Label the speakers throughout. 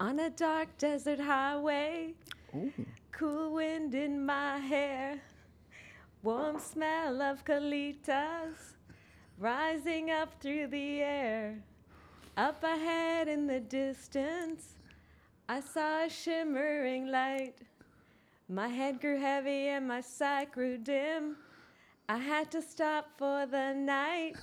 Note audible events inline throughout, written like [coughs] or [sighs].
Speaker 1: on a dark desert highway. Cool wind in my hair, warm smell of colitas rising up through the air. Up ahead in the distance, I saw a shimmering light. My head grew heavy and my sight grew dim. I had to stop for the
Speaker 2: [laughs]
Speaker 1: night.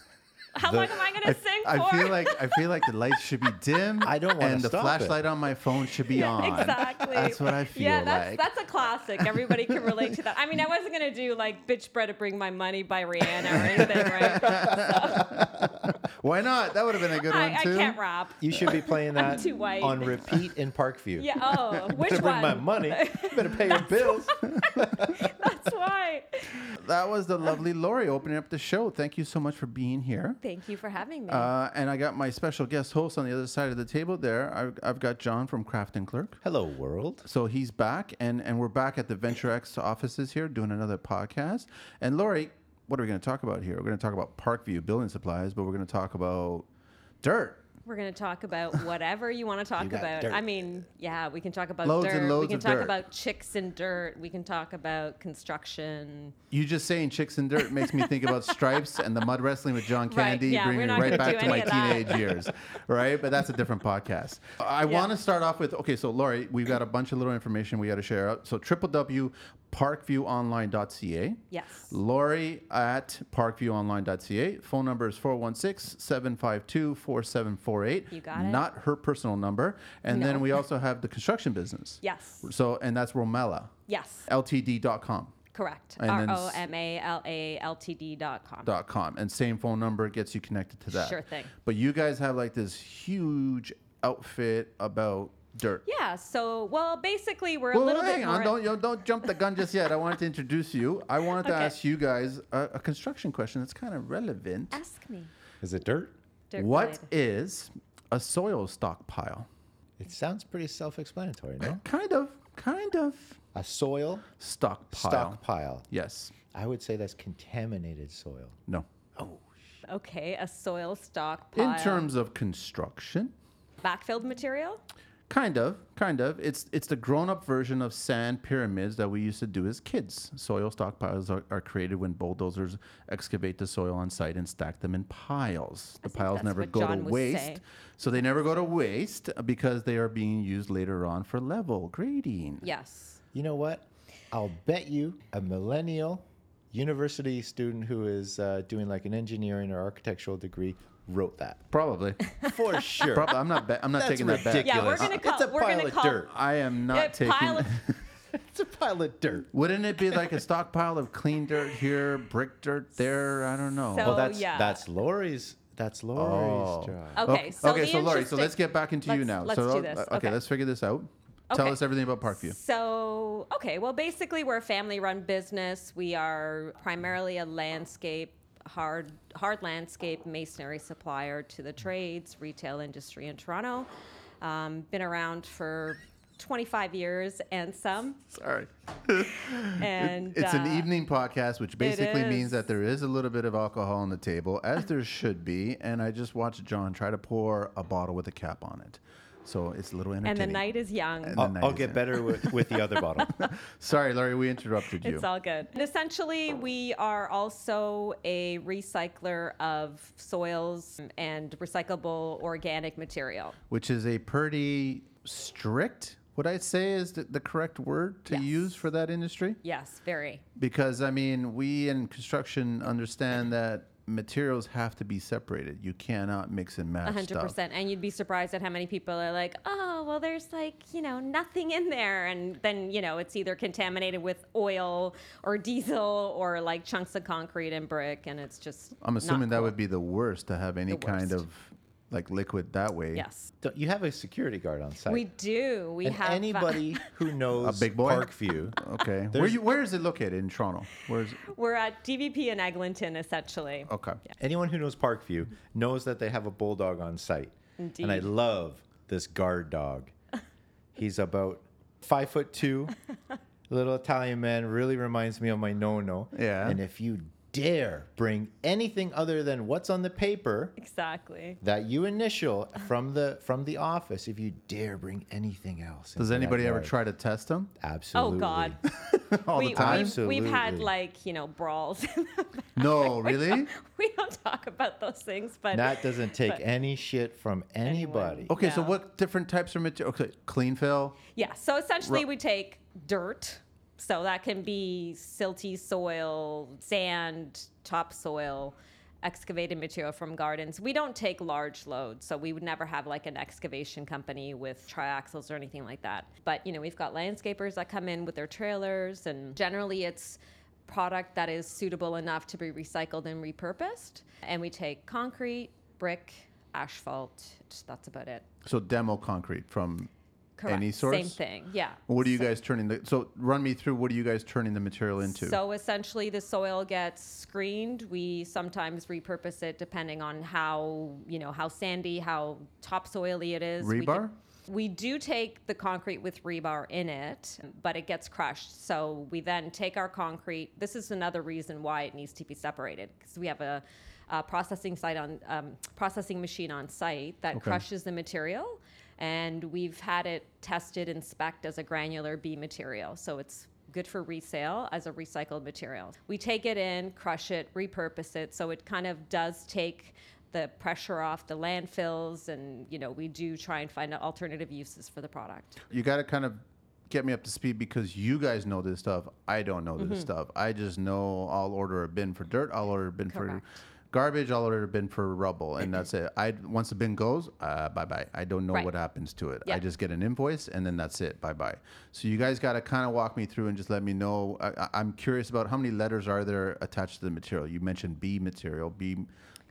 Speaker 1: How
Speaker 3: The-
Speaker 1: long am I gonna
Speaker 2: I,
Speaker 1: sing
Speaker 2: I
Speaker 1: for?
Speaker 2: feel like I feel like the lights should be dim.
Speaker 3: [laughs] I don't wanna
Speaker 2: And the
Speaker 3: stop it.
Speaker 2: flashlight on my phone
Speaker 1: [laughs]
Speaker 2: should be on.
Speaker 1: Exactly.
Speaker 2: That's what I feel
Speaker 1: yeah, that's,
Speaker 2: like.
Speaker 1: that's a classic. Everybody can relate to that. I mean, I wasn't gonna do like "Bitch Better Bring My Money" by Rihanna
Speaker 2: [laughs]
Speaker 1: or anything, right?
Speaker 2: Why not? That would have been a good
Speaker 1: I,
Speaker 2: one
Speaker 1: I
Speaker 2: too.
Speaker 1: can't rap.
Speaker 3: You should be playing that
Speaker 1: too white.
Speaker 3: on repeat in Parkview.
Speaker 1: Yeah.
Speaker 2: [laughs]
Speaker 1: Oh, which
Speaker 3: Better bring
Speaker 1: one?
Speaker 3: my money. Better pay your bills.
Speaker 1: That's why.
Speaker 2: That was the lovely Lori opening up the show. Thank you so much for being here.
Speaker 1: Thank you for having me.
Speaker 2: Uh, and I got my special guest host on the other side of the table there. I've, I've got John from Craft and Clerk.
Speaker 3: Hello, world.
Speaker 2: So he's back, and, and we're back at the Venture X offices here doing another podcast. And Lori, what are we going to talk about here? We're going to talk about Parkview building supplies, but we're going to talk about dirt.
Speaker 1: We're gonna talk about whatever you want to talk
Speaker 3: got
Speaker 1: about.
Speaker 3: dirt.
Speaker 1: I mean, yeah, we can talk about
Speaker 2: Loads
Speaker 1: dirt.
Speaker 2: and loads
Speaker 1: we can
Speaker 2: of
Speaker 1: talk
Speaker 2: dirt.
Speaker 1: about chicks and dirt. We can talk about construction.
Speaker 2: You just saying chicks and dirt makes me think about Stripes and the mud wrestling with John
Speaker 1: Right,
Speaker 2: Candy,
Speaker 1: yeah, we're
Speaker 2: bringing me
Speaker 1: not
Speaker 2: right
Speaker 1: gonna
Speaker 2: back
Speaker 1: do
Speaker 2: to my
Speaker 1: any of that.
Speaker 2: teenage years, right? But that's a different podcast. I want to start off with okay, so Lori, we've got a bunch of little information we got to share. out. So www.parkviewonline.ca.
Speaker 1: Yes.
Speaker 2: Lori at parkviewonline.ca. Phone number is 416 752 4748.
Speaker 1: You got it.
Speaker 2: Not her personal number. And
Speaker 1: No.
Speaker 2: then we also have the
Speaker 1: [laughs]
Speaker 2: construction business.
Speaker 1: Yes.
Speaker 2: So, and that's Romella,
Speaker 1: Yes.
Speaker 2: ltd.com.
Speaker 1: Correct.
Speaker 2: And
Speaker 1: R
Speaker 2: then s-
Speaker 1: O M A L A L T D dot com.
Speaker 2: dot com and same phone number gets you connected to that
Speaker 1: Sure thing.
Speaker 2: but you guys have like this huge outfit about dirt
Speaker 1: Yeah. So, well, basically, we're a
Speaker 2: Well,
Speaker 1: little
Speaker 2: hang
Speaker 1: bit
Speaker 2: on,
Speaker 1: more.
Speaker 2: don't you know, don't jump the gun just yet. I wanted to introduce you. I wanted to
Speaker 1: Okay.
Speaker 2: ask you guys a, a construction question that's kind of relevant.
Speaker 1: Ask me.
Speaker 3: Is it dirt?
Speaker 1: Dirt
Speaker 2: What
Speaker 1: related.
Speaker 2: is a soil stockpile?
Speaker 3: It sounds pretty self-explanatory,
Speaker 2: [laughs]
Speaker 3: no?
Speaker 2: Kind of, kind of
Speaker 3: A soil
Speaker 2: stockpile.
Speaker 3: stockpile.
Speaker 2: Yes.
Speaker 3: I would say that's contaminated soil.
Speaker 2: No.
Speaker 1: Okay, a soil stockpile.
Speaker 2: In terms of construction,
Speaker 1: backfilled material.
Speaker 2: Kind of, kind of. It's it's the grown-up version of sand pyramids that we used to do as kids. Soil stockpiles are, are created when bulldozers excavate the soil on site and stack them in piles. The
Speaker 1: think
Speaker 2: piles
Speaker 1: that's
Speaker 2: never
Speaker 1: what
Speaker 2: go
Speaker 1: John
Speaker 2: to
Speaker 1: was
Speaker 2: waste,
Speaker 1: saying.
Speaker 2: so they never go to waste because they are being used later on for level grading.
Speaker 1: Yes.
Speaker 3: You know what? I'll bet you a millennial university student who is uh, doing like an engineering or architectural degree wrote that.
Speaker 1: [laughs]
Speaker 2: Probably,
Speaker 3: For sure.
Speaker 2: probably. I'm not. Be- I'm not
Speaker 3: That's
Speaker 2: taking that
Speaker 3: ridiculous.
Speaker 2: back.
Speaker 1: Yeah, we're gonna call-
Speaker 3: it's a
Speaker 1: we're
Speaker 3: pile
Speaker 1: gonna
Speaker 3: of
Speaker 1: call-
Speaker 3: dirt.
Speaker 2: I am not
Speaker 1: A
Speaker 2: taking.
Speaker 1: pile of
Speaker 3: It's a pile of dirt.
Speaker 2: [laughs] Wouldn't it be like a stockpile of clean dirt here, brick dirt there? I don't know.
Speaker 1: So-
Speaker 3: well, Oh, that's
Speaker 1: Oh, yeah.
Speaker 3: that's Lori's. That's
Speaker 2: Oh.
Speaker 3: Lori's job.
Speaker 1: Okay, so
Speaker 2: okay,
Speaker 1: the
Speaker 2: so Lori, so
Speaker 1: interesting-
Speaker 2: let's get back into you
Speaker 1: Let's-
Speaker 2: now.
Speaker 1: let's
Speaker 2: so
Speaker 1: do this.
Speaker 2: uh, Okay,
Speaker 1: Okay.
Speaker 2: let's figure this out. Tell
Speaker 1: Okay.
Speaker 2: us everything about Parkview.
Speaker 1: So, okay, well, basically, we're a family-run business. We are primarily a landscape, hard hard landscape masonry supplier to the trades, retail industry in Toronto. Um, been around for 25 years and some.
Speaker 2: Sorry.
Speaker 1: And
Speaker 2: It's
Speaker 1: uh,
Speaker 2: an evening podcast, which basically means
Speaker 1: is.
Speaker 2: that there is a little bit of alcohol on the table, as there should be. And I just watched John try to pour a bottle with a cap on it. So it's a little
Speaker 1: And
Speaker 2: entertaining.
Speaker 1: the night is young.
Speaker 2: And the
Speaker 3: I'll,
Speaker 2: night
Speaker 3: I'll
Speaker 2: is
Speaker 3: get
Speaker 2: in.
Speaker 3: better with, with the
Speaker 1: [laughs]
Speaker 3: other bottle.
Speaker 2: Sorry, Larry, we interrupted you.
Speaker 1: It's all good. And essentially, we are also a recycler of soils and recyclable organic material.
Speaker 2: which is a pretty strict, what I say is the, the correct word to
Speaker 1: Yes.
Speaker 2: use for that industry.
Speaker 1: Yes, very.
Speaker 2: Because I mean, we in construction understand that materials have to be separated. You cannot mix and match
Speaker 1: hundred
Speaker 2: stuff.
Speaker 1: percent. And you'd be surprised at how many people are like, "Oh, well, there's like you know nothing in there," and then you know it's either contaminated with oil or diesel or like chunks of concrete and brick, and it's just.
Speaker 2: I'm
Speaker 1: not
Speaker 2: assuming that
Speaker 1: cool.
Speaker 2: would be the worst to have any
Speaker 1: The
Speaker 2: kind
Speaker 1: worst.
Speaker 2: of like liquid that way.
Speaker 1: Yes,
Speaker 3: Don't- you have a security guard on site.
Speaker 1: we do. We
Speaker 3: and
Speaker 1: have uh,
Speaker 3: anybody who knows
Speaker 2: big boy?
Speaker 3: Parkview.
Speaker 2: Okay. Where
Speaker 3: There's-
Speaker 2: you where is it located in Toronto? Where's
Speaker 1: [laughs] we're at DVP and Eglinton essentially.
Speaker 2: okay.
Speaker 3: Anyone who knows Parkview knows that they have a bulldog on site. And I
Speaker 1: Indeed.
Speaker 3: love this
Speaker 1: [laughs]
Speaker 3: guard dog. He's about five foot two, little Italian man, really reminds me of my no no.
Speaker 2: Yeah.
Speaker 3: And if you dare bring anything other than what's on the paper
Speaker 1: Exactly.
Speaker 3: that you initial from the from the office if you dare bring anything
Speaker 2: Does
Speaker 3: else. into that
Speaker 2: anybody ever
Speaker 3: yard.
Speaker 2: try to test them
Speaker 3: Absolutely.
Speaker 1: Oh, God.
Speaker 2: [laughs] all
Speaker 1: we,
Speaker 2: the time?
Speaker 1: We've, we've had,
Speaker 3: Absolutely.
Speaker 1: like, you know, brawls. [laughs]
Speaker 2: No, really?
Speaker 1: we don't talk about those things,
Speaker 3: [laughs]
Speaker 1: but
Speaker 3: That doesn't take
Speaker 1: but-
Speaker 3: any shit from anybody.
Speaker 2: Okay, so
Speaker 1: Yeah.
Speaker 2: what different types of material? Okay, clean fill.
Speaker 1: yeah. So essentially,
Speaker 2: Ru-
Speaker 1: we take dirt. So that can be silty soil, sand, topsoil, excavated material from gardens. We don't take large loads, so we would never have like an excavation company with triaxles or anything like that. But you know, we've got landscapers that come in with their trailers, and generally it's product that is suitable enough to be recycled and repurposed. And we take concrete, brick, asphalt. That's about it.
Speaker 2: So demo concrete from
Speaker 1: Correct.
Speaker 2: any source.
Speaker 1: Same thing. Yeah.
Speaker 2: What are you guys turning the? So run me through. What are you guys turning the material into?
Speaker 1: So essentially, the soil gets screened. We sometimes repurpose it depending on how you know how sandy, how topsoily it is. We could-
Speaker 2: Rebar?
Speaker 1: we do take the concrete with rebar in it, but it gets crushed. So we then take our concrete. This is another reason why it needs to be separated because we have a, a processing site on um, processing machine on site that
Speaker 2: Okay.
Speaker 1: crushes the material, and we've had it tested and spec'd as a granular B material. So it's good for resale as a recycled material. We take it in, crush it, repurpose it, so it kind of does take the pressure off the landfills and you know we do try and find alternative uses for the product
Speaker 2: you got to kind of get me up to speed because you guys know this stuff. I don't know
Speaker 1: Mm-hmm.
Speaker 2: this stuff. I just know I'll order a bin for dirt. I'll order a bin
Speaker 1: Correct.
Speaker 2: for garbage. I'll order a bin for rubble, and that's it. I once the bin goes, uh, bye bye. I don't know
Speaker 1: Right.
Speaker 2: what happens to it. I
Speaker 1: Yeah.
Speaker 2: just get an invoice, and then that's it. Bye bye. So you guys got to kind of walk me through and just let me know. I, I- I'm curious about how many letters are there attached to the material. You mentioned B material, B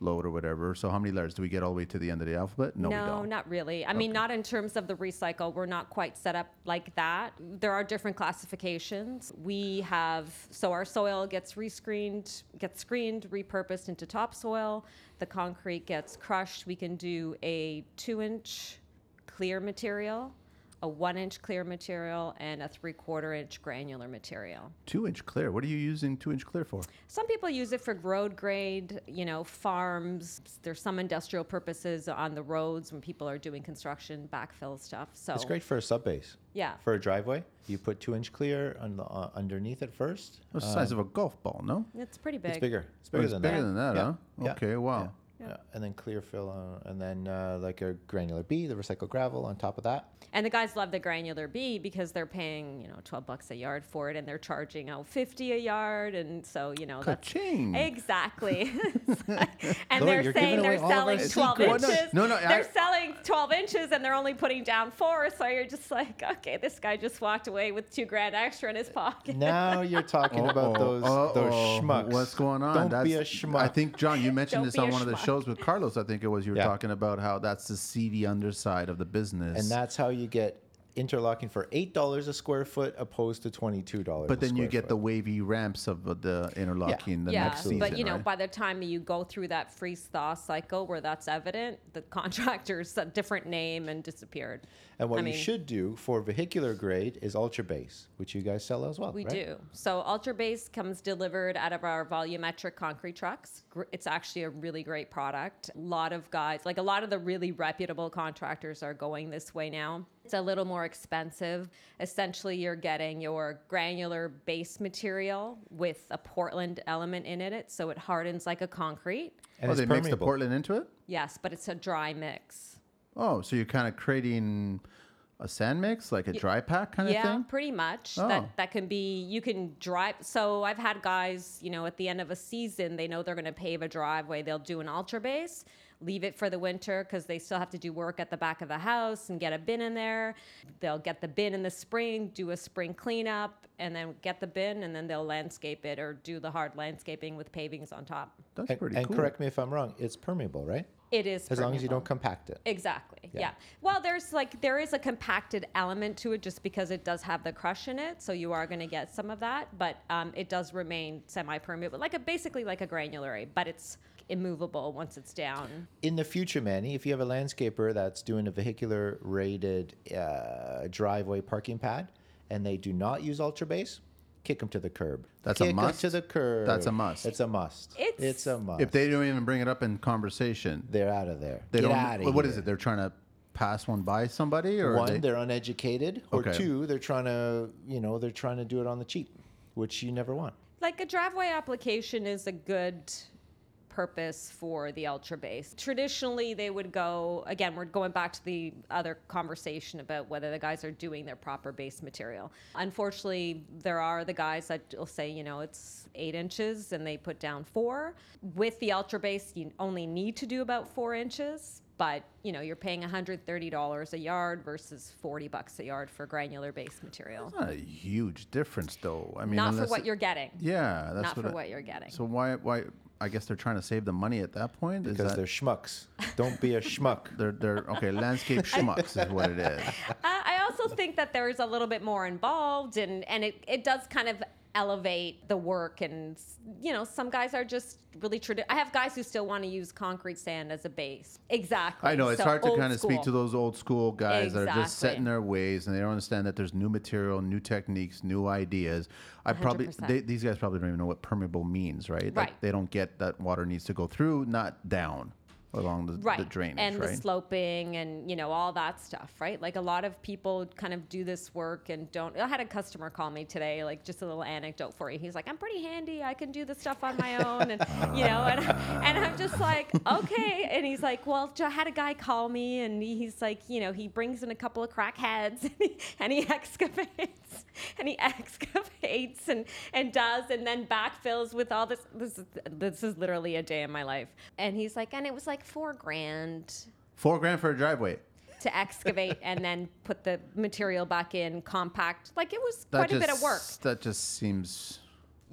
Speaker 2: load or whatever. So how many letters do we get all the way to the end of the alphabet? No, we don't.
Speaker 1: not really. I mean, not in terms of the recycle. We're not quite set up like that. There are different classifications. We have so our soil gets rescreened, gets screened, repurposed into topsoil. The concrete gets crushed. We can do a two-inch clear material, a one-inch clear material, and a three-quarter-inch granular material.
Speaker 2: Two inch clear. What are you using two inch clear for?
Speaker 1: Some people use it for road grade, you know, farms. There's some industrial purposes on the roads when people are doing construction, backfill stuff. So
Speaker 3: It's great for a sub base.
Speaker 1: Yeah.
Speaker 3: For a driveway, you put two inch clear on the, uh, underneath it first.
Speaker 2: It's the size of a golf ball, no?
Speaker 1: It's pretty big.
Speaker 3: It's bigger. It's
Speaker 2: Oh,
Speaker 3: Um, bigger
Speaker 2: it's
Speaker 3: than
Speaker 2: bigger
Speaker 3: that.
Speaker 2: than that,
Speaker 3: Yeah.
Speaker 2: huh?
Speaker 3: Yeah.
Speaker 2: Okay, wow.
Speaker 3: Yeah. And then clear fill, uh, and then uh, like a granular B, the recycled gravel on top of that.
Speaker 1: [laughs] And the guys love the granular B because they're paying, you know, 12 bucks a yard for it and they're charging out 50 a yard and so, you know, that's
Speaker 2: Ka-ching.
Speaker 1: Exactly. [laughs]
Speaker 3: [laughs]
Speaker 1: It's like- and
Speaker 3: Lord,
Speaker 1: they're
Speaker 3: you're
Speaker 1: saying
Speaker 3: giving
Speaker 1: they're
Speaker 3: away all of our
Speaker 1: selling 12
Speaker 3: secrets.
Speaker 1: inches.
Speaker 2: No, no, I-
Speaker 1: they're selling 12 inches and they're only putting down four. So you're just like, okay, this guy just walked away with two grand extra in his pocket.
Speaker 3: Now you're talking about
Speaker 2: Uh-oh,
Speaker 3: those those
Speaker 2: uh-oh.
Speaker 3: schmucks.
Speaker 2: What's going on?
Speaker 3: Don't be a
Speaker 2: That's-
Speaker 3: schmuck.
Speaker 2: I think John, you mentioned
Speaker 1: Don't
Speaker 2: this
Speaker 1: be
Speaker 2: on
Speaker 1: a
Speaker 2: one of the
Speaker 1: schmuck.
Speaker 2: shows with Carlos. I think it was you were
Speaker 3: Yeah.
Speaker 2: talking about how that's the seedy underside of the business.
Speaker 3: and that's how you get interlocking for eight dollars a square foot opposed to twenty two dollars.
Speaker 2: but then you get the wavy ramps of the interlocking the
Speaker 1: yeah,
Speaker 2: next season.
Speaker 1: but you know,
Speaker 2: right?
Speaker 1: by the time you go through that freeze thaw cycle where that's evident, the [laughs] contractor's a different name and disappeared.
Speaker 3: And what
Speaker 1: I
Speaker 3: you
Speaker 1: mean-
Speaker 3: should do for vehicular grade is ultra base, which you guys sell as well.
Speaker 1: We
Speaker 3: right?
Speaker 1: do. So Ultra Base comes delivered out of our volumetric concrete trucks. Gr- It's actually a really great product. A lot of guys, like a lot of the really reputable contractors, are going this way now. It's a little more expensive. Essentially, you're getting your granular base material with a Portland element in it, so it hardens like a concrete.
Speaker 3: And
Speaker 2: oh,
Speaker 3: it's
Speaker 2: they mix the
Speaker 3: permeable.
Speaker 2: Portland into it?
Speaker 1: Yes, but it's a dry mix.
Speaker 2: Oh, so you're kind of creating a sand mix, like a dry pack kind
Speaker 1: yeah,
Speaker 2: of thing?
Speaker 1: pretty much.
Speaker 2: Oh.
Speaker 1: That that can be you can drive. So I've had guys, you know, at the end of a season, they know they're going to pave a driveway. They'll do an ultra base, leave it for the winter because they still have to do work at the back of the house and get a bin in there. They'll get the bin in the spring, do a spring cleanup, and then get the bin, and then they'll landscape it or do the hard landscaping with pavings on top.
Speaker 2: That's
Speaker 3: And,
Speaker 2: pretty
Speaker 3: and
Speaker 2: cool.
Speaker 3: correct me if I'm wrong. It's permeable, right?
Speaker 1: It is
Speaker 3: As long as you
Speaker 1: permeable.
Speaker 3: don't compact it.
Speaker 1: Exactly.
Speaker 3: Yeah.
Speaker 1: Yeah. Well, there's like there is a compacted element to it just because it does have the crush in it, so you are going to get some of that, but um, it does remain semi-permeable, like a basically like a granulary, but it's immovable once it's down.
Speaker 3: in the future, Manny, if you have a landscaper that's doing a vehicular rated uh, driveway parking pad and they do not use ultra base, kick them to the curb.
Speaker 2: That's a
Speaker 3: kick 'em
Speaker 2: must?
Speaker 3: to the curb.
Speaker 2: That's a must.
Speaker 3: It's a must.
Speaker 1: It's-
Speaker 3: It's, a must.
Speaker 2: If they don't even bring it up in conversation,
Speaker 3: they're out of there.
Speaker 2: they
Speaker 3: Get
Speaker 2: don't.
Speaker 3: out of
Speaker 2: what- what is
Speaker 3: here.
Speaker 2: it? They're trying to pass one by somebody, or
Speaker 3: One,
Speaker 2: they-
Speaker 3: they... are uneducated, or
Speaker 2: Okay.
Speaker 3: two, they're trying to you know they're trying to do it on the cheap, which you never want.
Speaker 1: Like a driveway application is a good purpose for the ultra base. Traditionally, they would go again, we're going back to the other conversation about whether the guys are doing their proper base material. Unfortunately, there are the guys that will say, you know, it's eight inches and they put down four. With the ultra base, you only need to do about four inches. But you know you're paying $130 a yard versus 40 bucks a yard for granular base material.
Speaker 2: Not a huge difference, though. I mean,
Speaker 1: Not for
Speaker 2: unless
Speaker 1: what
Speaker 2: it-
Speaker 1: you're getting.
Speaker 2: Yeah, that's
Speaker 1: Not
Speaker 2: what
Speaker 1: for
Speaker 2: I-
Speaker 1: what you're getting.
Speaker 2: So why? Why? I guess they're trying to save the money at that point. Is
Speaker 3: Because
Speaker 2: that-
Speaker 3: they're schmucks. Don't be
Speaker 2: [laughs]
Speaker 3: a schmuck.
Speaker 2: they're they're
Speaker 1: [laughs]
Speaker 2: okay. Landscape schmucks is what it is.
Speaker 1: Uh, I also think that there's a little bit more involved, and and it, it does kind of elevate the work. And you know, some guys are just really tradi- I have guys who still want to use concrete sand as a base. Exactly.
Speaker 2: I know it's
Speaker 1: So
Speaker 2: hard to
Speaker 1: old
Speaker 2: kind of speak
Speaker 1: school.
Speaker 2: to those old school guys that are just set
Speaker 1: Exactly.
Speaker 2: in their ways and they don't understand that there's new material, new techniques, new ideas. I probably
Speaker 1: 100%.
Speaker 2: they, these guys probably don't even know what permeable means, right? Like
Speaker 1: Right.
Speaker 2: they don't get that water needs to go through, not down along the,
Speaker 1: right
Speaker 2: the drainage,
Speaker 1: and
Speaker 2: right?
Speaker 1: the sloping and you know all that stuff right like a lot of people kind of do this work and don't i had a customer call me today like just a little anecdote for you he's like i'm pretty handy i can do this stuff on my own and you know and, and i'm just like okay and he's like well i had a guy call me and he- he's like you know he brings in a couple of crackheads [laughs] and he, and he excavates and he excavates and, and does and then backfills with all this this is, this is literally a day in my life and he's like and it was like four grand
Speaker 2: Four grand for a driveway.
Speaker 1: to
Speaker 2: [laughs]
Speaker 1: excavate and then put the material back in compact like it was
Speaker 2: That
Speaker 1: quite a bit of work
Speaker 2: just- That just seems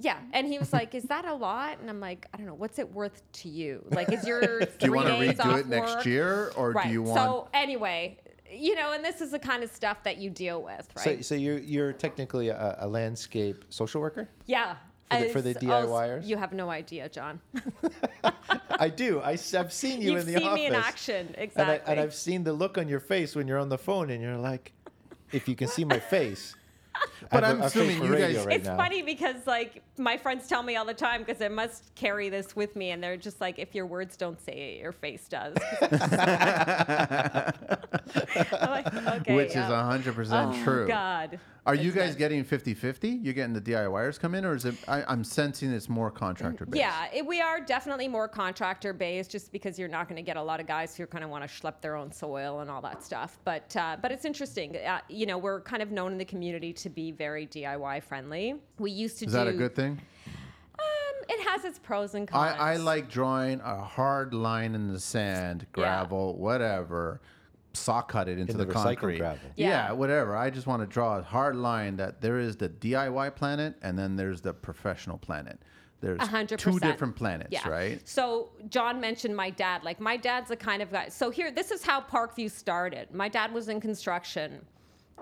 Speaker 1: yeah and he was like is that a lot and i'm like i don't know what's it worth to you like is your
Speaker 2: [laughs] Do you
Speaker 1: want to
Speaker 2: redo it next year or
Speaker 1: right
Speaker 2: do you
Speaker 1: so
Speaker 2: want
Speaker 1: anyway you know and this is the kind of stuff that you deal with right
Speaker 3: So, so you're you're technically a, a landscape social worker.
Speaker 1: yeah
Speaker 3: For the- for the
Speaker 1: It's all-
Speaker 3: DIYers?
Speaker 1: you have no idea john
Speaker 3: I do. I, have seen [laughs] you
Speaker 1: You've
Speaker 3: in the
Speaker 1: seen
Speaker 3: office.
Speaker 1: me in action,
Speaker 3: And, I,
Speaker 1: exactly.
Speaker 3: and I've seen the look on your face when you're on the phone and you're like, if you can see my face.
Speaker 2: But
Speaker 3: I have
Speaker 2: I'm
Speaker 3: a- a face
Speaker 2: assuming
Speaker 3: for
Speaker 2: you
Speaker 3: radio
Speaker 2: guys-
Speaker 3: right
Speaker 1: it's
Speaker 3: now.
Speaker 1: funny because like my friends tell me all the time because I must carry this with me, and they're just like, if your words don't say it, your face does. [laughs] I'm like, okay,
Speaker 2: which
Speaker 1: yeah.
Speaker 2: is hundred percent
Speaker 1: Oh,
Speaker 2: true.
Speaker 1: God.
Speaker 2: Are you guys getting 50-50? You getting the DIYers come in, or is it? I, I'm sensing it's more contractor based.
Speaker 1: Yeah, it, we are definitely more contractor based, just because you're not going to get a lot of guys who kind of want to schlep their own soil and all that stuff. But uh, but it's interesting. Uh, you know, we're kind of known in the community to be very DIY friendly. We used to
Speaker 2: Is
Speaker 1: do.
Speaker 2: that a good thing?
Speaker 1: Um, it has its pros and cons.
Speaker 2: I, I like drawing a hard line in the sand, gravel, whatever, saw cut it into
Speaker 3: In
Speaker 2: the,
Speaker 3: the recycled
Speaker 2: concrete.
Speaker 3: gravel.
Speaker 1: Yeah.
Speaker 2: Yeah. whatever. I just want to draw a hard line that there is the DIY planet and then there's the professional planet. There's
Speaker 1: A hundred
Speaker 2: two
Speaker 1: percent.
Speaker 2: different planets,
Speaker 1: Yeah.
Speaker 2: right?
Speaker 1: So John mentioned my dad. Like my dad's the kind of guy. So here, this is how Parkview started. My dad was in construction.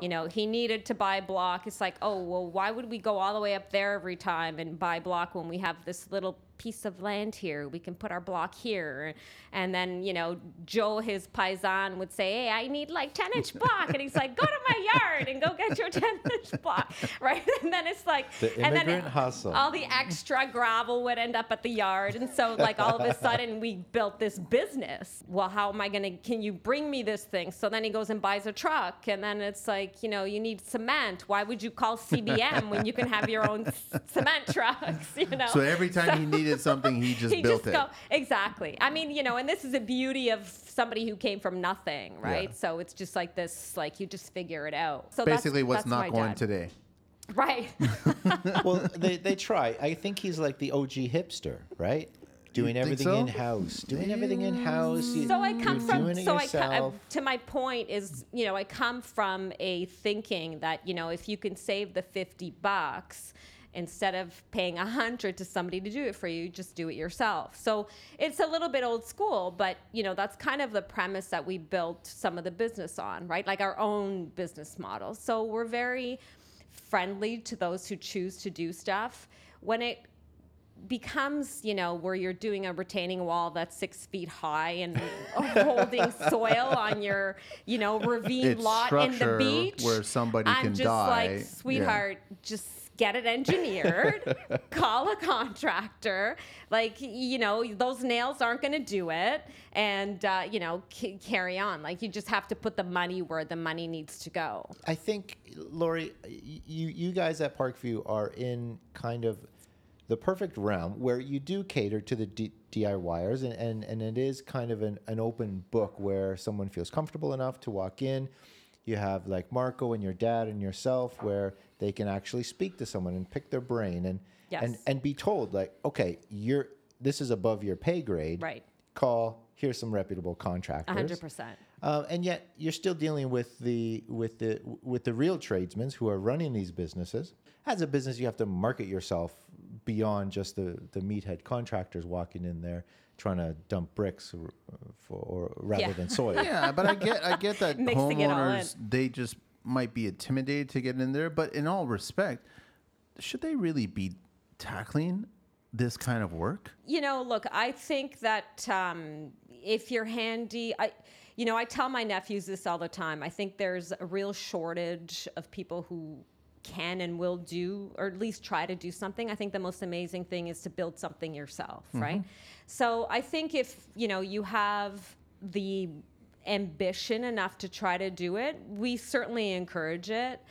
Speaker 1: You know, he needed to buy block. It's like, oh well, why would we go all the way up there every time and buy block when we have this little piece of land here? We can put our block here. And then you know, Joe, his paisan, would say, hey, I need like ten
Speaker 3: [laughs]
Speaker 1: inch block, and he's like, go to my yard and go get your ten inch block, [laughs] right? And then it's like,
Speaker 3: The
Speaker 1: and then
Speaker 3: immigrant hustle.
Speaker 1: all the extra gravel would end up at the yard. And so, like, all of a sudden, we built this business. Well, how am I going to, can you bring me this thing? So then he goes and buys a truck. And then it's like, you know, you need cement. Why would you call CBM when you can have your own c- cement trucks, you know?
Speaker 2: So every
Speaker 1: [laughs]
Speaker 2: time he needed something, he just
Speaker 1: he
Speaker 2: built
Speaker 1: just
Speaker 2: it.
Speaker 1: go exactly. I mean, you know, and this is the beauty of somebody who came from nothing, right?
Speaker 2: Yeah.
Speaker 1: So it's just like this, like you just figure it out. So that's-
Speaker 2: Basically, what's
Speaker 1: that's
Speaker 2: not
Speaker 1: my
Speaker 2: going
Speaker 1: dad.
Speaker 2: today.
Speaker 1: right? [laughs]
Speaker 3: well, they, they try. I think he's like the OG hipster, right? Doing
Speaker 2: think
Speaker 3: everything
Speaker 2: so?
Speaker 3: in house. Doing everything in house.
Speaker 1: So I come from. So I, co- I
Speaker 3: yourself.
Speaker 1: to my point is, you know, I come from a thinking that you know, if you can save the fifty bucks instead of paying a hundred to somebody to do it for you, just do it yourself. So it's a little bit old school, but you know, that's kind of the premise that we built some of the business on, right? Like our own business model. So we're very friendly to those who choose to do stuff. When it becomes, you know, where you're doing a retaining wall that's six feet high and [laughs] holding soil on your, you know, ravine
Speaker 2: It's
Speaker 1: lot in the
Speaker 2: structure
Speaker 1: beach.
Speaker 2: where somebody
Speaker 1: I'm
Speaker 2: can
Speaker 1: just
Speaker 2: die.
Speaker 1: like,
Speaker 2: Yeah.
Speaker 1: sweetheart, just get it
Speaker 2: [laughs]
Speaker 1: engineered, call a contractor. Like, you know, those nails aren't going to do it. And, uh, you know, c- carry on. Like, you just have to put the money where the money needs to go.
Speaker 3: I think, Lori, y- you you guys at Parkview are in kind of the perfect realm where you do cater to the D- DIYers, and, and and it is kind of an, an open book where someone feels comfortable enough to walk in. You have like Marco and your dad and yourself, where they can actually speak to someone and pick their brain and and
Speaker 1: Yes.
Speaker 3: and be told like, okay, you're this is above your pay grade.
Speaker 1: Right.
Speaker 3: Call. Here's some reputable contractors.
Speaker 1: 100%.
Speaker 3: Um, and yet, you're still dealing with the with the with the real tradesmen who are running these businesses. As a business, you have to market yourself beyond just the the meathead contractors walking in there trying to dump bricks or, for, or rather
Speaker 1: Yeah. [laughs]
Speaker 3: than soil.
Speaker 2: yeah, but I get I get that
Speaker 1: Mixing it all
Speaker 2: homeowners they just might be intimidated to get in there. But in all respect, should they really be tackling this kind of work?
Speaker 1: you know, look, I think that um, if you're handy, I, you know, I tell my nephews this all the time. I think there's a real shortage of people who can and will do, or at least try to do something. I think the most amazing thing is to build something yourself, right? So I think if, you know, you have the ambition enough to try to do it, we certainly encourage it.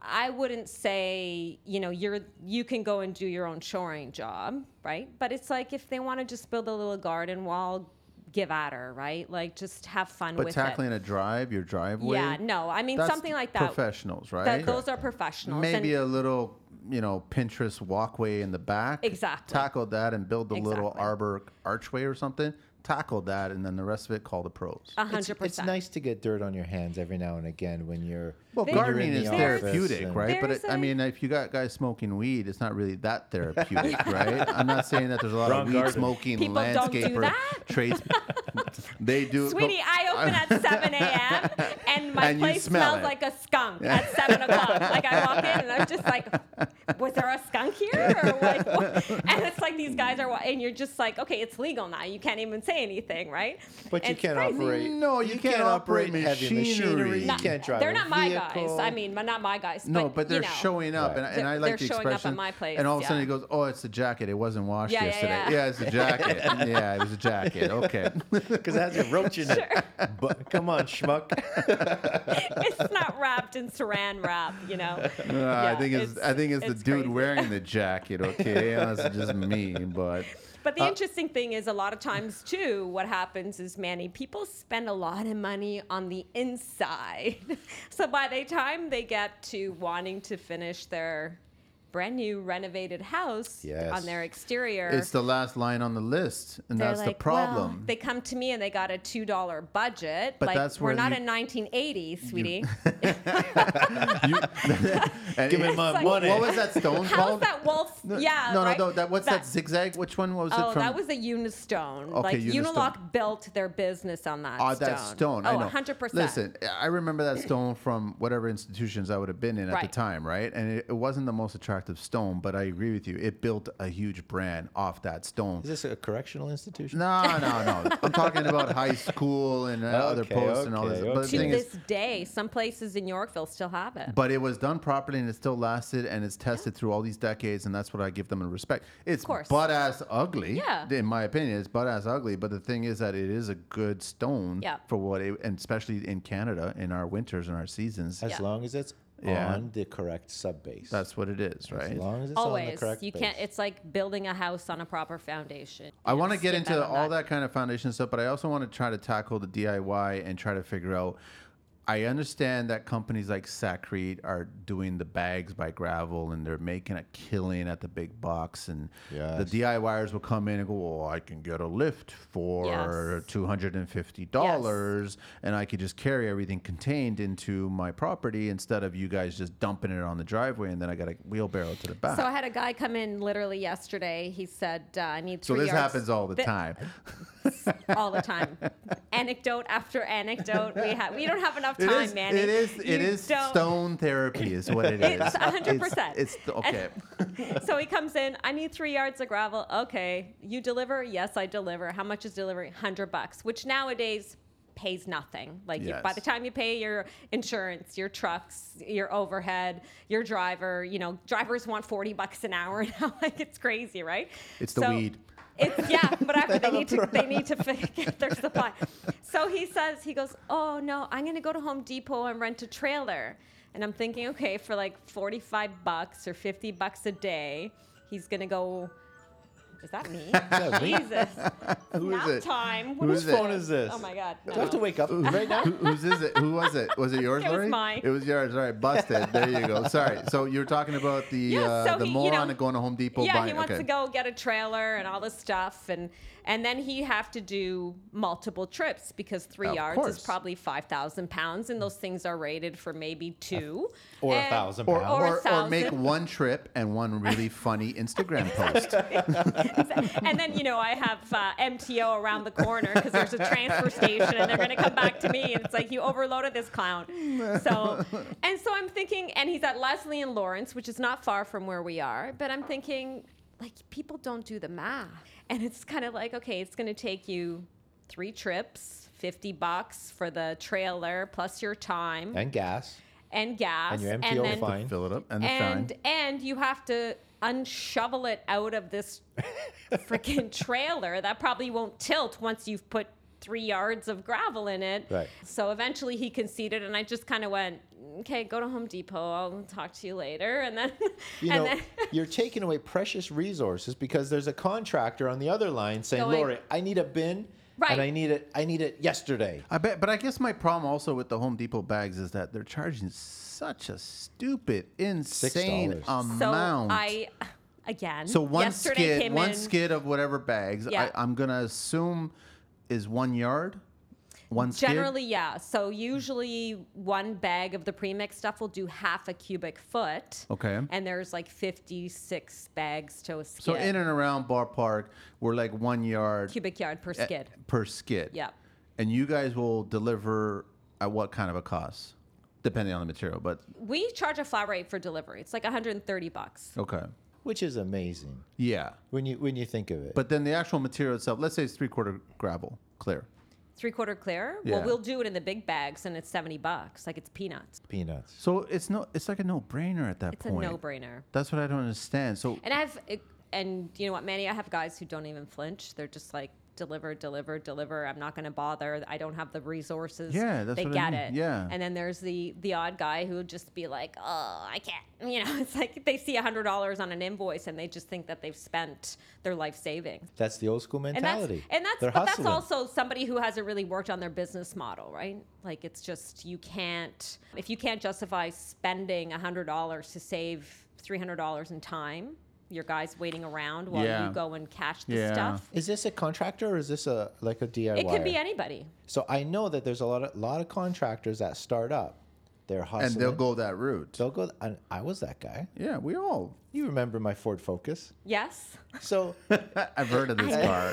Speaker 1: I wouldn't say, you know, you're you can go and do your own shoring job, right? But it's like if they want to just build a little garden wall, give at her, right? Like just have fun
Speaker 2: But
Speaker 1: with
Speaker 2: tackling
Speaker 1: it.
Speaker 2: a drive, your driveway.
Speaker 1: yeah, no, I mean
Speaker 2: that's
Speaker 1: something like that.
Speaker 2: Professionals, right?
Speaker 1: that those are professionals.
Speaker 2: Maybe
Speaker 1: and,
Speaker 2: a little, you know, Pinterest walkway in the back.
Speaker 1: Exactly.
Speaker 2: Tackle that and build a little
Speaker 1: Exactly.
Speaker 2: arbor archway or something. Tackle that, and then the rest of it, call the pros.
Speaker 1: a
Speaker 3: It's,
Speaker 1: hundred
Speaker 3: it's
Speaker 1: percent.
Speaker 3: nice to get dirt on your hands every now and again when you're
Speaker 2: Well,
Speaker 1: They-
Speaker 3: when you're
Speaker 2: gardening
Speaker 3: in
Speaker 2: is
Speaker 3: the
Speaker 1: There's-
Speaker 3: office
Speaker 2: therapeutic,
Speaker 3: and-
Speaker 2: right? But it, I
Speaker 1: There's a-
Speaker 2: mean, if you got guys smoking weed, it's not really
Speaker 1: [laughs]
Speaker 2: that therapeutic, right? I'm not saying that there's a lot
Speaker 3: Wrong
Speaker 2: of weed
Speaker 3: garden.
Speaker 2: smoking
Speaker 1: People don't do
Speaker 2: landscaper
Speaker 1: that.
Speaker 2: trades.
Speaker 1: [laughs]
Speaker 2: they do.
Speaker 1: Sweetie,
Speaker 2: [laughs]
Speaker 1: I open at 7 a.m. and my
Speaker 2: And you
Speaker 1: place
Speaker 2: smell
Speaker 1: smells
Speaker 2: it.
Speaker 1: like a skunk at 7
Speaker 2: [laughs]
Speaker 1: o'clock. Like, I walk in and I'm just like, was there a skunk here? Or like, what? And it's like these guys are, wa- and you're just like, okay, it's legal now. You can't even say anything, right?
Speaker 3: But you
Speaker 1: It's
Speaker 3: can't
Speaker 1: crazy.
Speaker 3: operate.
Speaker 2: No, you can't operate
Speaker 3: heavy machinery.
Speaker 2: machinery.
Speaker 3: You
Speaker 2: No,
Speaker 3: can't drive.
Speaker 1: They're
Speaker 3: a
Speaker 1: not my guys.
Speaker 3: vehicle.
Speaker 1: I
Speaker 3: [laughs]
Speaker 1: mean, not my guys.
Speaker 2: No,
Speaker 1: but,
Speaker 2: but they're
Speaker 1: you know.
Speaker 2: showing up, and,
Speaker 3: Right.
Speaker 2: and I
Speaker 1: They're-
Speaker 2: like the
Speaker 1: they're showing up at
Speaker 2: expression.
Speaker 1: my place,
Speaker 2: and all of a sudden
Speaker 1: yeah.
Speaker 2: he goes, "Oh, it's a jacket. It wasn't washed
Speaker 1: Yeah, yeah,
Speaker 2: yesterday.
Speaker 1: yeah.
Speaker 2: it's a
Speaker 1: [laughs]
Speaker 2: jacket. yeah, it was a jacket. Okay,
Speaker 3: because that's a roach in it. But come on, schmuck.
Speaker 1: [laughs] it's not wrapped in saran wrap, you
Speaker 2: [laughs]
Speaker 1: know?
Speaker 2: I
Speaker 1: Yeah,
Speaker 2: think it's, I think it's, the dude
Speaker 1: crazy.
Speaker 2: wearing the jacket. Okay, that's just me, but."
Speaker 1: But
Speaker 2: Uh,
Speaker 1: the interesting thing is, a lot of times too, what happens is, Manny, people spend a lot of money on the inside. [laughs] so by the time they get to wanting to finish their brand new renovated house
Speaker 3: Yes.
Speaker 1: on their exterior,
Speaker 2: It's the last line on the list, and
Speaker 1: they're
Speaker 2: that's the
Speaker 1: like, "Well,"
Speaker 2: problem.
Speaker 1: they come to me and they got a two dollar budget.
Speaker 2: But
Speaker 1: like,
Speaker 2: that's
Speaker 1: we're
Speaker 2: where
Speaker 1: not
Speaker 2: you-
Speaker 1: in 1980,
Speaker 2: [laughs]
Speaker 1: sweetie.
Speaker 2: You- [laughs] and
Speaker 1: [laughs]
Speaker 3: Give me
Speaker 2: it-
Speaker 3: my
Speaker 1: like-
Speaker 3: money.
Speaker 2: What was that stone
Speaker 1: How's
Speaker 2: called?
Speaker 1: that wolf? yeah.
Speaker 2: no,
Speaker 1: right?
Speaker 2: no, no. That what's that,
Speaker 1: That-
Speaker 2: zigzag? Which one was
Speaker 1: Oh,
Speaker 2: it from?
Speaker 1: that was a Unistone.
Speaker 2: Okay,
Speaker 1: like
Speaker 2: Unistone.
Speaker 1: Unilock built their business on that
Speaker 2: Ah,
Speaker 1: stone.
Speaker 2: that stone. I
Speaker 1: Oh,
Speaker 2: know.
Speaker 1: 100%.
Speaker 2: Listen, I remember that stone from whatever institutions I would have been in at the
Speaker 1: Right.
Speaker 2: time, right? And it, it wasn't the most attractive stone, but I agree with you. It built a huge brand off that stone.
Speaker 3: Is this a correctional institution?
Speaker 2: No, no, no. I'm talking about high school
Speaker 3: [laughs]
Speaker 2: and uh, other
Speaker 3: Okay,
Speaker 2: posts and all
Speaker 3: okay,
Speaker 2: this. But the
Speaker 1: To
Speaker 2: thing is,
Speaker 1: this day, some places in Yorkville still have it.
Speaker 2: But it was done properly and it still lasted and it's tested through all these decades and that's what I give them in respect. It's
Speaker 1: course.
Speaker 2: butt ass ugly.
Speaker 1: Yeah.
Speaker 2: In my opinion, it's butt ass ugly. But the thing is that it is a good stone
Speaker 1: Yeah.
Speaker 2: for what it and especially in Canada in our winters and our seasons.
Speaker 3: As
Speaker 1: Yeah.
Speaker 3: long as it's
Speaker 2: Yeah.
Speaker 3: on the correct sub base.
Speaker 2: That's what it is,
Speaker 3: as
Speaker 2: right?
Speaker 3: long as it's on the
Speaker 1: Always.
Speaker 3: correct
Speaker 1: You
Speaker 3: base.
Speaker 1: can't it's like building a house on a proper foundation.
Speaker 2: I
Speaker 1: You
Speaker 2: want to
Speaker 1: just
Speaker 2: get
Speaker 1: skip
Speaker 2: into
Speaker 1: out on
Speaker 2: all that kind of foundation stuff, but I also want to try to tackle the DIY and try to figure out. I understand that companies like Sacrete are doing the bags by gravel and they're making a killing at the big box. And
Speaker 3: Yes.
Speaker 2: the DIYers will come in and go, Oh, I can get a lift for
Speaker 1: Yes.
Speaker 2: $250 and I could just carry everything contained into my property instead of you guys just dumping it on the driveway and then I got a wheelbarrow to the back.
Speaker 1: So I had a guy come in literally yesterday. He said, uh, "I need
Speaker 2: So
Speaker 1: three
Speaker 2: this
Speaker 1: yards."
Speaker 2: happens all the
Speaker 1: Thi-
Speaker 2: time.
Speaker 1: this all the
Speaker 2: [laughs]
Speaker 1: time. anecdote after anecdote. We have we don't have enough
Speaker 2: It
Speaker 1: time,
Speaker 2: is-
Speaker 1: Manny.
Speaker 2: It is. It
Speaker 1: You
Speaker 2: is
Speaker 1: don't-
Speaker 2: stone therapy, is what it is.
Speaker 1: [laughs] It's 100%.
Speaker 2: It's,
Speaker 1: [laughs]
Speaker 2: it's okay.
Speaker 1: so he comes in. I need three yards of gravel. Okay, you deliver. Yes, I deliver. How much is delivery? Hundred bucks, which nowadays pays nothing. Like you, by
Speaker 2: Yes.
Speaker 1: the time you pay your insurance, your trucks, your overhead, your driver. You know, drivers want forty bucks an hour [laughs] now. like it's crazy, right?
Speaker 2: It's the weed.
Speaker 1: It's yeah, but after they,
Speaker 3: have a
Speaker 1: need to they need to fi- [laughs] get their supply. So he says he goes, "Oh no, I'm going to go to Home Depot and rent a trailer." And I'm thinking, okay, for like 45 bucks or 50 bucks a day, he's going to go Is that me?
Speaker 3: me.
Speaker 1: Jesus.
Speaker 2: Who is
Speaker 1: Nap
Speaker 2: it?
Speaker 1: time.
Speaker 2: Who is it?
Speaker 3: phone is this?
Speaker 1: Oh my god.
Speaker 3: Do I have to
Speaker 1: No. [laughs]
Speaker 3: wake up right now?
Speaker 2: Who- Whose is it? Who was it? Was it yours,
Speaker 1: It was
Speaker 2: Lori?
Speaker 1: mine.
Speaker 2: It was yours. All right, busted. There
Speaker 1: [laughs]
Speaker 2: you go. Sorry. So you were talking about the
Speaker 1: Yeah,
Speaker 2: uh,
Speaker 1: so
Speaker 2: the
Speaker 1: he- you
Speaker 2: moron
Speaker 1: know-
Speaker 2: going to Home Depot
Speaker 1: yeah,
Speaker 2: buying.
Speaker 1: he wants
Speaker 2: okay.
Speaker 1: to go get a trailer and all this stuff, and and then he have to do multiple trips because three
Speaker 2: Of
Speaker 1: yards
Speaker 2: course.
Speaker 1: is probably five thousand pounds, and those things are rated for maybe two
Speaker 3: Or a
Speaker 1: And-
Speaker 3: thousand
Speaker 2: Or,
Speaker 3: pounds.
Speaker 1: a
Speaker 2: or, or make
Speaker 1: thousand.
Speaker 2: one trip and one really funny
Speaker 1: [laughs]
Speaker 2: Instagram post.
Speaker 1: and then you know I have uh, MTO around the corner because there's a transfer station, and they're going to come back to me, and it's like you overloaded this clown. So, and so I'm thinking, and he's at Leslie and Lawrence, which is not far from where we are, but I'm thinking, like people don't do the math, and it's kind of like okay, it's going to take you three trips, fifty bucks for the trailer plus your time
Speaker 3: And gas.
Speaker 1: and gas,
Speaker 3: And your MTO
Speaker 1: then
Speaker 3: fine.
Speaker 2: Fill it up and the
Speaker 1: and
Speaker 2: fine.
Speaker 1: and you have to unshovel it out of
Speaker 2: [laughs]
Speaker 1: this freaking trailer that probably won't tilt once you've put three yards of gravel in it
Speaker 3: Right.
Speaker 1: so eventually he conceded and i just kind of went okay go to home depot i'll talk to you later and then
Speaker 3: You
Speaker 1: [laughs] and
Speaker 2: [laughs]
Speaker 3: know,
Speaker 1: then
Speaker 3: you're taking away precious resources because there's a contractor on the other line saying,
Speaker 1: Going-
Speaker 3: "Lori, I need a bin,
Speaker 1: Right.
Speaker 3: and I need it. I need it yesterday."
Speaker 2: I bet, but I guess my problem also with the Home Depot bags is that they're charging such a stupid, insane
Speaker 3: $6.
Speaker 1: so
Speaker 2: amount.
Speaker 1: i again
Speaker 2: So one
Speaker 1: yesterday
Speaker 2: skid,
Speaker 1: came
Speaker 2: one
Speaker 1: in,
Speaker 2: skid of whatever bags.
Speaker 1: Yeah.
Speaker 2: I, I'm gonna assume is one yard. One skid?
Speaker 1: Generally, yeah. So usually one bag of the premix stuff will do half a cubic foot.
Speaker 2: Okay.
Speaker 1: And there's like 56 bags to a skid.
Speaker 2: So in and around Bar Park, we're like one yard
Speaker 1: cubic yard per
Speaker 2: eh,
Speaker 1: skid.
Speaker 2: per skid.
Speaker 1: Yeah.
Speaker 2: And you guys will deliver at what kind of a cost, depending on the material. But
Speaker 1: We charge a flat rate for delivery. It's like 130 bucks.
Speaker 2: okay,
Speaker 3: which is amazing
Speaker 2: yeah.
Speaker 3: when you when you think of it.
Speaker 2: But then the actual material itself, let's say it's three quarter gravel, clear.
Speaker 1: Three quarter clear.
Speaker 2: Yeah.
Speaker 1: Well, we'll do it in the big bags, and it's 70 bucks. Like it's peanuts.
Speaker 3: peanuts.
Speaker 2: So it's no, it's like a no brainer at that
Speaker 1: It's
Speaker 2: point.
Speaker 1: a no brainer.
Speaker 2: That's what I don't understand. So
Speaker 1: And I've and you know what, Manny, I have guys who don't even flinch. They're just like deliver, deliver, deliver. I'm not going to bother. I don't have the resources.
Speaker 2: Yeah, that's
Speaker 1: they
Speaker 2: what I
Speaker 1: get
Speaker 2: mean.
Speaker 1: it.
Speaker 2: Yeah.
Speaker 1: And then there's the the odd guy who would just be like, oh, I can't. [laughs] You know, it's like they see hundred dollars on an invoice and they just think that they've spent their life savings.
Speaker 3: That's the old school
Speaker 1: And that's and
Speaker 3: mentality.
Speaker 1: that's
Speaker 3: They're
Speaker 1: but
Speaker 3: hustling.
Speaker 1: that's also somebody who hasn't really worked on their business model, right? Like it's just you can't if you can't justify spending hundred dollars to save three hundred dollars in time, your guy's waiting around while
Speaker 2: Yeah.
Speaker 1: you go and catch the
Speaker 2: Yeah.
Speaker 1: stuff.
Speaker 3: Is this a contractor or is this a like a DIY?
Speaker 1: It could be anybody.
Speaker 3: So I know that there's a lot of lot of contractors that start up. They're hustling.
Speaker 2: and they'll go that route.
Speaker 3: They'll go. And I was that guy.
Speaker 2: yeah, we all
Speaker 3: You remember my Ford Focus? [laughs]
Speaker 1: Yes.
Speaker 2: [laughs]
Speaker 3: So
Speaker 2: I've heard of this car.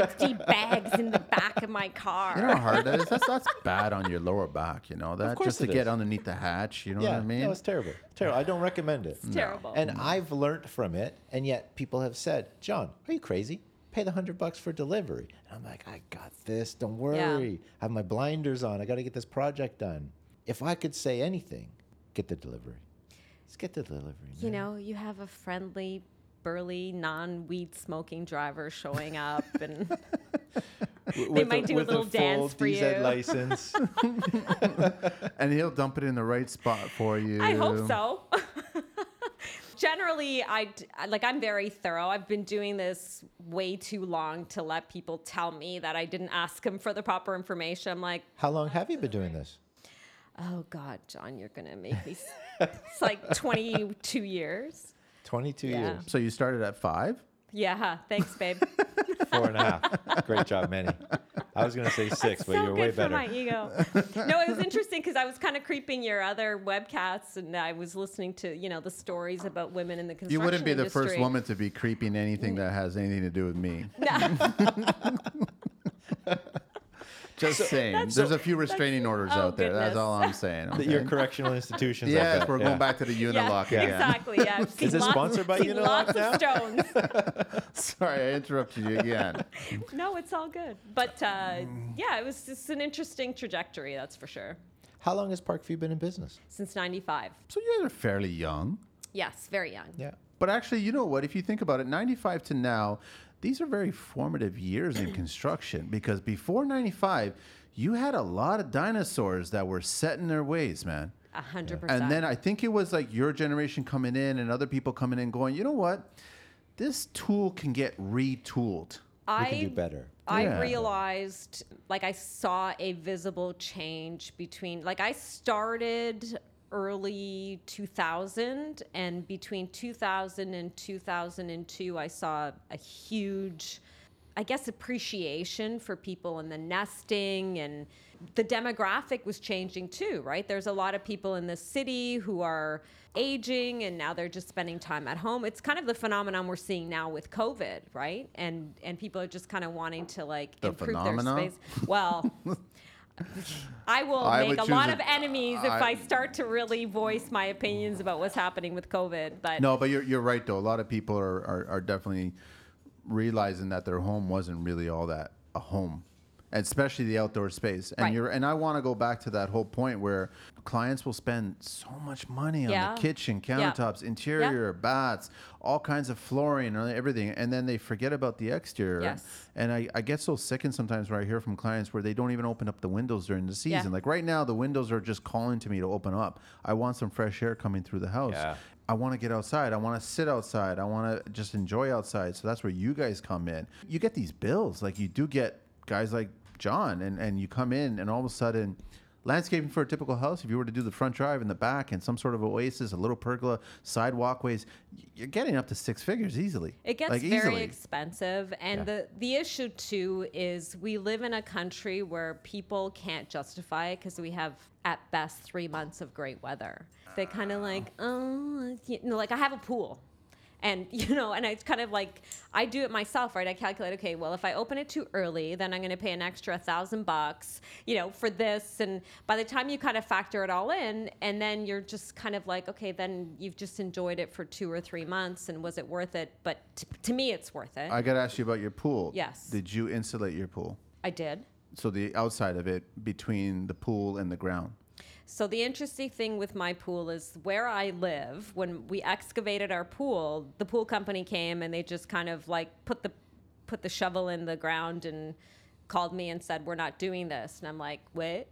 Speaker 1: Fifty bags in the back of my
Speaker 2: You
Speaker 1: car.
Speaker 2: know how hard that is? That's, that's bad on your lower back, you know, that
Speaker 3: course
Speaker 2: just to
Speaker 3: it
Speaker 2: get
Speaker 3: is.
Speaker 2: underneath the hatch, you know
Speaker 3: yeah,
Speaker 2: what I mean?
Speaker 3: that was terrible. Terrible. I don't recommend it.
Speaker 1: It's terrible.
Speaker 3: And I've learnt from it, and yet people have said, "John, are you crazy? Pay the hundred bucks for delivery." And I'm like, "I got this. Don't worry. I have my blinders on. I got to get this project done. If I could say anything, get the delivery. Let's get the delivery."
Speaker 1: you
Speaker 3: man.
Speaker 1: know, you have a friendly, burly, non weed smoking driver showing up and
Speaker 3: W-
Speaker 1: they
Speaker 3: with
Speaker 1: might do a
Speaker 3: with
Speaker 1: little dance
Speaker 3: full
Speaker 1: for
Speaker 3: DZ
Speaker 1: you.
Speaker 3: license.
Speaker 2: [laughs]
Speaker 1: [laughs]
Speaker 2: and he'll dump it in the right spot for you.
Speaker 1: I hope so. [laughs] Generally, I d- I- like I'm very thorough. I've been doing this way too long to let people tell me that I didn't ask them for the proper information. I'm like,
Speaker 3: How long have you been doing this?
Speaker 1: oh God, John, you're gonna make me. s- it's
Speaker 3: [laughs]
Speaker 1: like 22 years.
Speaker 3: Twenty-two
Speaker 1: Yeah.
Speaker 3: years,
Speaker 2: So you started at five?
Speaker 1: Yeah, thanks, babe.
Speaker 3: [laughs] four and a half. Great job, Manny. I was gonna say six, but
Speaker 1: so
Speaker 3: you're
Speaker 1: good
Speaker 3: way
Speaker 1: for
Speaker 3: better.
Speaker 1: my ego. no, it was interesting because I was kind of creeping your other webcasts, and I was listening to you know the stories about women in the construction
Speaker 2: You wouldn't be the first
Speaker 1: [laughs] industry.
Speaker 3: [laughs]
Speaker 2: woman to be creeping anything that has anything to do with me.
Speaker 1: No.
Speaker 2: Just saying. There's a few restraining orders
Speaker 1: oh,
Speaker 2: out there. That's
Speaker 1: goodness.
Speaker 2: all
Speaker 3: [laughs]
Speaker 2: I'm saying.
Speaker 3: That
Speaker 2: okay?
Speaker 3: Your correctional [laughs] institutions. out
Speaker 2: Yes,
Speaker 3: there.
Speaker 2: we're
Speaker 3: [laughs] Yeah.
Speaker 2: going back to the Unilock again.
Speaker 1: exactly. Yeah.
Speaker 3: [laughs]
Speaker 1: I've seen
Speaker 3: it
Speaker 1: lots-
Speaker 3: sponsored by
Speaker 1: seen Lots
Speaker 3: Unilock now?
Speaker 1: of
Speaker 3: [laughs]
Speaker 1: stones.
Speaker 2: Sorry, I interrupted you again.
Speaker 1: No, it's all good. But uh,
Speaker 3: Mm.
Speaker 1: yeah, it was just an interesting trajectory, that's for sure.
Speaker 3: How long has Parkview been in business?
Speaker 1: Since 95.
Speaker 2: So you guys are fairly young.
Speaker 1: Yes, very young.
Speaker 3: Yeah.
Speaker 2: But actually, you know what? If you think about it, 95 to now, these are very formative years in construction because before 95, you had a lot of dinosaurs that were set in their ways, man.
Speaker 1: A 100%.
Speaker 2: And then I think it was like your generation coming in and other people coming in going, you know what? This tool can get retooled.
Speaker 3: We can do better.
Speaker 1: I
Speaker 2: Yeah.
Speaker 1: realized, like, I saw a visible change between, like, I started early 2000, and between 2000 and 2002, I saw a huge, I guess, appreciation for people in the nesting, and the demographic was changing too, right? There's a lot of people in the city who are aging, and now they're just spending time at home. It's kind of the phenomenon we're seeing now with COVID, right? And and people are just kind of wanting to like
Speaker 2: The
Speaker 1: improve
Speaker 2: phenomenon?
Speaker 1: their space. Well. I will
Speaker 2: [laughs] I would
Speaker 1: make a
Speaker 2: choose
Speaker 1: lot
Speaker 2: a-
Speaker 1: of enemies if
Speaker 2: I-
Speaker 1: I start to really voice my opinions about what's happening with COVID. But
Speaker 2: No, but you're, you're right, though. A lot of people are, are, are definitely realizing that their home wasn't really all that a home, and especially the outdoor space. And
Speaker 1: Right.
Speaker 2: you're and I want to go back to that whole point where clients will spend so much money on
Speaker 1: Yeah.
Speaker 2: the kitchen,
Speaker 1: Yeah.
Speaker 2: countertops, interior, baths, all kinds of flooring, and everything, and then they forget about the exterior.
Speaker 1: Yes.
Speaker 2: And I, I get so sickened sometimes where I hear from clients where they don't even open up the windows during the
Speaker 1: Yeah.
Speaker 2: season. Like right now, the windows are just calling to me to open up. I want some fresh air coming through the house.
Speaker 3: Yeah.
Speaker 2: I want to get outside. I want to sit outside. I want to just enjoy outside. So that's where you guys come in. You get these bills. Like you do get guys like John, and, and you come in, and all of a sudden, landscaping for a typical house, if you were to do the front drive and the back and some sort of oasis, a little pergola, side walkways, y- you're getting up to six figures easily.
Speaker 1: It gets
Speaker 2: Like,
Speaker 1: very
Speaker 2: easily.
Speaker 1: expensive, and the the issue too is we live in a country where people can't justify it because we have at best three months of great weather. They kind of like, oh, I can't-" you know, like I have a pool. And [laughs] you know, and it's kind of like I do it myself, right? I calculate, okay, well, if I open it too early, then I'm going to pay an extra thousand bucks, you know, for this. And by the time you kind of factor it all in, and then you're just kind of like, okay, then you've just enjoyed it for two or three months, and was it worth it? But t- to me, it's worth it. I,
Speaker 2: I got to ask you about your pool.
Speaker 1: Yes.
Speaker 2: Did you insulate your pool?
Speaker 1: did.
Speaker 2: So the outside of it between the pool and the ground.
Speaker 1: So the interesting thing with my pool is where I live. When we excavated our pool, the pool company came and they just kind of like put the put the shovel in the ground and called me and said, "We're not doing this." And I'm like, "What?"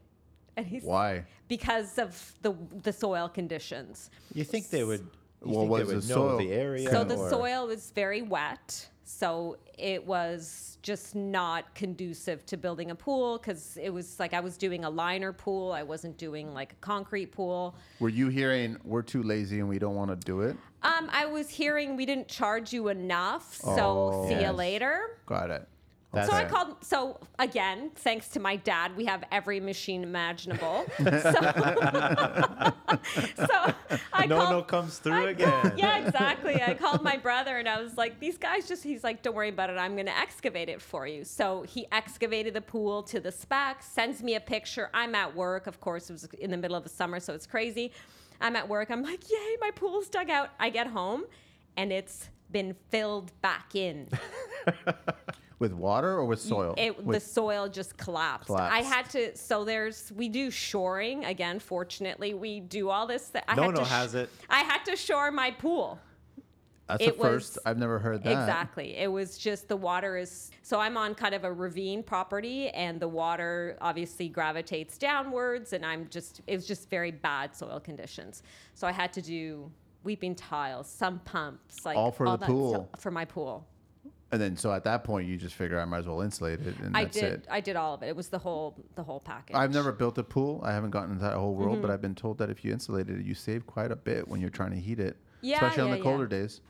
Speaker 1: And he's
Speaker 2: Why?
Speaker 1: because of the the soil conditions.
Speaker 3: You think they would? You
Speaker 2: Well,
Speaker 3: think
Speaker 2: what
Speaker 3: they
Speaker 2: is
Speaker 3: would know
Speaker 2: the soil?
Speaker 3: the area?
Speaker 1: So the
Speaker 3: or-
Speaker 1: soil was very wet. So it was just not conducive to building a pool because it was like I was doing a liner pool. I wasn't doing like a concrete pool.
Speaker 2: Were you hearing we're too lazy and we don't want to do it?
Speaker 1: Um, I was hearing we didn't charge you enough. So
Speaker 2: Oh.
Speaker 1: see you
Speaker 3: Yes.
Speaker 1: later.
Speaker 2: Got it.
Speaker 3: That's-
Speaker 1: So I
Speaker 3: Okay.
Speaker 1: called. So again, thanks to my dad, we have every machine imaginable. so, [laughs] so I
Speaker 3: No,
Speaker 1: called,
Speaker 3: no comes through
Speaker 1: I
Speaker 3: again.
Speaker 1: called-
Speaker 3: [laughs]
Speaker 1: yeah, exactly. I called my brother and I was like, these guys just, he's like, don't worry about it. I'm going to excavate it for you. So he excavated the pool to the spec, sends me a picture. I'm at work. Of course, it was in the middle of the summer, so it's crazy. I'm at work. I'm like, yay, my pool's dug out. I get home and it's been filled back in.
Speaker 2: With water or with soil?
Speaker 1: It, the
Speaker 2: With-
Speaker 1: soil just collapsed. I
Speaker 2: Collapsed.
Speaker 1: had to. So there's we do shoring again. Fortunately, we do all this. That I
Speaker 3: No
Speaker 1: had
Speaker 3: one
Speaker 1: to
Speaker 3: has it.
Speaker 1: I had to shore my pool.
Speaker 2: That's
Speaker 1: it
Speaker 2: the first.
Speaker 1: was-
Speaker 2: I've never heard that.
Speaker 1: Exactly. It was just the water is so I'm on kind of a ravine property and the water obviously gravitates downwards and I'm just it was just very bad soil conditions. So I had to do weeping tiles, some pumps, like
Speaker 2: All for the
Speaker 1: that
Speaker 2: pool.
Speaker 1: stuff for my pool.
Speaker 2: And then so at that point you just figure I might as well insulate it and
Speaker 1: I
Speaker 2: that's
Speaker 1: did
Speaker 2: it.
Speaker 1: I did all of it. It was the whole the whole package.
Speaker 2: I've never built a pool. I haven't gotten into that whole world,
Speaker 1: Mm-hmm.
Speaker 2: but I've been told that if you insulate it, you save quite a bit when you're trying to heat it,
Speaker 1: Yeah,
Speaker 2: especially on
Speaker 1: yeah,
Speaker 2: the
Speaker 1: yeah.
Speaker 2: colder days.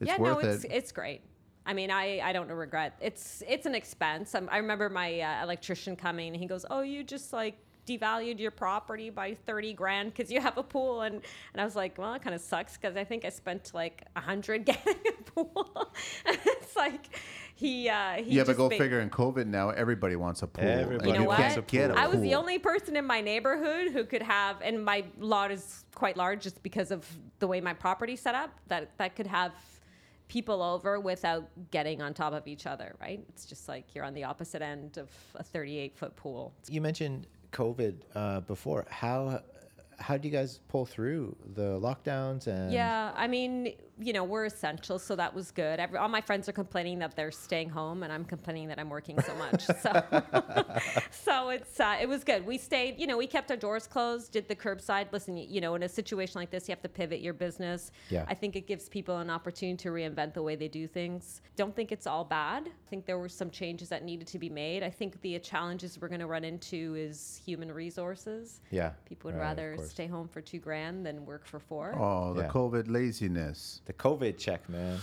Speaker 2: It's
Speaker 1: yeah,
Speaker 2: worth
Speaker 1: no, it's,
Speaker 2: it.
Speaker 1: it's great. I mean, I, I don't Um, regret. It's it's an expense. i I remember my uh, electrician coming and he goes, "Oh, you just like devalued your property by 30 grand because you have a pool and and i was like well that kind of sucks because i think i spent like 100 [laughs] getting a pool [laughs] it's like he uh he
Speaker 2: yeah, but
Speaker 1: just
Speaker 2: go
Speaker 1: ba-
Speaker 2: figure. In COVID now, everybody wants a pool.
Speaker 3: Everybody
Speaker 1: you know
Speaker 3: You
Speaker 1: what?
Speaker 3: can't get a
Speaker 1: I was the
Speaker 2: pool.
Speaker 1: only person in my neighborhood who could have, and my lot is quite large just because of the way my property's set up. That that could have people over without getting on top of each other. Right? It's just like you're on the opposite end of a 38 foot pool.
Speaker 3: You mentioned COVID uh, before. How how do you guys pull through the lockdowns and
Speaker 1: Yeah, I mean, you know, we're essential, so that was good. Every, all my friends are complaining that they're staying home, and I'm complaining that I'm working so much. [laughs]
Speaker 3: [laughs]
Speaker 1: So, so it's uh, it was good. We stayed, you know, we kept our doors closed, did the curbside. Listen, y- you know, in a situation like this, you have to pivot your business.
Speaker 3: Yeah.
Speaker 1: I think it gives people an opportunity to reinvent the way they do things. Don't think it's all bad. I think there were some changes that needed to be made. I think the challenges we're going to run into is human resources.
Speaker 3: Yeah,
Speaker 1: People would
Speaker 3: right, of
Speaker 1: rather
Speaker 3: course.
Speaker 1: stay home for two grand than work for four.
Speaker 2: Oh, the
Speaker 3: Yeah.
Speaker 2: COVID laziness.
Speaker 3: the COVID check, man?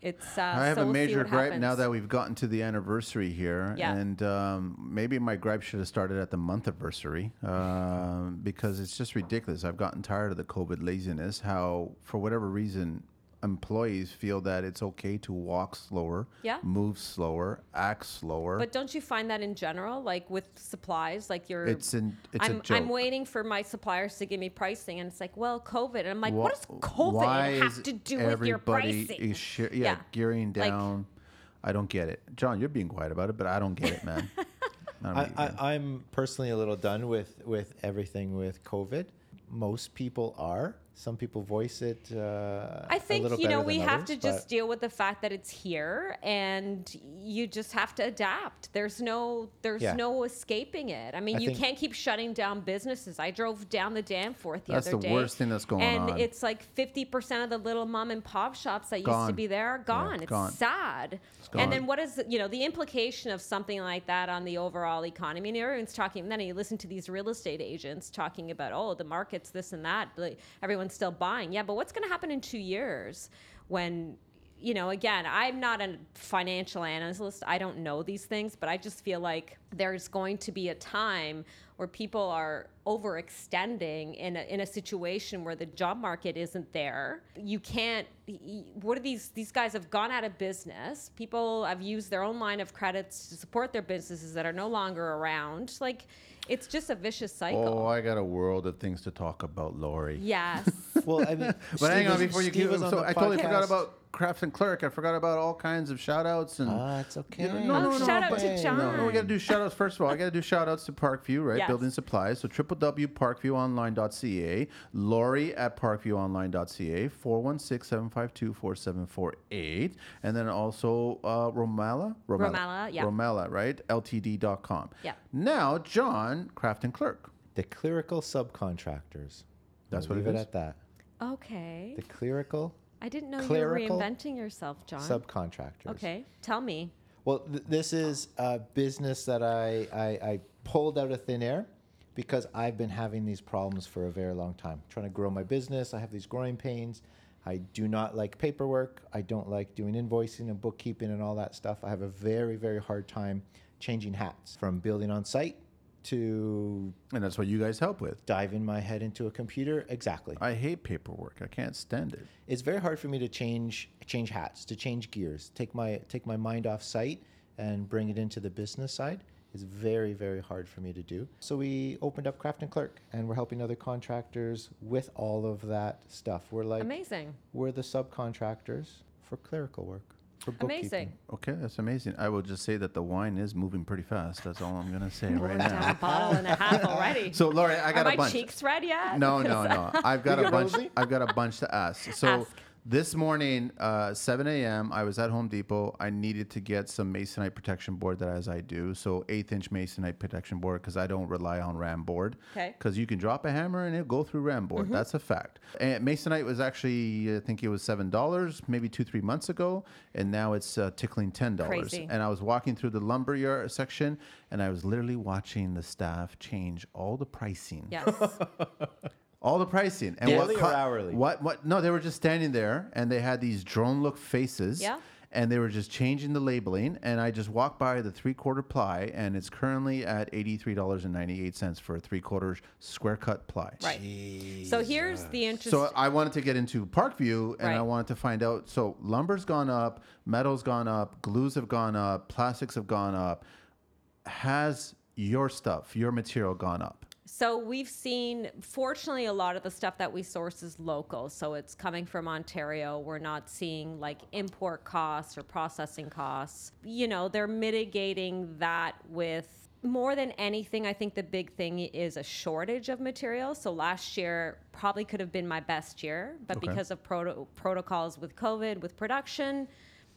Speaker 1: It's uh,
Speaker 2: I have
Speaker 1: so
Speaker 2: a
Speaker 1: we'll see
Speaker 2: major
Speaker 1: what
Speaker 2: gripe now
Speaker 1: happens.
Speaker 2: that we've gotten to the anniversary here,
Speaker 1: Yeah.
Speaker 2: and um, maybe my gripe should have started at the month anniversary
Speaker 1: [laughs]
Speaker 2: um, because it's just ridiculous. I've gotten tired of the COVID laziness. How, for whatever reason, employees feel that it's okay to walk slower,
Speaker 1: Yeah.
Speaker 2: move slower, act slower.
Speaker 1: But don't you find that in general, like with supplies, like you're.
Speaker 2: it's in, it's
Speaker 1: I'm,
Speaker 2: a joke.
Speaker 1: I'm waiting for my suppliers to give me pricing, and it's like, well, COVID, and I'm like,
Speaker 2: Wha-
Speaker 1: what does
Speaker 2: why
Speaker 1: COVID
Speaker 2: is
Speaker 1: have to do with your
Speaker 2: everybody
Speaker 1: pricing?
Speaker 2: Is shi- yeah,
Speaker 1: Yeah.
Speaker 2: gearing
Speaker 1: Like-
Speaker 2: down. I don't get it, John. You're being quiet about it, but I don't get
Speaker 1: [laughs]
Speaker 2: it, man. I don't
Speaker 3: I,
Speaker 2: get it.
Speaker 3: I, I'm personally a little done with with everything with COVID. Most people are. Some people voice it. Uh,
Speaker 1: I
Speaker 3: a
Speaker 1: think
Speaker 3: little
Speaker 1: you know
Speaker 3: better
Speaker 1: we
Speaker 3: than
Speaker 1: have
Speaker 3: others,
Speaker 1: to just
Speaker 3: but-
Speaker 1: deal with the fact that it's here, and you just have to adapt. There's no there's
Speaker 3: Yeah.
Speaker 1: no escaping it. I mean,
Speaker 3: I
Speaker 1: you
Speaker 3: think-
Speaker 1: can't keep shutting down businesses. I drove down the Danforth the
Speaker 2: That's
Speaker 1: other
Speaker 2: the
Speaker 1: day,
Speaker 2: worst thing that's going
Speaker 1: and
Speaker 2: on.
Speaker 1: it's like fifty percent of the little mom and pop shops that used to
Speaker 2: Gone.
Speaker 1: be there are gone. it's
Speaker 2: gone.
Speaker 1: sad.
Speaker 2: gone.
Speaker 1: And then what is you know the implication of something like that on the overall economy? And everyone's talking. And then you listen to these real estate agents talking about oh the market's this and that. Like, everyone's still buying. Yeah, but what's going to happen in two years when? You know, again, I'm not a financial analyst. I don't know these things, but I just feel like there's going to be a time where people are overextending in a, in a situation where the job market isn't there. You can't. y- What are these? These guys have gone out of business. People have used their own line of credits to support their businesses that are no longer around. Like, it's just a vicious
Speaker 2: Oh,
Speaker 1: cycle.
Speaker 2: I got a world of things to talk about, Lori. [laughs]
Speaker 1: Yes.
Speaker 3: [laughs] Well, I mean,
Speaker 2: But hang on, before you keep
Speaker 3: keep
Speaker 2: so I totally forgot about Crafts and Clerk. I forgot about all kinds of shout outs and.
Speaker 3: Ah, it's okay.
Speaker 2: You know, no, no, no,
Speaker 1: shout out
Speaker 2: but-
Speaker 1: to John.
Speaker 2: No, no, we got to do shout outs. First of all, I got to do shout outs to Parkview, right?
Speaker 1: Yes.
Speaker 2: Building supplies. So www.parkviewonline.ca, Lori at parkviewonline.ca, 416-752-4748. And then also uh, Romala?
Speaker 1: Romala, yeah.
Speaker 2: Romala, right? LTD.com.
Speaker 1: Yeah.
Speaker 2: Now, John, Craft and Clerk.
Speaker 3: the clerical subcontractors.
Speaker 2: That's
Speaker 3: We'll
Speaker 2: what it
Speaker 3: leave
Speaker 2: is?
Speaker 3: At that,
Speaker 1: okay.
Speaker 3: the clerical
Speaker 1: I didn't know you
Speaker 3: clerical
Speaker 1: were reinventing yourself, John.
Speaker 3: subcontractors.
Speaker 1: okay. Tell me.
Speaker 3: Well, th- this is a business that I, I, I pulled out of thin air because I've been having these problems for a very long time. Trying to grow my business, I have these growing pains. I do not like paperwork. I don't like doing invoicing and bookkeeping and all that stuff. I have a very, very hard time changing hats from building on site to
Speaker 2: And that's what you guys help with.
Speaker 3: diving my head into a computer. Exactly.
Speaker 2: I hate paperwork. I can't stand it.
Speaker 3: it's very hard for me to change change hats, to change gears, take my take my mind off site and bring it into the business side. It's very very hard for me to do. So we opened up Craft and Clerk, and we're helping other contractors with all of that stuff. We're like
Speaker 1: Amazing.
Speaker 3: we're the subcontractors for clerical work, for bookkeeping.
Speaker 1: Amazing.
Speaker 2: Okay, that's amazing. I will just say that the wine is moving pretty fast. That's all I'm
Speaker 1: [laughs]
Speaker 2: gonna say right
Speaker 1: Pouring down a
Speaker 2: now.
Speaker 1: bottle and a
Speaker 2: [laughs]
Speaker 1: half already.
Speaker 2: So, Lori, I got
Speaker 1: Are
Speaker 2: a
Speaker 1: my
Speaker 2: bunch.
Speaker 1: cheeks red yet?
Speaker 2: No, no, no. I've got
Speaker 3: You
Speaker 2: a
Speaker 3: got
Speaker 2: bunch.
Speaker 3: Rosie?
Speaker 2: I've got a bunch
Speaker 1: [laughs]
Speaker 2: to ask. So
Speaker 1: Ask.
Speaker 2: this morning, uh, 7 a.m., I was at Home Depot. I needed to get some masonite protection board that, as I do, so eighth-inch masonite protection board because I don't rely on ram board.
Speaker 1: Okay. Mm-hmm.
Speaker 2: Because you can drop a hammer and it'll go through ram board. That's a fact. And masonite was actually, I think it was seven dollars, maybe two, three months ago, and now it's uh, tickling ten dollars.
Speaker 1: Crazy.
Speaker 2: And I was walking through the lumber yard section, and I was literally watching the staff change all the pricing.
Speaker 1: [laughs] Yes.
Speaker 2: All the pricing and
Speaker 3: Daily
Speaker 2: what
Speaker 3: or hourly?
Speaker 2: What what? No, they were just standing there and they had these drone look faces.
Speaker 1: Yeah.
Speaker 2: and they were just changing the labeling. And I just walked by the three quarter ply, and it's currently at eighty three dollars and ninety eight cents for a three quarter square cut ply.
Speaker 1: Right. So here's the interest.
Speaker 2: So I wanted to get into Parkview, and I
Speaker 1: Right.
Speaker 2: wanted to find out. So lumber's gone up, metal's gone up, glues have gone up, plastics have gone up. Has your stuff, your material, gone up?
Speaker 1: So we've seen, fortunately, a lot of the stuff that we source is local. So it's coming from Ontario. We're not seeing like import costs or processing costs. You know, they're mitigating that with. More than anything, I think the big thing is a shortage of material. So last year probably could have been my best year, but
Speaker 2: Okay.
Speaker 1: because of proto- protocols with COVID, with production,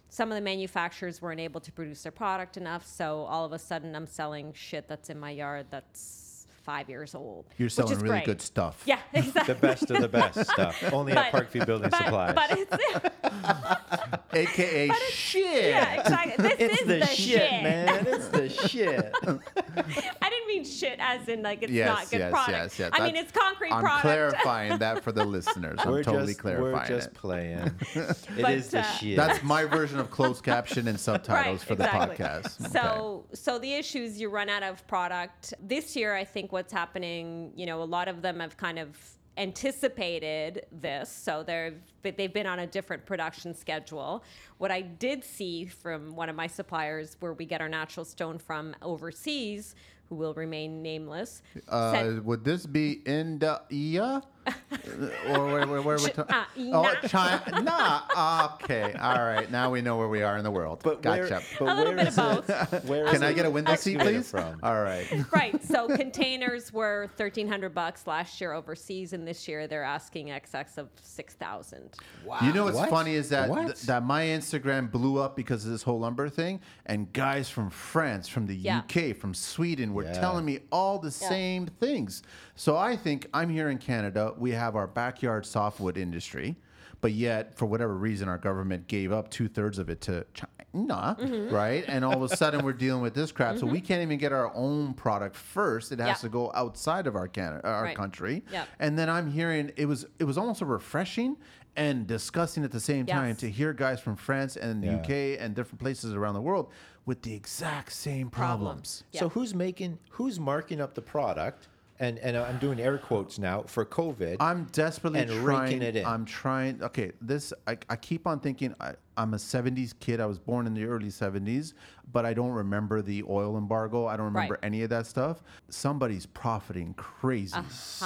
Speaker 1: some of the manufacturers weren't able to produce their product enough. So all of a sudden, I'm selling shit that's in my yard that's five years old.
Speaker 2: You're
Speaker 1: which
Speaker 2: selling
Speaker 1: is
Speaker 2: really
Speaker 1: great.
Speaker 2: good stuff. [laughs]
Speaker 1: Yeah, exactly.
Speaker 3: The best of the [laughs] best stuff. Only at
Speaker 1: But-
Speaker 3: Parkview Building Supplies.
Speaker 1: But, but it's [laughs]
Speaker 2: [laughs] AKA shit.
Speaker 1: yeah, exactly. This
Speaker 3: it's
Speaker 1: is
Speaker 3: the, shit, man. It's [laughs] the shit.
Speaker 1: I didn't mean shit as in like it's
Speaker 2: Yes,
Speaker 1: not good
Speaker 2: yes,
Speaker 1: product.
Speaker 2: yes, yes.
Speaker 1: I mean
Speaker 2: That's-
Speaker 1: it's concrete
Speaker 2: I'm
Speaker 1: product.
Speaker 2: clarifying
Speaker 1: [laughs]
Speaker 2: that for the listeners. I'm
Speaker 3: we're
Speaker 2: totally
Speaker 3: just,
Speaker 2: clarifying
Speaker 3: We're just
Speaker 2: it.
Speaker 3: [laughs] playing. It is
Speaker 1: But,
Speaker 3: the
Speaker 1: uh,
Speaker 3: shit.
Speaker 2: That's my version of closed
Speaker 1: [laughs]
Speaker 2: caption and subtitles for the
Speaker 1: exactly.
Speaker 2: podcast. Okay.
Speaker 1: So, so the issue is you run out of product. This year, I think what's happening, you know, a lot of them have kind of anticipated this, so they've but they've been on a different production schedule. What I did see from one of my suppliers, where we get our natural stone from overseas, who will remain nameless, said-
Speaker 2: [laughs] uh, would this be
Speaker 1: [laughs]
Speaker 2: India? or where, where, where we're ta-
Speaker 1: uh,
Speaker 2: oh,
Speaker 1: nah.
Speaker 2: China. Nah. Okay. All right. Now we know where we are in the world.
Speaker 3: but where,
Speaker 2: gotcha.
Speaker 3: [laughs] but
Speaker 1: A little
Speaker 3: where
Speaker 1: bit
Speaker 3: is
Speaker 1: of [laughs]
Speaker 3: it- where is
Speaker 2: Can I
Speaker 3: it
Speaker 2: get a window seat,
Speaker 3: originated
Speaker 2: please?
Speaker 3: From?
Speaker 2: All right.
Speaker 1: right. So containers were thirteen hundred bucks last year overseas, and this year they're asking excess of six thousand.
Speaker 3: Wow.
Speaker 2: You know what's funny is that
Speaker 3: What?
Speaker 2: th- that my Instagram blew up because of this whole lumber thing, and guys from France, from the
Speaker 1: Yeah.
Speaker 2: UK, from Sweden were
Speaker 3: Yeah.
Speaker 2: telling me all the
Speaker 1: Yeah.
Speaker 2: same things. So I think I'm here in Canada. We have our backyard softwood industry, but yet for whatever reason, our government gave up two thirds of it to China,
Speaker 1: Mm-hmm.
Speaker 2: right? And all of a sudden, we're dealing with this crap. So we can't even get our own product first. It has
Speaker 1: Yeah.
Speaker 2: to go outside of our Canada, our
Speaker 1: Right.
Speaker 2: country.
Speaker 1: Yeah.
Speaker 2: And then I'm hearing it was it was almost a refreshing and disgusting at the same
Speaker 1: Yes.
Speaker 2: time to hear guys from France and the
Speaker 3: Yeah.
Speaker 2: UK and different places around the world with the exact same problems.
Speaker 1: Yeah.
Speaker 3: So who's making who's marking up the product? And and I'm doing air quotes now for COVID.
Speaker 2: I'm desperately
Speaker 3: And raking
Speaker 2: trying.
Speaker 3: it in.
Speaker 2: I'm trying. Okay, this I, I keep on thinking. I, I'm a '70s kid. I was born in the early '70s, but I don't remember the oil embargo. I don't remember
Speaker 1: Right.
Speaker 2: any of that stuff. Somebody's profiting crazy.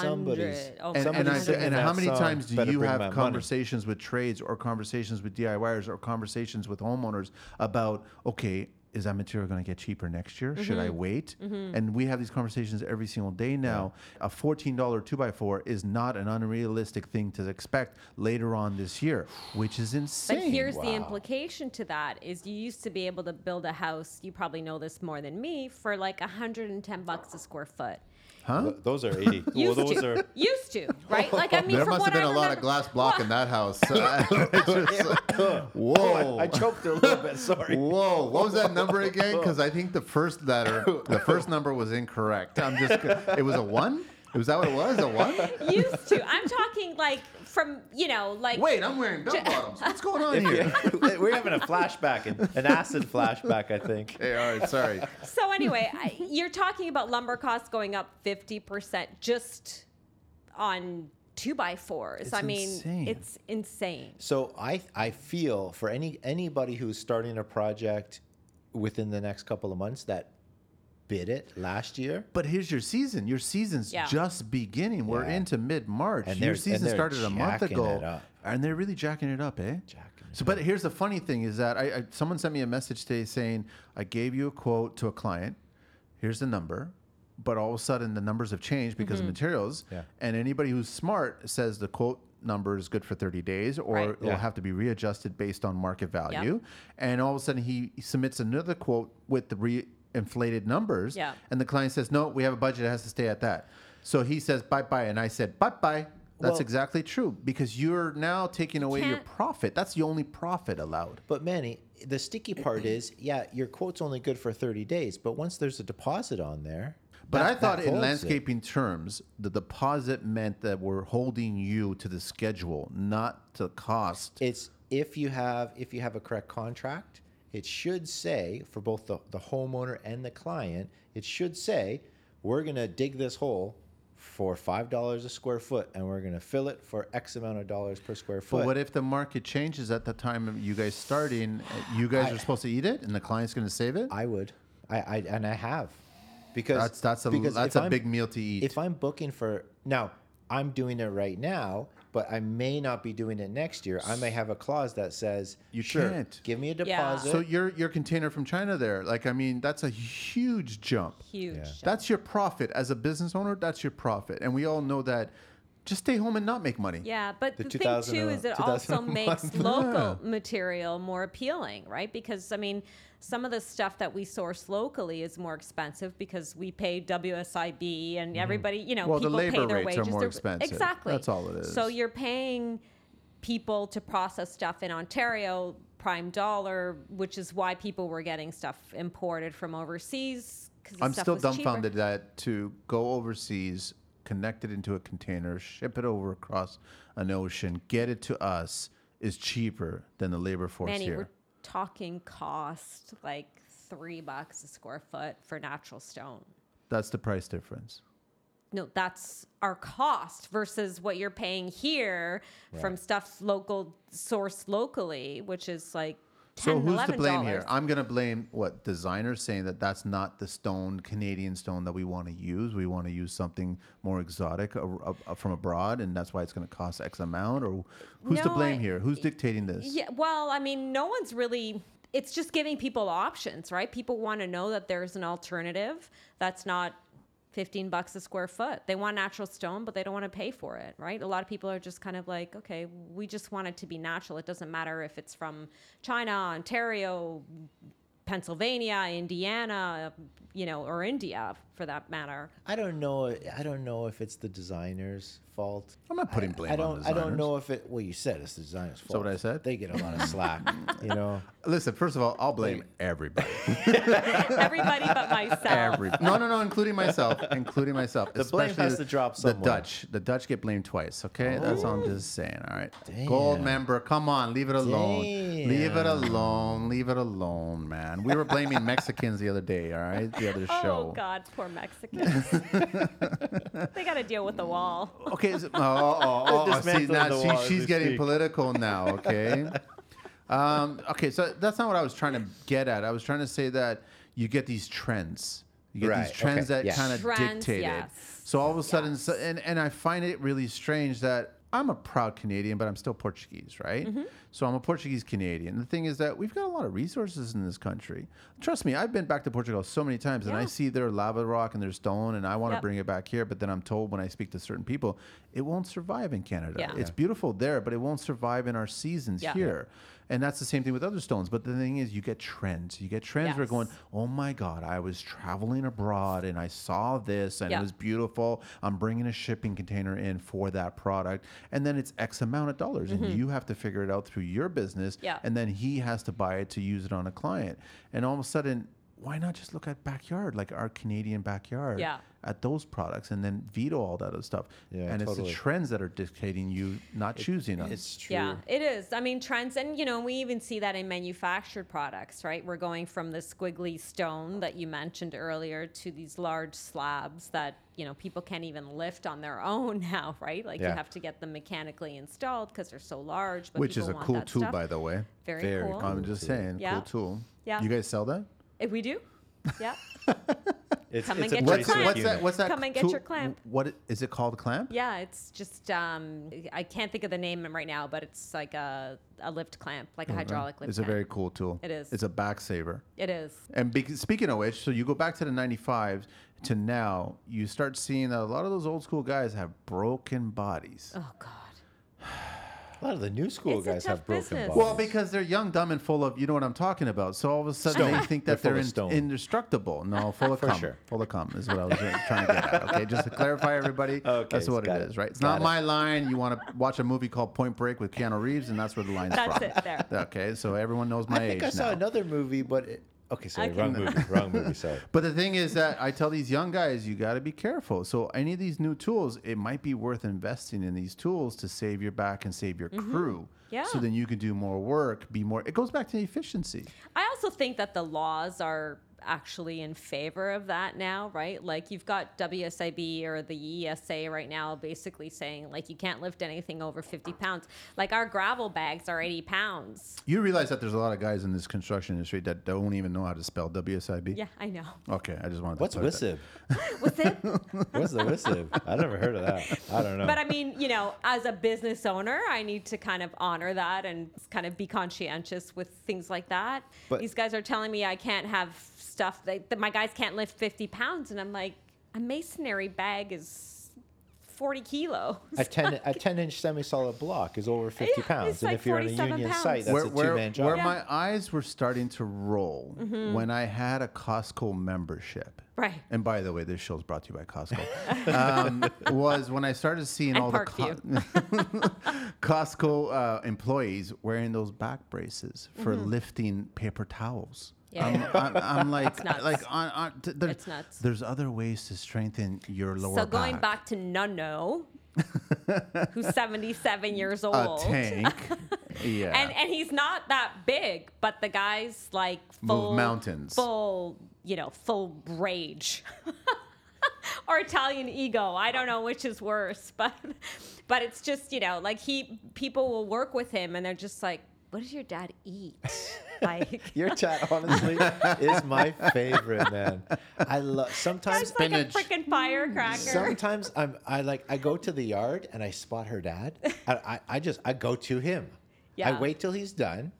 Speaker 3: Somebody's-
Speaker 1: Hundred. Oh,
Speaker 2: and, and,
Speaker 3: Somebody
Speaker 2: I,
Speaker 1: somebody's
Speaker 3: singing
Speaker 2: and
Speaker 1: doing
Speaker 2: how
Speaker 3: that
Speaker 2: many
Speaker 3: song,
Speaker 2: times do
Speaker 3: "Better
Speaker 2: you
Speaker 3: Bring
Speaker 2: have
Speaker 3: My Money."
Speaker 2: conversations with trades or conversations with DIYers or conversations with homeowners about, okay, is that material going to get cheaper next year? Should
Speaker 1: Mm-hmm.
Speaker 2: I wait? And we have these conversations every single day now. A $14 2x4 is not an unrealistic thing to expect later on this year, which is insane.
Speaker 1: But here's the
Speaker 3: Wow.
Speaker 1: implication to that is you used to be able to build a house, you probably know this more than me, for like 110 bucks a square foot.
Speaker 2: huh?
Speaker 3: Th- those are 80.
Speaker 1: [laughs]
Speaker 3: well,
Speaker 1: Used
Speaker 3: those
Speaker 1: to.
Speaker 3: are
Speaker 1: Used
Speaker 3: [laughs]
Speaker 1: to, right? Like I mean
Speaker 2: There
Speaker 1: from
Speaker 2: must
Speaker 1: what
Speaker 2: have been
Speaker 1: I
Speaker 2: a lot of
Speaker 1: remember-
Speaker 2: glass [laughs] block in that house. [laughs] Whoa.
Speaker 3: I choked her a little bit. Sorry. [laughs]
Speaker 2: Whoa, what was that number again? Because I think the first letter, the first number was incorrect. I'm just, it was a one? Was that what it was? A one?
Speaker 1: [laughs] used to. I'm talking like from, you know, like
Speaker 2: Wait, I'm wearing bell bottoms. What's going on here?
Speaker 3: We're having a flashback, an, an acid flashback,
Speaker 2: [laughs]
Speaker 3: I think.
Speaker 2: Hey, all right, sorry.
Speaker 1: So anyway,
Speaker 3: [laughs]
Speaker 1: I, you're talking about lumber costs going up 50% just on 2 by 4s
Speaker 2: It's
Speaker 1: I mean,
Speaker 2: insane.
Speaker 1: it's insane.
Speaker 3: So I I feel for any anybody who's starting a project within the next couple of months that bid it last year
Speaker 2: But here's your season. Your season's
Speaker 1: Yeah.
Speaker 2: just beginning. We're
Speaker 3: Yeah.
Speaker 2: into mid March.
Speaker 3: And they're-
Speaker 2: Your
Speaker 3: and
Speaker 2: season
Speaker 3: they're
Speaker 2: started a month
Speaker 3: jacking
Speaker 2: ago.
Speaker 3: it up.
Speaker 2: And they're really jacking it up, eh?
Speaker 3: Jacking it
Speaker 2: so, but here's the funny thing is that I, I someone sent me a message today saying I gave you a quote to a client. Here's the number, but all of a sudden the numbers have changed because
Speaker 1: Mm-hmm.
Speaker 2: of materials.
Speaker 3: Yeah.
Speaker 2: And anybody who's smart says the quote number is good for 30 days, or
Speaker 1: Right.
Speaker 2: it'll
Speaker 3: Yeah.
Speaker 2: have to be readjusted based on market value. And all of a sudden he submits another quote with the re inflated numbers
Speaker 1: Yeah.
Speaker 2: and the client says, "No, we have a budget. It has to stay at that." So he says, "Bye bye," and I said, "Bye bye." That's
Speaker 3: Well-
Speaker 2: exactly true because you're now taking away your
Speaker 1: can't-
Speaker 2: profit. That's the only profit allowed.
Speaker 3: But Manny, the
Speaker 2: [clears throat]
Speaker 3: sticky part is, yeah, your quote's only good for 30 days, but once there's a deposit on there.
Speaker 2: But
Speaker 3: that-
Speaker 2: I thought
Speaker 3: that
Speaker 2: in
Speaker 3: holds it.
Speaker 2: landscaping terms, the deposit meant that we're holding you to the schedule, not to cost.
Speaker 3: it's if you have if you have a correct contract, it should say for both the, the homeowner and the client, it should say, we're gonna dig this hole for five dollars a square foot and we're gonna fill it for X amount of dollars per square foot.
Speaker 2: But what if the market changes at the time of you guys starting? uh, You guys
Speaker 3: I-
Speaker 2: are supposed to eat it, and the client's going to save it.
Speaker 3: I would. I, I and I have. Because
Speaker 2: that's that's a
Speaker 3: because
Speaker 2: that's
Speaker 3: if
Speaker 2: a
Speaker 3: I'm-
Speaker 2: big meal to eat.
Speaker 3: If I'm booking for now, I'm doing it right now, but I may not be doing it next year. I may have a clause that says
Speaker 2: You
Speaker 3: sure,
Speaker 2: can't.
Speaker 3: give me a
Speaker 1: Yeah.
Speaker 3: deposit.
Speaker 2: so your your container from China there, like I mean, that's a huge jump.
Speaker 1: Huge.
Speaker 2: That's your profit as a business owner. That's your profit, and we all know that. Just stay home and not make money.
Speaker 1: Yeah, but the,
Speaker 3: The
Speaker 1: thing
Speaker 3: 2000
Speaker 1: too
Speaker 3: uh,
Speaker 1: is it
Speaker 2: [laughs]
Speaker 1: also
Speaker 3: 2001.
Speaker 1: makes
Speaker 2: Yeah.
Speaker 1: local material more appealing, right? Because I mean, some of the stuff that we source locally is more expensive because we pay WSIB and everybody, you know,
Speaker 2: Mm-hmm. Well, the
Speaker 1: people pay
Speaker 2: labor
Speaker 1: their
Speaker 2: rates are
Speaker 1: wages.
Speaker 2: more
Speaker 1: They're-
Speaker 2: expensive.
Speaker 1: Exactly.
Speaker 2: That's all it
Speaker 1: So
Speaker 2: is.
Speaker 1: you're paying people to process stuff in Ontario prime dollar, which is why people were getting stuff imported from overseas. 'cause the
Speaker 2: I'm
Speaker 1: stuff
Speaker 2: still
Speaker 1: was cheaper.
Speaker 2: dumbfounded that to go overseas, connect it into a container, ship it over across an ocean, get it to us is cheaper than the labor force
Speaker 1: Manny,
Speaker 2: here.
Speaker 1: we're talking cost like three bucks a square foot for natural stone.
Speaker 2: That's the price difference.
Speaker 1: No, that's our cost versus what you're paying here from stuff local sourced locally, which is like
Speaker 2: So
Speaker 1: ten,
Speaker 2: who's to
Speaker 1: eleven
Speaker 2: blame
Speaker 1: dollars.
Speaker 2: here? I'm going to blame what designers saying that that's not the stone, Canadian stone that we want to use. We want to use something more exotic uh, uh, uh, from abroad, and that's why it's going to cost X amount. Or who's to
Speaker 1: No,
Speaker 2: blame
Speaker 1: I-
Speaker 2: here? Who's dictating this?
Speaker 1: Yeah, well, I mean, no one's really. It's just giving people options, right? People want to know that there's an alternative that's not 15 bucks a square foot. They want natural stone, but they don't want to pay for it, right? A lot of people are just kind of like, okay, we just want it to be natural. It doesn't matter if it's from China, Ontario, Pennsylvania, Indiana, you know, or India for that matter.
Speaker 3: I don't know. I don't know if it's the designer's fault.
Speaker 2: I'm not putting
Speaker 3: I-
Speaker 2: blame
Speaker 3: I
Speaker 2: on
Speaker 3: don't. I don't
Speaker 2: designers.
Speaker 3: know if it. Well, you said it's the designer's fault.
Speaker 2: what I said?
Speaker 3: They get a lot of
Speaker 1: [laughs]
Speaker 3: slack. you know.
Speaker 2: Listen, first of all, I'll blame everybody.
Speaker 1: Everybody but myself.
Speaker 2: Every no, no, no, including myself, including myself.
Speaker 3: The blame
Speaker 2: Especially
Speaker 3: has to drop
Speaker 2: The
Speaker 3: somewhere. Oh.
Speaker 2: Dutch, the Dutch get blamed twice. Okay, that's all I'm just saying. All right,
Speaker 3: Damn.
Speaker 2: gold member, come on, leave it alone, leave it
Speaker 3: Damn.
Speaker 2: alone, leave it alone, man. We were blaming Mexicans the other day. All right, the other show.
Speaker 1: Oh God, poor Mexicans. [laughs] they got to deal deal with the wall.
Speaker 2: Okay, so, oh, oh,
Speaker 3: [laughs]
Speaker 2: oh, oh, see,
Speaker 3: Dismantling
Speaker 2: now,
Speaker 3: the
Speaker 2: see,
Speaker 3: wall as
Speaker 2: she's
Speaker 3: we
Speaker 2: getting
Speaker 3: speak. [laughs]
Speaker 2: political now, okay? um, okay, so that's not what I was trying to get at. I was trying to say that you get these trends. You get
Speaker 3: Right,
Speaker 2: these trends
Speaker 3: okay,
Speaker 2: that
Speaker 3: yes.
Speaker 2: kind of
Speaker 1: Trends,
Speaker 2: dictate
Speaker 1: yes.
Speaker 2: it. So all of a sudden, so, and, and I find it really strange that I'm a proud Canadian, but I'm still Portuguese, right?
Speaker 1: Mm-hmm.
Speaker 2: So I'm a Portuguese Canadian. The thing is that we've got a lot of resources in this country. Trust me, I've been back to Portugal so many times and I
Speaker 1: Yeah.
Speaker 2: see their lava rock and their stone, and I want to
Speaker 1: Yep.
Speaker 2: bring it back here. But then I'm told when I speak to certain people, it won't survive in Canada.
Speaker 1: Yeah.
Speaker 2: It's beautiful there, but it won't survive in our seasons
Speaker 1: Yeah.
Speaker 2: here. And that's the same thing with other stones. But the thing is, you get trends. You get trends where
Speaker 1: Yes.
Speaker 2: going, oh my God, I was traveling abroad and I saw this and
Speaker 1: Yeah.
Speaker 2: it was beautiful. I'm bringing a shipping container in for that product. And then it's X amount of dollars.
Speaker 1: Mm-hmm.
Speaker 2: And you have to figure it out through your business.
Speaker 1: Yeah.
Speaker 2: And then he has to buy it to use it on a client. And all of a sudden, why not just look at backyard, like our Canadian backyard,
Speaker 1: Yeah.
Speaker 2: at those products and then veto all that other stuff?
Speaker 3: Yeah,
Speaker 2: and it's
Speaker 3: totally.
Speaker 2: the trends that are dictating you not choosing us.
Speaker 3: It's true.
Speaker 1: Yeah, it is. I mean, trends, and you know, we even see that in manufactured products, right? We're going from the squiggly stone that you mentioned earlier to these large slabs that you know people can't even lift on their own [laughs] now, right? Like you
Speaker 3: Yeah.
Speaker 1: have to get them mechanically installed because they're so large. But
Speaker 2: Which is
Speaker 1: people
Speaker 2: a
Speaker 1: want
Speaker 2: cool
Speaker 1: that
Speaker 2: tool,
Speaker 1: stuff.
Speaker 2: by the way.
Speaker 1: Very,
Speaker 3: Very
Speaker 1: cool.
Speaker 2: I'm just saying,
Speaker 1: Yeah.
Speaker 2: cool tool.
Speaker 1: Yeah.
Speaker 2: You guys sell that?
Speaker 1: If we
Speaker 2: [laughs]
Speaker 1: do, yeah,
Speaker 3: It's,
Speaker 1: Come and
Speaker 3: it's a
Speaker 1: get your
Speaker 3: pretty
Speaker 2: What's,
Speaker 3: slick
Speaker 1: clamp.
Speaker 2: what's
Speaker 3: unit.
Speaker 2: that? What's that?
Speaker 1: Come and get
Speaker 2: tool-
Speaker 1: your clamp.
Speaker 2: What is it called? A clamp?
Speaker 1: yeah. It's just um, I can't think of the name right now, but it's like a a lift clamp, like a hydraulic lift.
Speaker 2: It's a
Speaker 1: clamp.
Speaker 2: very cool tool.
Speaker 1: It is.
Speaker 2: It's a back saver.
Speaker 1: It is.
Speaker 2: And bec speaking of which, so you go back to the 95s to now, you start seeing that a lot of those old school guys have broken bodies.
Speaker 1: Oh God.
Speaker 3: A lot of the new school
Speaker 1: It's a
Speaker 3: guys have
Speaker 1: tough
Speaker 3: broken
Speaker 1: business.
Speaker 3: bones.
Speaker 2: Well, because they're young, dumb, and full of you know what I'm talking about. So all of a sudden
Speaker 3: Stone.
Speaker 2: they think
Speaker 3: They're
Speaker 2: that
Speaker 3: full
Speaker 2: they're,
Speaker 3: of
Speaker 2: in-
Speaker 3: stone.
Speaker 2: indestructible. No, full of
Speaker 3: [laughs] For
Speaker 2: cum.
Speaker 3: sure.
Speaker 2: Full of cum is what I was trying to get at. Okay, just to clarify everybody,
Speaker 3: [laughs] Okay,
Speaker 2: that's what it
Speaker 3: got it.
Speaker 2: is, right? It's
Speaker 3: Got
Speaker 2: not
Speaker 3: it.
Speaker 2: my line. You want to watch a movie called Point Break with Keanu Reeves, and that's where the line's [laughs]
Speaker 1: That's
Speaker 2: from.
Speaker 1: it, there.
Speaker 2: Okay, so everyone knows my
Speaker 3: I
Speaker 2: age
Speaker 3: think I saw
Speaker 2: now.
Speaker 3: another movie, but it, Okay, sorry,
Speaker 1: Okay.
Speaker 3: wrong movie.
Speaker 1: [laughs]
Speaker 3: Wrong movie. Sorry.
Speaker 2: But the thing is that I tell these young guys, you got to be careful. So any of these new tools, it might be worth investing in these tools to save your back and save your crew.
Speaker 1: Mm-hmm. Yeah.
Speaker 2: So then you can do more work, be more. It goes back to efficiency.
Speaker 1: I also think that the laws are actually in favor of that now, right? Like you've got WSIB or the ESA right now basically saying like you can't lift anything over 50 pounds. Like our gravel bags are 80 pounds.
Speaker 2: You realize that there's a lot of guys in this construction industry that don't even know how to spell WSIB.
Speaker 1: Yeah, I [laughs] know.
Speaker 2: Okay, I just wanted.
Speaker 3: What's
Speaker 2: to clarify that.
Speaker 3: WSIB?
Speaker 1: What's it?
Speaker 3: What's the WSIB? I never heard of that. I don't know.
Speaker 1: But I mean, you know, as a business owner, I need to kind of honor that and kind of be conscientious with things like that.
Speaker 3: But-
Speaker 1: These guys are telling me I can't have stuff that, that my guys can't lift 50 pounds. And I'm like, a masonry bag is 40 kilos.
Speaker 3: a ten a ten inch semi solid block is over fifty
Speaker 1: Yeah,
Speaker 3: pounds,
Speaker 1: it's
Speaker 3: and
Speaker 1: like
Speaker 3: if you're on a
Speaker 1: 47
Speaker 3: union
Speaker 1: pounds.
Speaker 3: site, that's a two
Speaker 2: where,
Speaker 3: man job.
Speaker 2: where
Speaker 1: Yeah. Mm-hmm.
Speaker 2: my eyes were starting to roll when I had a Costco membership.
Speaker 1: Right.
Speaker 2: And by the way, this show's brought to you
Speaker 1: [laughs]
Speaker 2: by Costco. um, was when I started seeing
Speaker 1: And
Speaker 2: all the Co- Costco uh, employees wearing those back braces for lifting paper towels.
Speaker 1: Mm-hmm. Yeah.
Speaker 2: I'm, I'm,
Speaker 1: [laughs]
Speaker 2: I'm like,
Speaker 1: nuts.
Speaker 2: like on, on th- there-
Speaker 1: It's nuts.
Speaker 2: There's other ways to strengthen your lower
Speaker 1: So going back to
Speaker 2: [laughs]
Speaker 1: Nuno, who's 77 years old. [laughs]
Speaker 2: a tank. yeah.
Speaker 1: And and he's not that big, but the guy's like full
Speaker 2: mountains.
Speaker 1: full you know, full rage. [laughs] or Italian ego. I don't know which is worse, [laughs] but but it's just, you know, like he people will work with him and they're just like, What does your dad
Speaker 2: [laughs]
Speaker 1: eat? like [laughs]
Speaker 3: Your [laughs] chat honestly is my favorite, man. I love sometimes
Speaker 1: it's like a
Speaker 2: spinach.
Speaker 1: freaking firecracker.
Speaker 3: sometimes I'm I like I go to the yard and I spot
Speaker 1: [laughs]
Speaker 3: her dad. I I, I just I go to him.
Speaker 1: Yeah.
Speaker 3: I wait till he's done,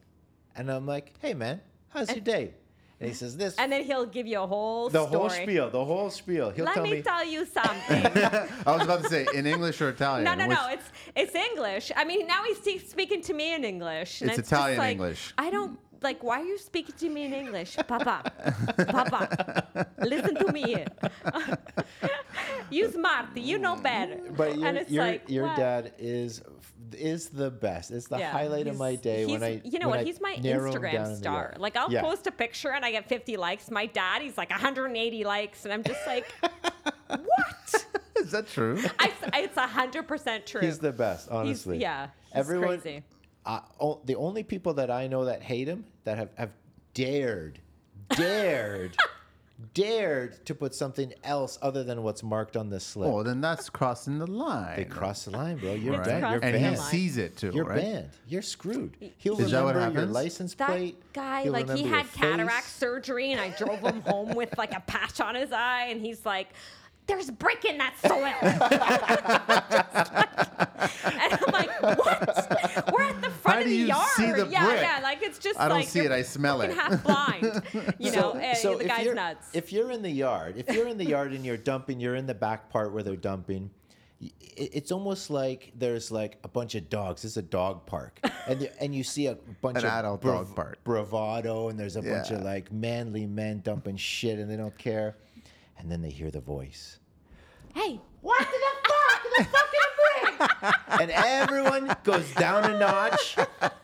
Speaker 3: and I'm like, hey man, how's your day? And he says this.
Speaker 1: and then he'll give you a whole
Speaker 3: the
Speaker 1: story.
Speaker 3: whole spiel, the whole spiel. He'll
Speaker 1: Let
Speaker 3: tell
Speaker 1: me,
Speaker 3: me.
Speaker 1: tell you
Speaker 2: [laughs]
Speaker 1: something.
Speaker 2: I was about to say in English or Italian.
Speaker 1: No, no,
Speaker 2: which-
Speaker 1: no. It's it's English. I mean, now he's te- speaking to me in English.
Speaker 2: It's
Speaker 1: just
Speaker 2: Italian
Speaker 1: like,
Speaker 2: English.
Speaker 1: I don't like. Why are you speaking to me in English,
Speaker 2: [laughs]
Speaker 1: Papa? Papa, listen to me. [laughs] you smart. You know better.
Speaker 3: But your
Speaker 1: [laughs] and it's
Speaker 3: your,
Speaker 1: like,
Speaker 3: your
Speaker 1: what?
Speaker 3: dad is is the best. It's the
Speaker 1: Yeah,
Speaker 3: highlight of
Speaker 1: he's-
Speaker 3: my day when
Speaker 1: he's-
Speaker 3: I
Speaker 1: You know
Speaker 3: when
Speaker 1: what?
Speaker 3: I
Speaker 1: he's my
Speaker 3: narrow him down in
Speaker 1: Instagram
Speaker 3: the
Speaker 1: star.
Speaker 3: yard.
Speaker 1: Like I'll
Speaker 3: Yeah.
Speaker 1: post a picture and I get 50 likes. My dad, he's like 180 likes, and I'm just like, what?
Speaker 2: Is that
Speaker 1: [laughs]
Speaker 2: true?
Speaker 1: I, it's 100% true.
Speaker 3: [laughs] He's the best, honestly.
Speaker 1: yeah, he's
Speaker 3: everyone.
Speaker 1: crazy.
Speaker 3: I- o- the only people that I know that hate him that have, have dared, dared,
Speaker 1: [laughs]
Speaker 3: dared to put something else other than what's marked on this slip.
Speaker 2: Oh, then that's crossing the line.
Speaker 3: they cross the line, bro. You're
Speaker 2: right?
Speaker 3: done. You're
Speaker 1: crossing
Speaker 2: and
Speaker 1: the
Speaker 2: he
Speaker 3: banned.
Speaker 1: line.
Speaker 2: sees it too,
Speaker 3: You're
Speaker 2: right?
Speaker 3: banned. You're screwed. He'll
Speaker 2: Is that what
Speaker 3: remember your
Speaker 2: happens?
Speaker 3: license
Speaker 1: that
Speaker 3: plate.
Speaker 1: guy
Speaker 3: He'll
Speaker 1: like he
Speaker 3: remember your
Speaker 1: had cataract
Speaker 3: face.
Speaker 1: surgery and i drove him home with like a patch on his eye and he's like there's brick in that soil [laughs] and i'm like what we're at the front
Speaker 2: How
Speaker 1: of
Speaker 2: do
Speaker 1: the
Speaker 2: you
Speaker 1: yard
Speaker 2: see the
Speaker 1: yeah
Speaker 2: brick?
Speaker 1: yeah like it's just
Speaker 2: I don't
Speaker 1: like
Speaker 2: see it,
Speaker 1: you're
Speaker 2: I smell
Speaker 1: fucking
Speaker 2: it.
Speaker 1: half blind you know eh, the
Speaker 3: if
Speaker 1: guy's
Speaker 3: you're-
Speaker 1: nuts
Speaker 3: If you're in the yard, if you're in the yard and you're dumping, you're in the back part where they're dumping. y- i- It's almost like there's like a bunch of dogs. It's a dog park, and the, and you see a bunch
Speaker 2: An
Speaker 3: of
Speaker 2: adult dog park.
Speaker 3: bravado, and there's a bunch of
Speaker 2: Yeah.
Speaker 3: like manly men dumping shit, and they don't care, and then they hear the
Speaker 2: [laughs]
Speaker 3: voice,
Speaker 1: hey what the fuck the fucking brick
Speaker 3: and everyone goes down a notch,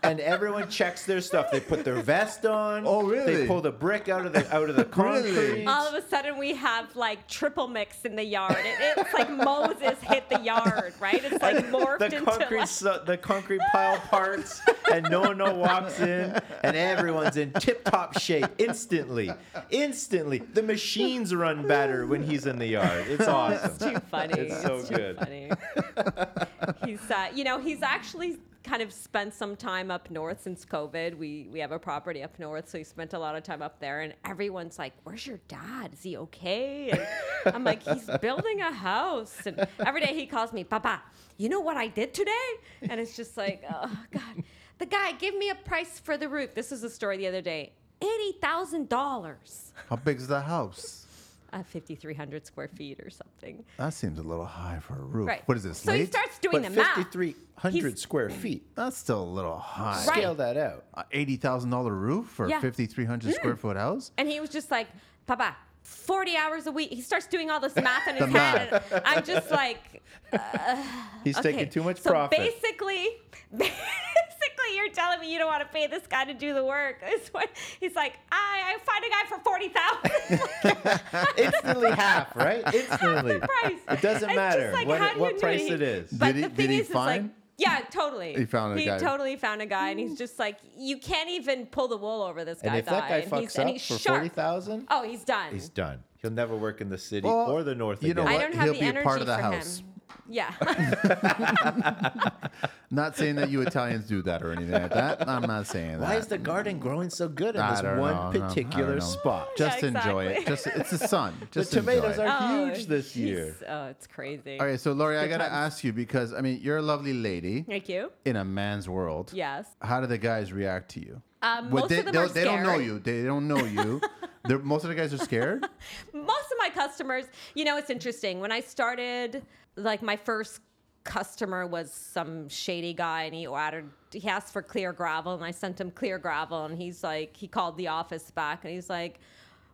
Speaker 3: and everyone checks their stuff. They put their vest on.
Speaker 2: Oh, really?
Speaker 3: They pull the brick out of the out of the concrete.
Speaker 2: [laughs]
Speaker 1: [laughs]
Speaker 2: Really?
Speaker 1: all of a sudden we have like triple mix in the yard it, it's like moses hit the yard right it's like morphed
Speaker 3: the
Speaker 1: into
Speaker 3: concrete
Speaker 1: like,
Speaker 3: su- the concrete
Speaker 1: [laughs]
Speaker 3: pile parts and no one no walks in and everyone's in tip top shape instantly instantly the machines run better when he's in the yard
Speaker 1: [laughs]
Speaker 3: it's
Speaker 1: It's
Speaker 3: awesome
Speaker 1: too funny.
Speaker 3: [laughs] It's so
Speaker 1: too
Speaker 3: good.
Speaker 1: Funny. he's, uh, you know, he's actually kind of spent some time up north since COVID. We we have a property up north, so he spent a lot of time up there. And everyone's like, "Where's your dad? Is he okay?" And I'm like, "He's building a house." And every day he calls me, "Papa, you know what I did today?" And it's just like, "Oh God." The guy gave me a price for the roof. This is a story the other day. Eighty thousand dollars,
Speaker 2: How big is the house?
Speaker 1: uh, fifty three hundred square feet or something.
Speaker 2: That seems a little high for a roof.
Speaker 1: Right.
Speaker 2: What is this?
Speaker 1: So he
Speaker 2: late?
Speaker 1: starts doing the
Speaker 3: but
Speaker 1: math.
Speaker 3: 5300
Speaker 1: He's-
Speaker 3: square feet
Speaker 2: That's still a little high.
Speaker 1: Right.
Speaker 3: scale that out
Speaker 2: A Eighty thousand dollar roof for
Speaker 1: Yeah. Mm.
Speaker 2: a fifty three hundred square foot house.
Speaker 1: And he was just like, Papa, 40 hours a week. He starts doing all this math
Speaker 3: [laughs]
Speaker 1: in his
Speaker 2: The
Speaker 1: head. And I'm just like,
Speaker 3: he's
Speaker 1: okay.
Speaker 3: taking too much
Speaker 1: so [laughs]
Speaker 3: profit
Speaker 1: Basically, basically, you're telling me you don't want to pay this guy to do the work. It's what, he's like, I, I find a guy for forty thousand. [laughs]
Speaker 3: Instantly half, right? Instantly.
Speaker 1: price.
Speaker 3: It doesn't
Speaker 1: It's
Speaker 3: matter
Speaker 1: just like,
Speaker 3: what,
Speaker 1: how
Speaker 3: it-
Speaker 1: do
Speaker 3: what
Speaker 1: you
Speaker 3: price
Speaker 1: know?
Speaker 3: it is.
Speaker 1: But
Speaker 2: Did he-
Speaker 1: the thing
Speaker 2: did he
Speaker 1: is, is like,
Speaker 2: find-
Speaker 1: yeah, totally.
Speaker 2: He found a
Speaker 1: he
Speaker 2: guy.
Speaker 1: totally found a guy, and he's just like, you can't even pull the wool over this guy.
Speaker 3: and if that guy fucks
Speaker 1: he's, and
Speaker 3: up
Speaker 1: he's
Speaker 3: for
Speaker 1: sharp.
Speaker 3: forty thousand,
Speaker 1: oh, he's done.
Speaker 3: he's done. He'll never work in the city
Speaker 2: Well,
Speaker 3: or the north
Speaker 2: you know
Speaker 3: again.
Speaker 1: I
Speaker 2: what?
Speaker 1: don't have
Speaker 2: He'll
Speaker 1: the
Speaker 2: be a
Speaker 1: energy
Speaker 2: part of the
Speaker 1: for
Speaker 2: house.
Speaker 1: him. [laughs]
Speaker 2: [laughs]
Speaker 1: Yeah,
Speaker 2: Not saying that you Italians do that or anything like that. I'm not saying that.
Speaker 3: Why is the garden growing so good in
Speaker 2: I
Speaker 3: this
Speaker 2: don't know,
Speaker 3: one
Speaker 2: no, I don't
Speaker 3: particular
Speaker 2: know.
Speaker 3: spot?
Speaker 2: Just
Speaker 1: Yeah,
Speaker 2: enjoy it. Just
Speaker 1: exactly.
Speaker 2: it's the sun.
Speaker 3: [laughs] The
Speaker 2: Just
Speaker 3: tomatoes
Speaker 2: enjoy it.
Speaker 3: are
Speaker 1: [laughs] oh,
Speaker 3: huge this
Speaker 1: he's-
Speaker 3: year.
Speaker 1: Oh, it's crazy.
Speaker 2: Okay, so Lori, I
Speaker 3: good
Speaker 2: gotta
Speaker 3: times.
Speaker 2: ask you because I mean you're a lovely lady
Speaker 1: Thank you.
Speaker 2: in a man's world.
Speaker 1: Yes.
Speaker 2: How do the guys react to you?
Speaker 1: Um,
Speaker 2: Well,
Speaker 1: most
Speaker 2: they,
Speaker 1: of them
Speaker 2: they'll-
Speaker 1: are
Speaker 2: they don't know
Speaker 1: scared.
Speaker 2: you. They don't
Speaker 1: [laughs]
Speaker 2: know you. They're, most of the guys are scared.
Speaker 1: most of my customers, you know, it's interesting. When I started, like my first customer was some shady guy and he ordered he asked for clear gravel and I sent him clear gravel and he's like he called the office back and he's like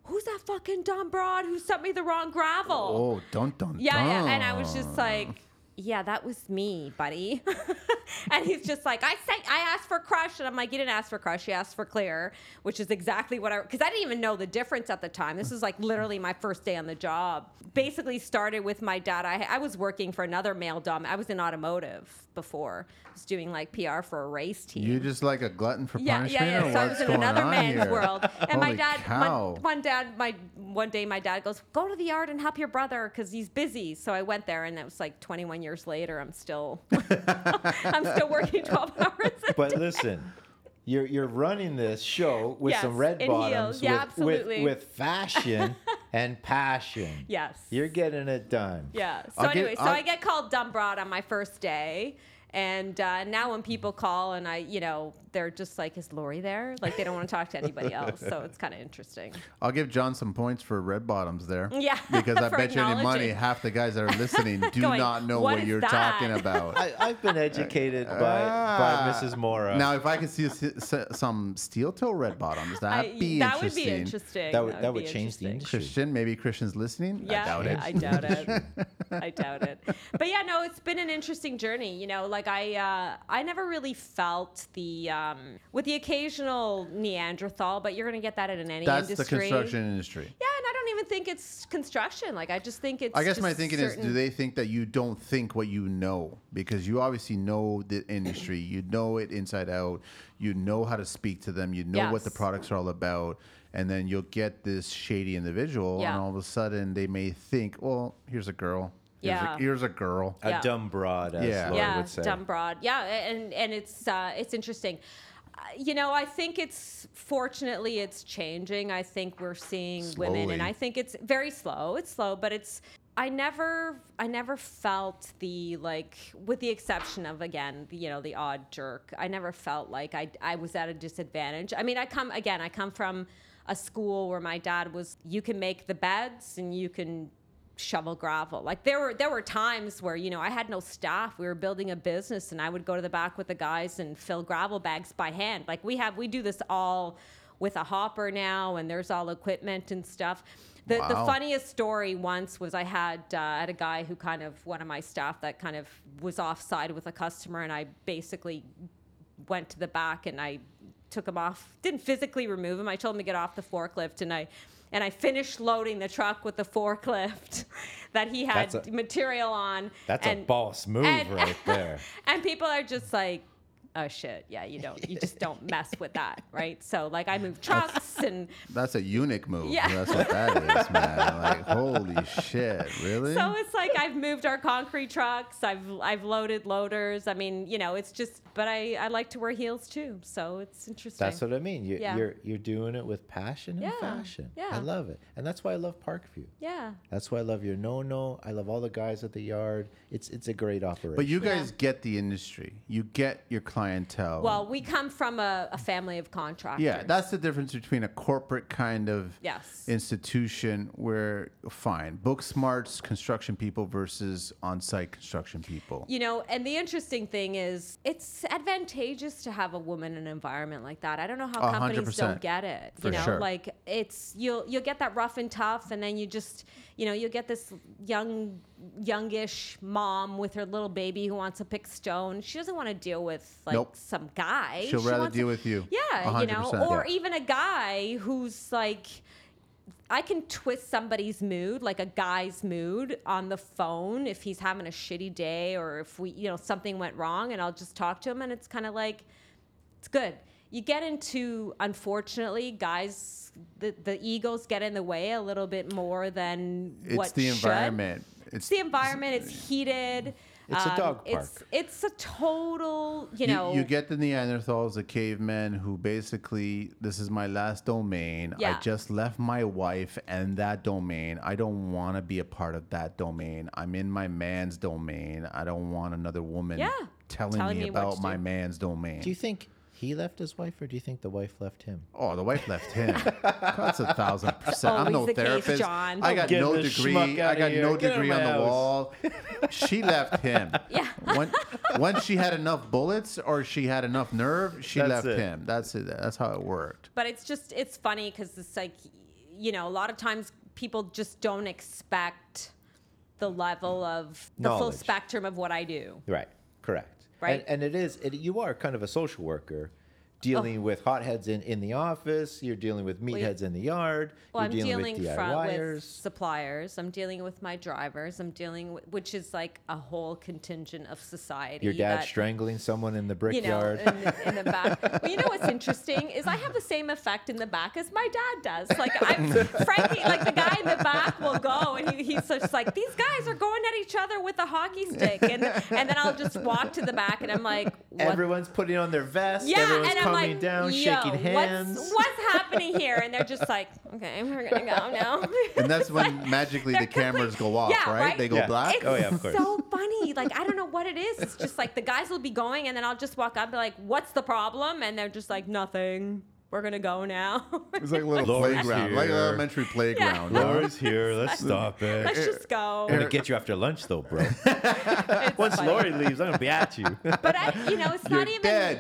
Speaker 1: Who's that fucking dumb broad who sent me the wrong gravel?
Speaker 2: Oh, don't, don't.
Speaker 1: Yeah, yeah. And I was just like, Yeah, that was me, buddy. [laughs] and he's just like, I sent I asked for crush. And I'm like, You didn't ask for crush, you asked for clear, which is exactly what I because I didn't even know the difference at the time. This is like literally my first day on the job. Basically started with my dad. I I was working for another male dom. I was in automotive before. I was doing like PR for a race team.
Speaker 2: You just like a glutton for punishment, or
Speaker 1: So I was
Speaker 2: what's
Speaker 1: in
Speaker 2: going
Speaker 1: another
Speaker 2: on
Speaker 1: man's
Speaker 2: here?
Speaker 1: world, and my
Speaker 2: Holy
Speaker 1: dad,
Speaker 2: cow.
Speaker 1: one, one dad, my one day, my dad goes, "Go to the yard and help your brother because he's busy." So I went there, and it was like 21 years later. I'm still, [laughs] I'm still working 12 [laughs] hours. a
Speaker 3: But
Speaker 1: day.
Speaker 3: listen, you're you're running this show with some
Speaker 1: Yes,
Speaker 3: red
Speaker 1: in
Speaker 3: bottoms,
Speaker 1: heels. Yeah,
Speaker 3: with, with,
Speaker 1: absolutely.
Speaker 3: with
Speaker 1: [laughs]
Speaker 3: fashion and passion.
Speaker 1: yes,
Speaker 3: You're getting it done.
Speaker 1: yeah. So
Speaker 2: I'll get-
Speaker 1: anyway, so
Speaker 2: I'll-
Speaker 1: I get called dumb broad on my first day. And uh, now when people call and I, you know, they're just like, "Is Lori there?" Like they don't want to talk to anybody else. So it's kind of interesting.
Speaker 2: I'll give John some points for red bottoms there.
Speaker 1: [laughs] Yeah,
Speaker 2: Because I
Speaker 1: for
Speaker 2: bet you any money,
Speaker 1: acknowledging.
Speaker 2: half the guys that
Speaker 1: [laughs]
Speaker 2: are listening do
Speaker 1: Going,
Speaker 2: not know
Speaker 1: "What
Speaker 2: what,
Speaker 1: is
Speaker 2: you're
Speaker 1: that?"
Speaker 2: talking
Speaker 1: [laughs]
Speaker 2: about.
Speaker 3: I, I've been educated by, by
Speaker 2: Ah.
Speaker 3: Mrs. Mora.
Speaker 2: Now, if I could see s- s- some steel toe red bottoms, that'd
Speaker 1: I-
Speaker 2: be
Speaker 1: that would
Speaker 2: interesting.
Speaker 1: be interesting.
Speaker 3: That would- that would
Speaker 1: be
Speaker 3: change the
Speaker 1: interesting.
Speaker 3: industry.
Speaker 2: Christian, maybe Christian's listening.
Speaker 1: Yeah,
Speaker 2: I doubt it.
Speaker 1: I doubt
Speaker 2: [laughs]
Speaker 1: it. I doubt it. But yeah, no, it's been an interesting journey. You know, like I, uh, I never really felt the, um, with the occasional Neanderthal, but you're gonna get that in any
Speaker 2: That's the
Speaker 1: industry.
Speaker 2: construction industry.
Speaker 1: Yeah, and I don't even think it's construction. Like I just think it's.
Speaker 2: I guess my
Speaker 1: just
Speaker 2: thinking is, do
Speaker 1: certain-
Speaker 2: they think that you don't think what you know? Because you obviously know the industry, you know it inside out, you know how to speak to them, you know what the
Speaker 1: Yes.
Speaker 2: products are all about, and then you'll get this shady individual,
Speaker 1: Yeah.
Speaker 2: and all of a sudden they may think, well, here's a girl, here's,
Speaker 1: Yeah.
Speaker 2: a, here's a girl.
Speaker 3: a
Speaker 1: Yeah.
Speaker 3: dumb broad, as
Speaker 2: Yeah.
Speaker 3: Lori
Speaker 1: yeah,
Speaker 3: would say.
Speaker 1: dumb broad. Yeah, and and it's uh, it's interesting. Uh, You know, I think it's fortunately it's changing. I think we're seeing women,
Speaker 2: Slowly.
Speaker 1: and I think it's very slow. It's slow, but it's. I never, I never felt the like, with the exception of again, you know, the odd jerk. I never felt like I, I was at a disadvantage. I mean, I come again, I come from a school where my dad was, you can make the beds and you can shovel gravel. Like there were there were times where you know I had no staff. We were building a business, and I would go to the back with the guys and fill gravel bags by hand. Like we have we do this all with a hopper now, and there's all equipment and stuff. The the
Speaker 2: Wow.
Speaker 1: funniest story once was I had uh, I had a guy who kind of one of my staff that kind of was offside with a customer, and I basically went to the back and I took him off. Didn't physically remove him. I told him to get off the forklift and I and I finished loading the truck with the forklift [laughs] that he had
Speaker 3: That's a-
Speaker 1: material on.
Speaker 3: That's
Speaker 1: and,
Speaker 3: a boss move
Speaker 1: and- [laughs]
Speaker 3: right there.
Speaker 1: And people are just like, oh shit, yeah, you don't, you just
Speaker 3: [laughs]
Speaker 1: don't mess with that, right? So like I moved
Speaker 3: Oh.
Speaker 1: trucks and
Speaker 2: That's a eunuch move.
Speaker 1: Yeah.
Speaker 2: That's what that is, man. Like, holy shit,
Speaker 1: [laughs]
Speaker 2: really?
Speaker 1: so it's like I've moved our concrete trucks. I've I've loaded loaders. I mean, you know, it's just. But I I like to wear heels too, so it's interesting.
Speaker 3: That's what I mean. You're,
Speaker 1: Yeah.
Speaker 3: you're you're doing it with passion and
Speaker 1: Yeah,
Speaker 3: fashion. I
Speaker 1: yeah.
Speaker 3: love it, and that's why I love Parkview.
Speaker 1: yeah.
Speaker 3: That's why I love your no no. I love all the guys at the yard. It's it's a great operation.
Speaker 2: but you guys get the industry. You get your clientele.
Speaker 1: Well, we come from a, a family of contractors.
Speaker 2: Yeah, that's the difference between a corporate kind of
Speaker 1: Yes.
Speaker 2: institution where fine book smarts construction people versus on-site construction people.
Speaker 1: you know, and the interesting thing is, it's advantageous to have a woman in an environment like that. I don't know how
Speaker 2: A hundred
Speaker 1: companies
Speaker 2: percent.
Speaker 1: don't get it.
Speaker 2: For
Speaker 1: you know,
Speaker 2: sure.
Speaker 1: like it's you'll you'll get that rough and tough, and then you just you know you'll get this young youngish mom with her little baby who wants to pick stone. She doesn't want to deal with like
Speaker 2: Nope.
Speaker 1: some guy.
Speaker 2: She'll
Speaker 1: She
Speaker 2: rather
Speaker 1: wants to-
Speaker 2: deal with you.
Speaker 1: Yeah, you know,
Speaker 2: 100%.
Speaker 1: or
Speaker 2: Yeah.
Speaker 1: even a guy who's like. I can twist somebody's mood, like a guy's mood on the phone if he's having a shitty day or if we, you know, something went wrong and I'll just talk to him and it's kind of like it's good. You get into unfortunately guys the, the egos get in the way a little bit more than
Speaker 2: It's
Speaker 1: what
Speaker 2: the
Speaker 1: should.
Speaker 2: environment. It's
Speaker 1: It's the environment, it's heated. Um,
Speaker 3: It's a dog
Speaker 1: It's
Speaker 3: park.
Speaker 1: it's a total, you
Speaker 2: you,
Speaker 1: know,
Speaker 2: you get the Neanderthals, the cavemen, who basically this is my last domain. I
Speaker 1: Yeah.
Speaker 2: just left my wife and that domain. I don't want to be a part of that domain. I'm in my man's domain. I don't want another woman
Speaker 1: Yeah.
Speaker 2: telling,
Speaker 1: Telling
Speaker 2: me
Speaker 1: me what
Speaker 2: about
Speaker 1: to
Speaker 2: my
Speaker 1: do.
Speaker 2: man's domain.
Speaker 3: Do you think he left his wife, or do you think the wife left him?
Speaker 2: Oh, the wife left
Speaker 3: [laughs]
Speaker 2: him. That's a thousand percent. I'm
Speaker 1: always
Speaker 2: no
Speaker 1: the case,
Speaker 2: therapist.
Speaker 1: John.
Speaker 2: I got
Speaker 3: Get
Speaker 2: no
Speaker 3: this
Speaker 2: degree.
Speaker 3: schmuck
Speaker 2: I
Speaker 3: outta
Speaker 2: got
Speaker 3: here.
Speaker 2: no
Speaker 3: Get out of
Speaker 2: degree
Speaker 3: my
Speaker 2: on the
Speaker 3: house. [laughs]
Speaker 2: wall. She left
Speaker 1: [laughs]
Speaker 2: him.
Speaker 1: Yeah.
Speaker 2: When, once she had enough bullets or she had enough nerve, she
Speaker 3: That's
Speaker 2: left
Speaker 3: it.
Speaker 2: him. That's it. That's how it worked.
Speaker 1: but it's just it's funny because it's like you know a lot of times people just don't expect the level of the full
Speaker 3: Knowledge.
Speaker 1: spectrum of what i do
Speaker 3: Right. Correct.
Speaker 1: Right.
Speaker 3: And, and it is. It, you are kind of a social worker,
Speaker 1: Oh.
Speaker 3: dealing with hotheads in in the office. You're dealing with meatheads in the yard.
Speaker 1: well
Speaker 3: you're
Speaker 1: i'm dealing,
Speaker 3: with
Speaker 1: from with
Speaker 3: DIYers.
Speaker 1: suppliers i'm dealing with my drivers i'm dealing with which is like a whole contingent of society
Speaker 3: Your dad
Speaker 1: that-
Speaker 3: strangling someone in the
Speaker 1: uh, you know, uh,
Speaker 3: brickyard.
Speaker 1: in, the- in the back. Well, you know what's interesting is I have the same effect in the back as my dad does. Like
Speaker 3: [laughs]
Speaker 1: I'm, Frankie, like the guy in the back will go, and he, he's just like, these guys are going at each other with a hockey stick, and and then I'll just walk to the back, and I'm like, what?
Speaker 3: Everyone's putting on their vest.
Speaker 1: yeah,
Speaker 3: everyone's
Speaker 1: and I'm
Speaker 3: coming
Speaker 1: like,
Speaker 3: down,
Speaker 1: yo,
Speaker 3: shaking hands.
Speaker 1: what's what's happening here? And they're just like, okay, we're gonna go now.
Speaker 3: [laughs]
Speaker 2: And that's when
Speaker 1: [laughs]
Speaker 2: magically the cameras go off,
Speaker 1: Yeah,
Speaker 2: right?
Speaker 1: right?
Speaker 2: They go
Speaker 3: Yeah.
Speaker 2: black.
Speaker 1: It's
Speaker 3: Oh, yeah, of course.
Speaker 1: so funny. Like I don't know what it is. It's just like the guys will be going, and then I'll just walk up, and be like, "What's the problem?" And they're just like, "Nothing. We're gonna go now." [laughs]
Speaker 2: It's like a little
Speaker 3: Laura's
Speaker 2: playground, like an
Speaker 3: here.
Speaker 2: elementary playground. you know?
Speaker 3: Laura's here.
Speaker 1: [laughs]
Speaker 3: Let's stop it.
Speaker 2: eh,
Speaker 1: Let's just go.
Speaker 3: I'm gonna get you after lunch, though, bro.
Speaker 1: It's
Speaker 3: Once
Speaker 1: funny.
Speaker 3: Lori leaves, I'm gonna be at you.
Speaker 1: but I, you know, it's
Speaker 2: You're
Speaker 1: not even.
Speaker 2: dead.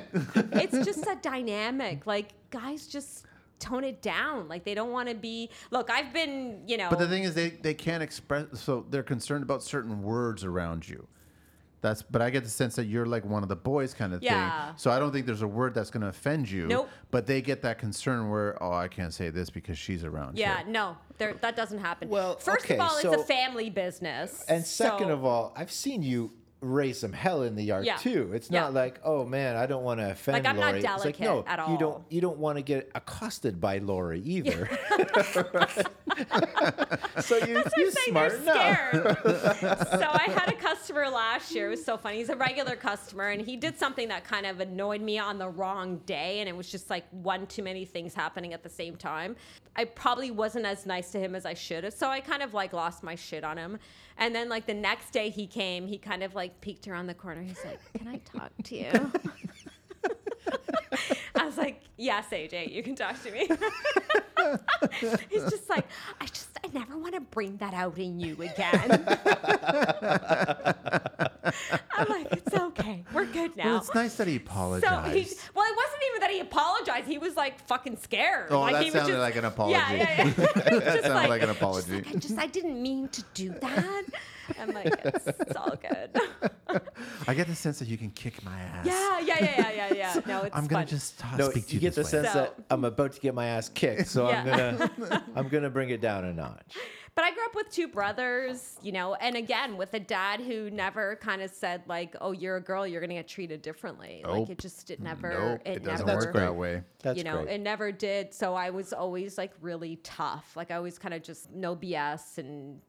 Speaker 1: It's just a dynamic. Like guys just tone it down. Like they don't want to be. Look, I've been, you know.
Speaker 2: But the thing is, they, they can't express. So they're concerned about certain words around you. That's. But I get the sense that you're like one of the boys kind of
Speaker 1: Yeah.
Speaker 2: thing. So I don't think there's a word that's going to offend you.
Speaker 1: Nope.
Speaker 2: But they get that concern where, oh, I can't say this because she's around.
Speaker 1: yeah,
Speaker 2: here."
Speaker 1: no, there, that doesn't happen.
Speaker 3: Well,
Speaker 1: first
Speaker 3: okay,
Speaker 1: of all,
Speaker 3: so-
Speaker 1: it's a family business.
Speaker 3: And second
Speaker 1: so-
Speaker 3: of all, I've seen you raise some hell in the yard
Speaker 1: Yeah.
Speaker 3: too. It's
Speaker 1: Yeah.
Speaker 3: not like, oh man, I don't want to offend
Speaker 1: Like, I'm not
Speaker 3: Lori. it's like,
Speaker 1: delicate
Speaker 3: no,
Speaker 1: at
Speaker 3: you don't.
Speaker 1: all.
Speaker 3: You don't want to get accosted by
Speaker 1: [laughs]
Speaker 3: Lori either. so you, you
Speaker 1: saying
Speaker 3: smart
Speaker 1: they're scared.
Speaker 3: enough. [laughs]
Speaker 1: so I had a customer last year. It was so funny. He's a regular customer, and he did something that kind of annoyed me on the wrong day, and it was just like one too many things happening at the same time. I probably wasn't as nice to him as I should have, so I kind of like lost my shit on him. And then like the next day he came, he kind of like peeked around the corner. He's like, "Can I talk to you?" [laughs] I was like, yes, AJ, you can talk to me. He's just like, I just, I never want to bring that out in you
Speaker 2: [laughs]
Speaker 1: again. I'm like, it's okay. We're good now.
Speaker 2: Well, it's nice that he apologized.
Speaker 1: So he, well, it wasn't even that he apologized. He was like fucking scared.
Speaker 2: Oh,
Speaker 1: like
Speaker 2: that
Speaker 1: he was
Speaker 2: sounded like an
Speaker 1: Yeah,
Speaker 2: apology.
Speaker 1: yeah, [laughs] yeah.
Speaker 2: [laughs]
Speaker 1: that
Speaker 2: sounded like an apology.
Speaker 1: Just like, I just, I didn't mean to do that. I'm like, it's, it's all
Speaker 2: [laughs]
Speaker 1: good.
Speaker 2: I get the sense that you can kick my ass.
Speaker 1: yeah, yeah, yeah, yeah, yeah, yeah. No, it's
Speaker 2: I'm gonna
Speaker 1: fun.
Speaker 2: just ta-
Speaker 3: No,
Speaker 2: speak to
Speaker 3: you get the
Speaker 2: this way.
Speaker 3: sense
Speaker 1: So-
Speaker 3: that I'm about to get my ass kicked, so
Speaker 1: Yeah. [laughs]
Speaker 3: I'm gonna I'm gonna bring it down a notch.
Speaker 1: But I grew up with two brothers, you know, and again with a dad who never kind of said like, "Oh, you're a girl, you're gonna get treated differently."
Speaker 2: Nope.
Speaker 1: Like it just it never
Speaker 2: Nope,
Speaker 1: it,
Speaker 2: it doesn't
Speaker 1: never,
Speaker 2: work that way.
Speaker 3: That's
Speaker 1: you know,
Speaker 3: great.
Speaker 1: it never did. So I was always like really tough. Like I always kind of just no BS, and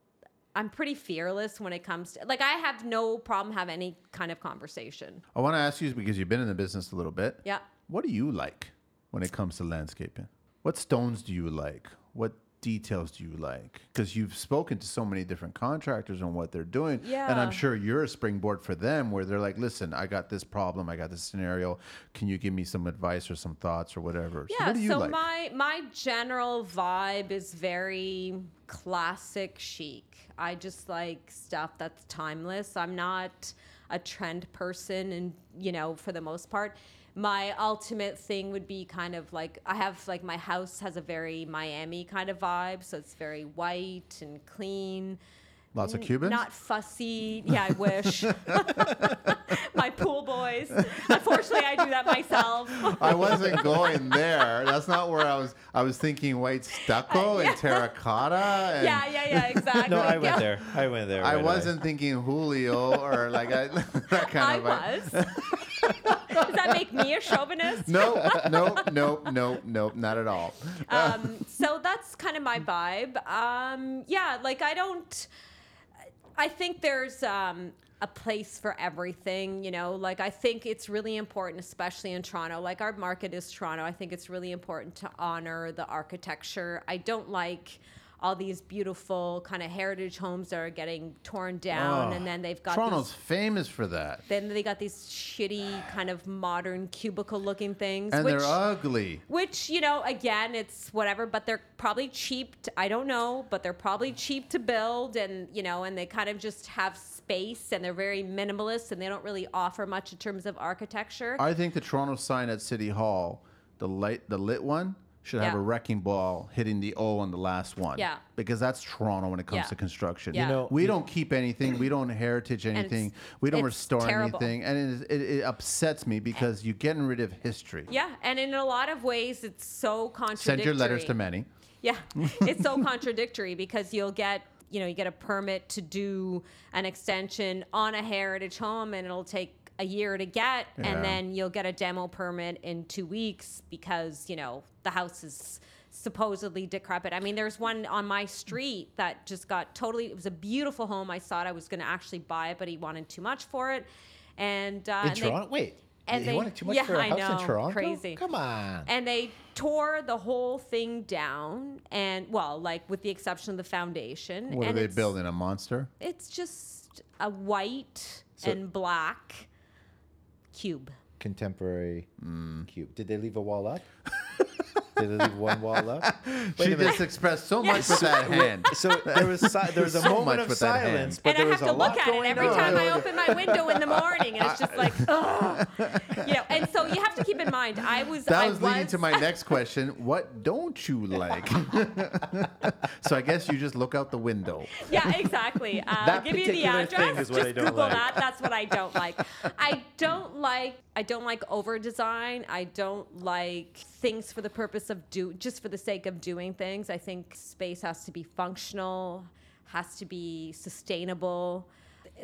Speaker 1: I'm pretty fearless when it comes to like I have no problem have any kind of conversation.
Speaker 2: I want to ask you because you've been in the business a little bit.
Speaker 1: Yeah.
Speaker 2: What do you like when it comes to landscaping? What stones do you like? What details do you like? Because you've spoken to so many different contractors on what they're doing. And I'm
Speaker 1: Yeah.
Speaker 2: sure you're a springboard for them where they're like, listen, I got this problem. I got this scenario. Can you give me some advice or some thoughts or whatever? so,
Speaker 1: Yeah,
Speaker 2: what do
Speaker 1: so,
Speaker 2: you like?
Speaker 1: my my general vibe is very classic chic. I just like stuff that's timeless. I'm not a trend person and you know, for the most part. My ultimate thing would be kind of like I have like my house has a very Miami kind of vibe, so it's very white and clean
Speaker 2: Lots of
Speaker 1: n-
Speaker 2: Cubans?
Speaker 1: Mm, Not fussy. Yeah, I
Speaker 2: [laughs]
Speaker 1: wish. [laughs] My pool boys. Unfortunately, I do that
Speaker 2: [laughs]
Speaker 1: myself.
Speaker 4: I wasn't going there. That's not where I was. I was thinking white stucco
Speaker 1: Uh, yeah.
Speaker 4: and
Speaker 1: [laughs]
Speaker 4: terracotta. And
Speaker 1: yeah, yeah,
Speaker 2: [laughs]
Speaker 1: yeah, exactly. [laughs]
Speaker 3: No, I
Speaker 1: yeah.
Speaker 3: went there. I went there.
Speaker 4: I
Speaker 3: right away.
Speaker 4: wasn't thinking Julio or like I, [laughs] that kind
Speaker 1: I
Speaker 4: of.
Speaker 1: was.
Speaker 4: [laughs]
Speaker 1: Does that make me a chauvinist?
Speaker 4: Nope,
Speaker 1: [laughs]
Speaker 4: nope, nope, nope, nope, not at all.
Speaker 1: um, so that's kind of my vibe. Um, yeah, like I don't. I think there's um, a place for everything, you know. Like I think it's really important, especially in Toronto. Like our market is Toronto. I think it's really important to honor the architecture. I don't like. All these beautiful kind of heritage homes that are getting torn down,
Speaker 2: Oh,
Speaker 1: and then they've got
Speaker 2: Toronto's
Speaker 1: these,
Speaker 2: famous for that.
Speaker 1: then they got these shitty kind of modern cubicle-looking things.
Speaker 4: And
Speaker 1: which,
Speaker 4: they're ugly.
Speaker 1: which, you know, again, it's whatever, but they're probably cheap. To, I don't know, but they're probably cheap to build and, you know, and they kind of just have space and they're very minimalist and they don't really offer much in terms of architecture.
Speaker 2: I think the Toronto sign at City Hall, the light, the lit one, should have
Speaker 1: Yeah.
Speaker 2: a wrecking ball hitting the O on the last one.
Speaker 1: Yeah.
Speaker 2: Because that's Toronto when it comes
Speaker 1: Yeah.
Speaker 2: to construction.
Speaker 1: You Yeah. know-
Speaker 2: we don't keep anything. We don't heritage
Speaker 1: it's-
Speaker 2: anything. We don't
Speaker 1: it's
Speaker 2: restore
Speaker 1: terrible.
Speaker 2: anything, and it, is- it, it upsets me because you're getting rid of history.
Speaker 1: yeah, and in a lot of ways, it's so contradictory.
Speaker 2: Send your letters to Manny.
Speaker 3: [laughs]
Speaker 1: Yeah, it's so contradictory because you'll get you know you get a permit to do an extension on a heritage home and it'll take a year to get
Speaker 2: Yeah.
Speaker 1: and then you'll get a demo permit in two weeks because you know the house is supposedly decrepit i mean there's one on my street that just got totally it was a beautiful home i thought i was going to actually buy it but he wanted too much for it and uh
Speaker 3: in
Speaker 1: and they-
Speaker 3: Toronto. Wait,
Speaker 1: and
Speaker 3: you
Speaker 1: they-
Speaker 3: wanted too much
Speaker 1: yeah,
Speaker 3: for a
Speaker 1: I
Speaker 3: house in
Speaker 1: know,
Speaker 3: Toronto?
Speaker 1: crazy.
Speaker 3: Come on.
Speaker 1: and they tore the whole thing down and well like with the exception of the foundation
Speaker 2: What
Speaker 1: and
Speaker 2: are they
Speaker 1: it's-
Speaker 2: building? A monster?
Speaker 1: it's just a white
Speaker 3: So-
Speaker 1: and black cube
Speaker 3: Contemporary
Speaker 2: Mm.
Speaker 3: cube. Did they leave a wall up? [laughs] Did they leave one wall up?
Speaker 2: [laughs]
Speaker 3: Wait
Speaker 2: she
Speaker 3: a minute.
Speaker 2: just expressed so much with that hand.
Speaker 3: So there was si- there was
Speaker 2: [laughs]
Speaker 3: a
Speaker 2: So much
Speaker 3: moment of
Speaker 2: with that hand.
Speaker 3: silence, but
Speaker 1: and
Speaker 3: there
Speaker 1: I
Speaker 3: was
Speaker 1: have
Speaker 3: a
Speaker 1: to
Speaker 3: lot
Speaker 1: look at it
Speaker 3: going
Speaker 1: every
Speaker 3: on.
Speaker 1: time
Speaker 3: [laughs]
Speaker 1: I open my window in the morning, and it's just like, oh, you know. And so you have to keep in mind, I was,
Speaker 2: That
Speaker 1: I
Speaker 2: was leading to my next question. What don't you like?
Speaker 1: [laughs]
Speaker 2: [laughs] so I guess you just look out the window.
Speaker 1: yeah, exactly. Uh, I'll
Speaker 3: That
Speaker 1: give you the
Speaker 3: particular
Speaker 1: address.
Speaker 3: thing is what
Speaker 1: Just
Speaker 3: I don't
Speaker 1: Google
Speaker 3: like.
Speaker 1: that. That's what I don't like. I don't like. I don't like over design. I don't like things for the purpose of do just for the sake of doing things. I think space has to be functional, has to be sustainable.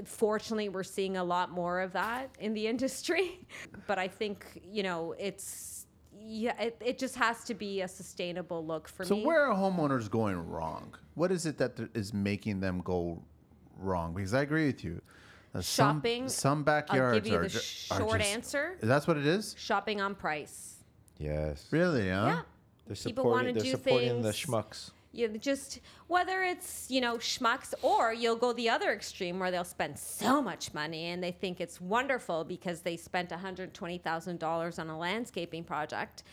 Speaker 1: Fortunately, we're seeing a lot more of that in the industry, [laughs] but I think you know it's yeah, it, it just has to be a sustainable look for
Speaker 2: So
Speaker 1: me.
Speaker 2: where are homeowners going wrong? What is it that th- is making them go wrong? Because I agree with you. Uh, some-
Speaker 1: Shopping,
Speaker 2: Some, backyards
Speaker 1: I'll give you
Speaker 2: are
Speaker 1: the
Speaker 2: ju- are
Speaker 1: short
Speaker 2: just-
Speaker 1: answer.
Speaker 2: That's what it is.
Speaker 1: Shopping on price.
Speaker 3: Yes,
Speaker 2: Really? Huh?
Speaker 1: Yeah.
Speaker 3: they're
Speaker 1: People wanna
Speaker 3: supporting. They're
Speaker 1: do
Speaker 3: supporting the
Speaker 1: things.
Speaker 3: schmucks.
Speaker 1: You just whether it's you know schmucks or you'll go the other extreme where they'll spend so much money and they think it's wonderful because they spent one hundred twenty thousand dollars on a landscaping project,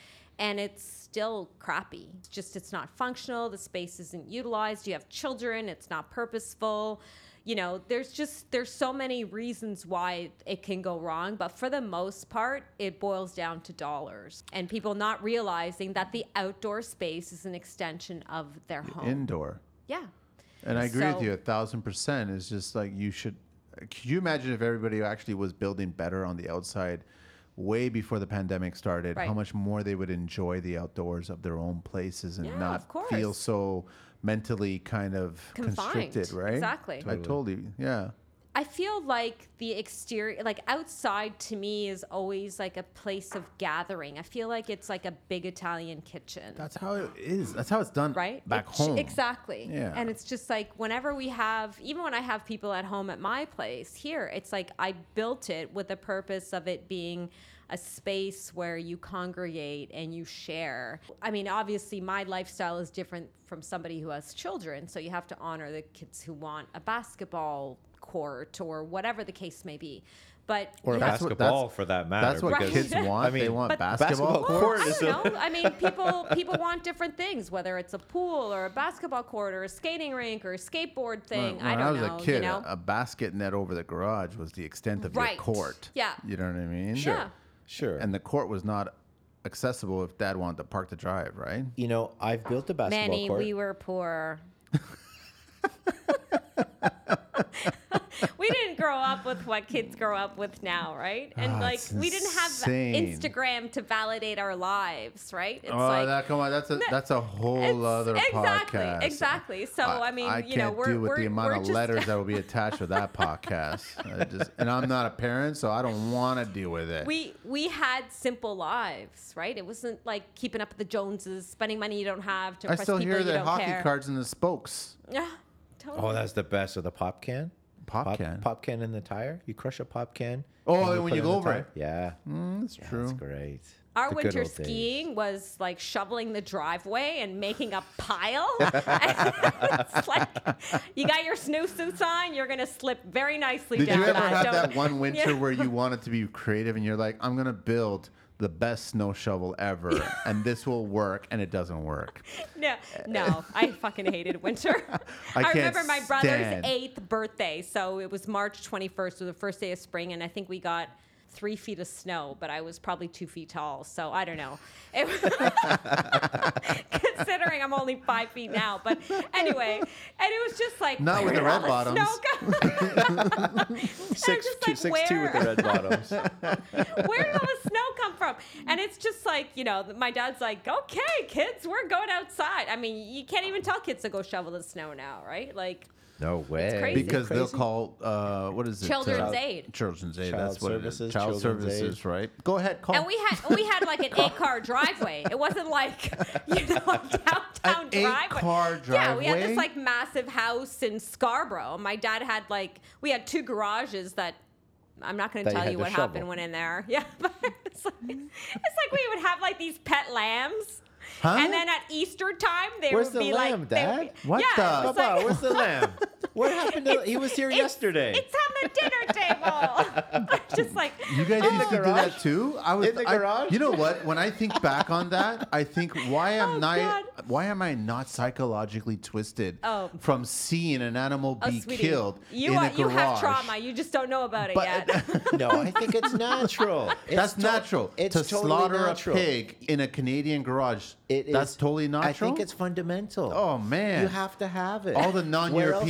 Speaker 1: and it's still crappy. It's just it's not functional. The space isn't utilized. You have children. It's not purposeful. You know, there's just there's so many reasons why it can go wrong, but for the most part, it boils down to dollars and people not realizing that the outdoor space is an extension of their home.
Speaker 2: Indoor.
Speaker 1: Yeah.
Speaker 2: And I agree
Speaker 1: So-
Speaker 2: with you a thousand percent. It's just like you should. Could you imagine if everybody actually was building better on the outside way before the pandemic started? How
Speaker 1: Right.
Speaker 2: much more they would enjoy the outdoors of their own places and
Speaker 1: Yeah,
Speaker 2: not
Speaker 1: of course.
Speaker 2: feel so mentally kind of
Speaker 1: Confined.
Speaker 2: constricted, right?
Speaker 1: Exactly.
Speaker 2: I totally, yeah.
Speaker 1: I feel like the exterior, like outside to me is always like a place of gathering. I feel like it's like a big Italian kitchen.
Speaker 2: That's how it is. That's how it's done
Speaker 1: right?
Speaker 2: back
Speaker 1: It sh-
Speaker 2: home.
Speaker 1: Exactly.
Speaker 2: Yeah.
Speaker 1: And it's just like whenever we have, even when I have people at home at my place here, it's like I built it with the purpose of it being a space where you congregate and you share. I mean, obviously, my lifestyle is different from somebody who has children, so you have to honor the kids who want a basketball court or whatever the case may be. But
Speaker 5: or
Speaker 1: you have-
Speaker 2: That's what-
Speaker 5: basketball
Speaker 2: that's-
Speaker 5: for that matter.
Speaker 2: That's what
Speaker 1: Right.
Speaker 5: because-
Speaker 1: [laughs]
Speaker 2: kids want.
Speaker 5: I mean,
Speaker 2: they want
Speaker 1: but-
Speaker 2: basketball,
Speaker 3: Basketball
Speaker 1: Well,
Speaker 3: court
Speaker 1: I
Speaker 3: is
Speaker 1: don't
Speaker 3: a-
Speaker 1: know. I mean,
Speaker 2: [laughs]
Speaker 1: people people want different things, whether it's a pool or a basketball court or a skating rink or a skateboard thing.
Speaker 2: When
Speaker 1: I
Speaker 2: when
Speaker 1: don't
Speaker 2: I was
Speaker 1: know.
Speaker 2: a kid,
Speaker 1: you
Speaker 2: a-
Speaker 1: know,
Speaker 2: a basket net over the garage was the extent of
Speaker 1: Right.
Speaker 2: your court.
Speaker 1: Yeah.
Speaker 2: You know what I mean?
Speaker 1: yeah.
Speaker 3: Sure.
Speaker 2: and the court was not accessible if dad wanted to park the drive, right?
Speaker 3: you
Speaker 2: [laughs]
Speaker 3: know, I've built a basketball
Speaker 1: Manny,
Speaker 3: court.
Speaker 1: we were poor. [laughs] we didn't grow up with what kids grow up with now, right? And
Speaker 6: Ah,
Speaker 1: like
Speaker 6: it's
Speaker 1: we didn't have
Speaker 2: insane.
Speaker 1: Instagram to validate our lives, right? It's
Speaker 2: Oh,
Speaker 1: like
Speaker 2: that, come on, that's a that's a whole
Speaker 1: it's-
Speaker 2: other
Speaker 1: exactly,
Speaker 2: podcast.
Speaker 1: exactly. So I, mean,
Speaker 2: I
Speaker 1: you know,
Speaker 2: can't
Speaker 1: we're
Speaker 2: deal with
Speaker 1: we're,
Speaker 2: the amount
Speaker 1: we're
Speaker 2: of
Speaker 1: just,
Speaker 2: letters that
Speaker 1: [laughs]
Speaker 2: will be attached with that podcast. I just, and I'm not a parent, so I don't want to deal with it.
Speaker 1: we we had simple lives, right? It wasn't like keeping up with the Joneses, spending money you don't have to
Speaker 2: I
Speaker 1: impress
Speaker 2: still
Speaker 1: people
Speaker 2: hear
Speaker 1: you
Speaker 2: the
Speaker 1: don't
Speaker 2: hockey
Speaker 1: care.
Speaker 2: cards and the spokes.
Speaker 1: [laughs] Yeah, totally.
Speaker 3: Oh, that's the best of the pop can.
Speaker 6: Pop can.
Speaker 3: Pop can in the tire. You crush a pop can.
Speaker 2: Oh,
Speaker 3: and
Speaker 2: when
Speaker 3: put
Speaker 2: you
Speaker 3: in
Speaker 2: go
Speaker 3: the
Speaker 2: over
Speaker 3: tire.
Speaker 2: it.
Speaker 3: Yeah,
Speaker 2: Mm, That's
Speaker 3: that's
Speaker 2: true.
Speaker 3: great.
Speaker 1: Our
Speaker 3: The good
Speaker 1: winter
Speaker 3: old days.
Speaker 1: skiing was like shoveling the driveway and making a
Speaker 2: [laughs]
Speaker 1: pile. [laughs] it's like you got your snow suits on, you're gonna slip very nicely
Speaker 2: Did
Speaker 1: down
Speaker 2: you ever
Speaker 1: that.
Speaker 2: have
Speaker 1: Don't-
Speaker 2: that
Speaker 1: [laughs]
Speaker 2: one winter
Speaker 1: Yeah.
Speaker 2: where you wanted to be creative and you're like, I'm gonna build the best snow shovel ever, and this will work, and it doesn't work.
Speaker 1: No, no, I fucking hated winter.
Speaker 2: [laughs] I
Speaker 1: I,
Speaker 2: can't
Speaker 1: remember my brother's
Speaker 2: stand-
Speaker 1: eighth birthday, so it was March 21st, so the first day of spring, and I think we got three feet of snow, but I was probably two feet tall, so I don't know. [laughs] It was- Considering I'm only five feet now, but anyway, and it was just like
Speaker 2: Not with
Speaker 1: where
Speaker 2: the
Speaker 1: did
Speaker 2: red
Speaker 1: all snow
Speaker 2: bottoms.
Speaker 1: go?
Speaker 3: Six,
Speaker 1: just
Speaker 3: two,
Speaker 1: like,
Speaker 3: six two with the
Speaker 1: where? [laughs]
Speaker 3: red
Speaker 1: [laughs]
Speaker 3: bottoms.
Speaker 1: Where did all the snow come from? And it's just like, you know, my dad's like, okay, kids, we're going outside. I mean, you can't even tell kids to go shovel the snow now, right? Like,
Speaker 3: No way.
Speaker 1: crazy.
Speaker 2: because they'll
Speaker 3: Crazy.
Speaker 2: call uh, what is it?
Speaker 1: Children's
Speaker 2: Uh,
Speaker 1: Aid.
Speaker 2: Children's aid.
Speaker 3: Child
Speaker 2: that's what it
Speaker 3: services,
Speaker 2: is. Child
Speaker 3: children's aid.
Speaker 2: services, right? Go ahead, call.
Speaker 1: and we had we had like
Speaker 2: [laughs]
Speaker 1: an eight car driveway. It wasn't like you know [laughs] a downtown
Speaker 2: An
Speaker 1: driveway.
Speaker 2: eight-car
Speaker 1: Yeah, we had this
Speaker 2: driveway?
Speaker 1: like massive house in Scarborough. My dad had like we had two garages that. I'm not going
Speaker 3: That
Speaker 1: to
Speaker 3: you
Speaker 1: tell
Speaker 3: had
Speaker 1: you
Speaker 3: to
Speaker 1: what
Speaker 3: shovel.
Speaker 1: happened when in there. [laughs] Yeah, but it's like, it's like we would have like these pet lambs,
Speaker 2: Huh?
Speaker 1: and then at Easter time they
Speaker 3: Where's
Speaker 1: would
Speaker 3: the
Speaker 1: be
Speaker 3: lamb,
Speaker 1: like, they would
Speaker 3: Dad?
Speaker 1: be-
Speaker 2: What
Speaker 1: yeah,
Speaker 2: the-
Speaker 1: it's
Speaker 3: Papa,
Speaker 1: like-
Speaker 3: where's the lamb? What happened [laughs] to? He was here yesterday.
Speaker 1: It's on the dinner table.
Speaker 2: [laughs]
Speaker 1: [laughs] Just like
Speaker 2: You guys
Speaker 3: the
Speaker 2: used to do that
Speaker 3: garage?
Speaker 2: too. I was
Speaker 3: In the
Speaker 2: I-
Speaker 3: garage?
Speaker 2: you know what? When I think back on that, I think why am
Speaker 1: [laughs] Oh,
Speaker 2: I
Speaker 1: God.
Speaker 2: why am I not psychologically twisted
Speaker 1: Oh.
Speaker 2: from seeing an animal
Speaker 1: oh,
Speaker 2: be
Speaker 1: sweetie,
Speaker 2: killed
Speaker 1: you
Speaker 2: in
Speaker 1: are,
Speaker 2: a garage?
Speaker 1: you have trauma. You just don't know about it
Speaker 2: But-
Speaker 1: yet.
Speaker 2: [laughs]
Speaker 3: no, I think [laughs] it's natural. It's
Speaker 2: That's
Speaker 3: to-
Speaker 2: natural.
Speaker 3: It's
Speaker 2: to
Speaker 3: totally
Speaker 2: slaughter
Speaker 3: natural.
Speaker 2: a pig in a Canadian garage.
Speaker 3: It is.
Speaker 2: that's totally natural.
Speaker 3: I think it's fundamental.
Speaker 2: Oh, man.
Speaker 3: you have to have it.
Speaker 2: all the [laughs]
Speaker 3: Where else does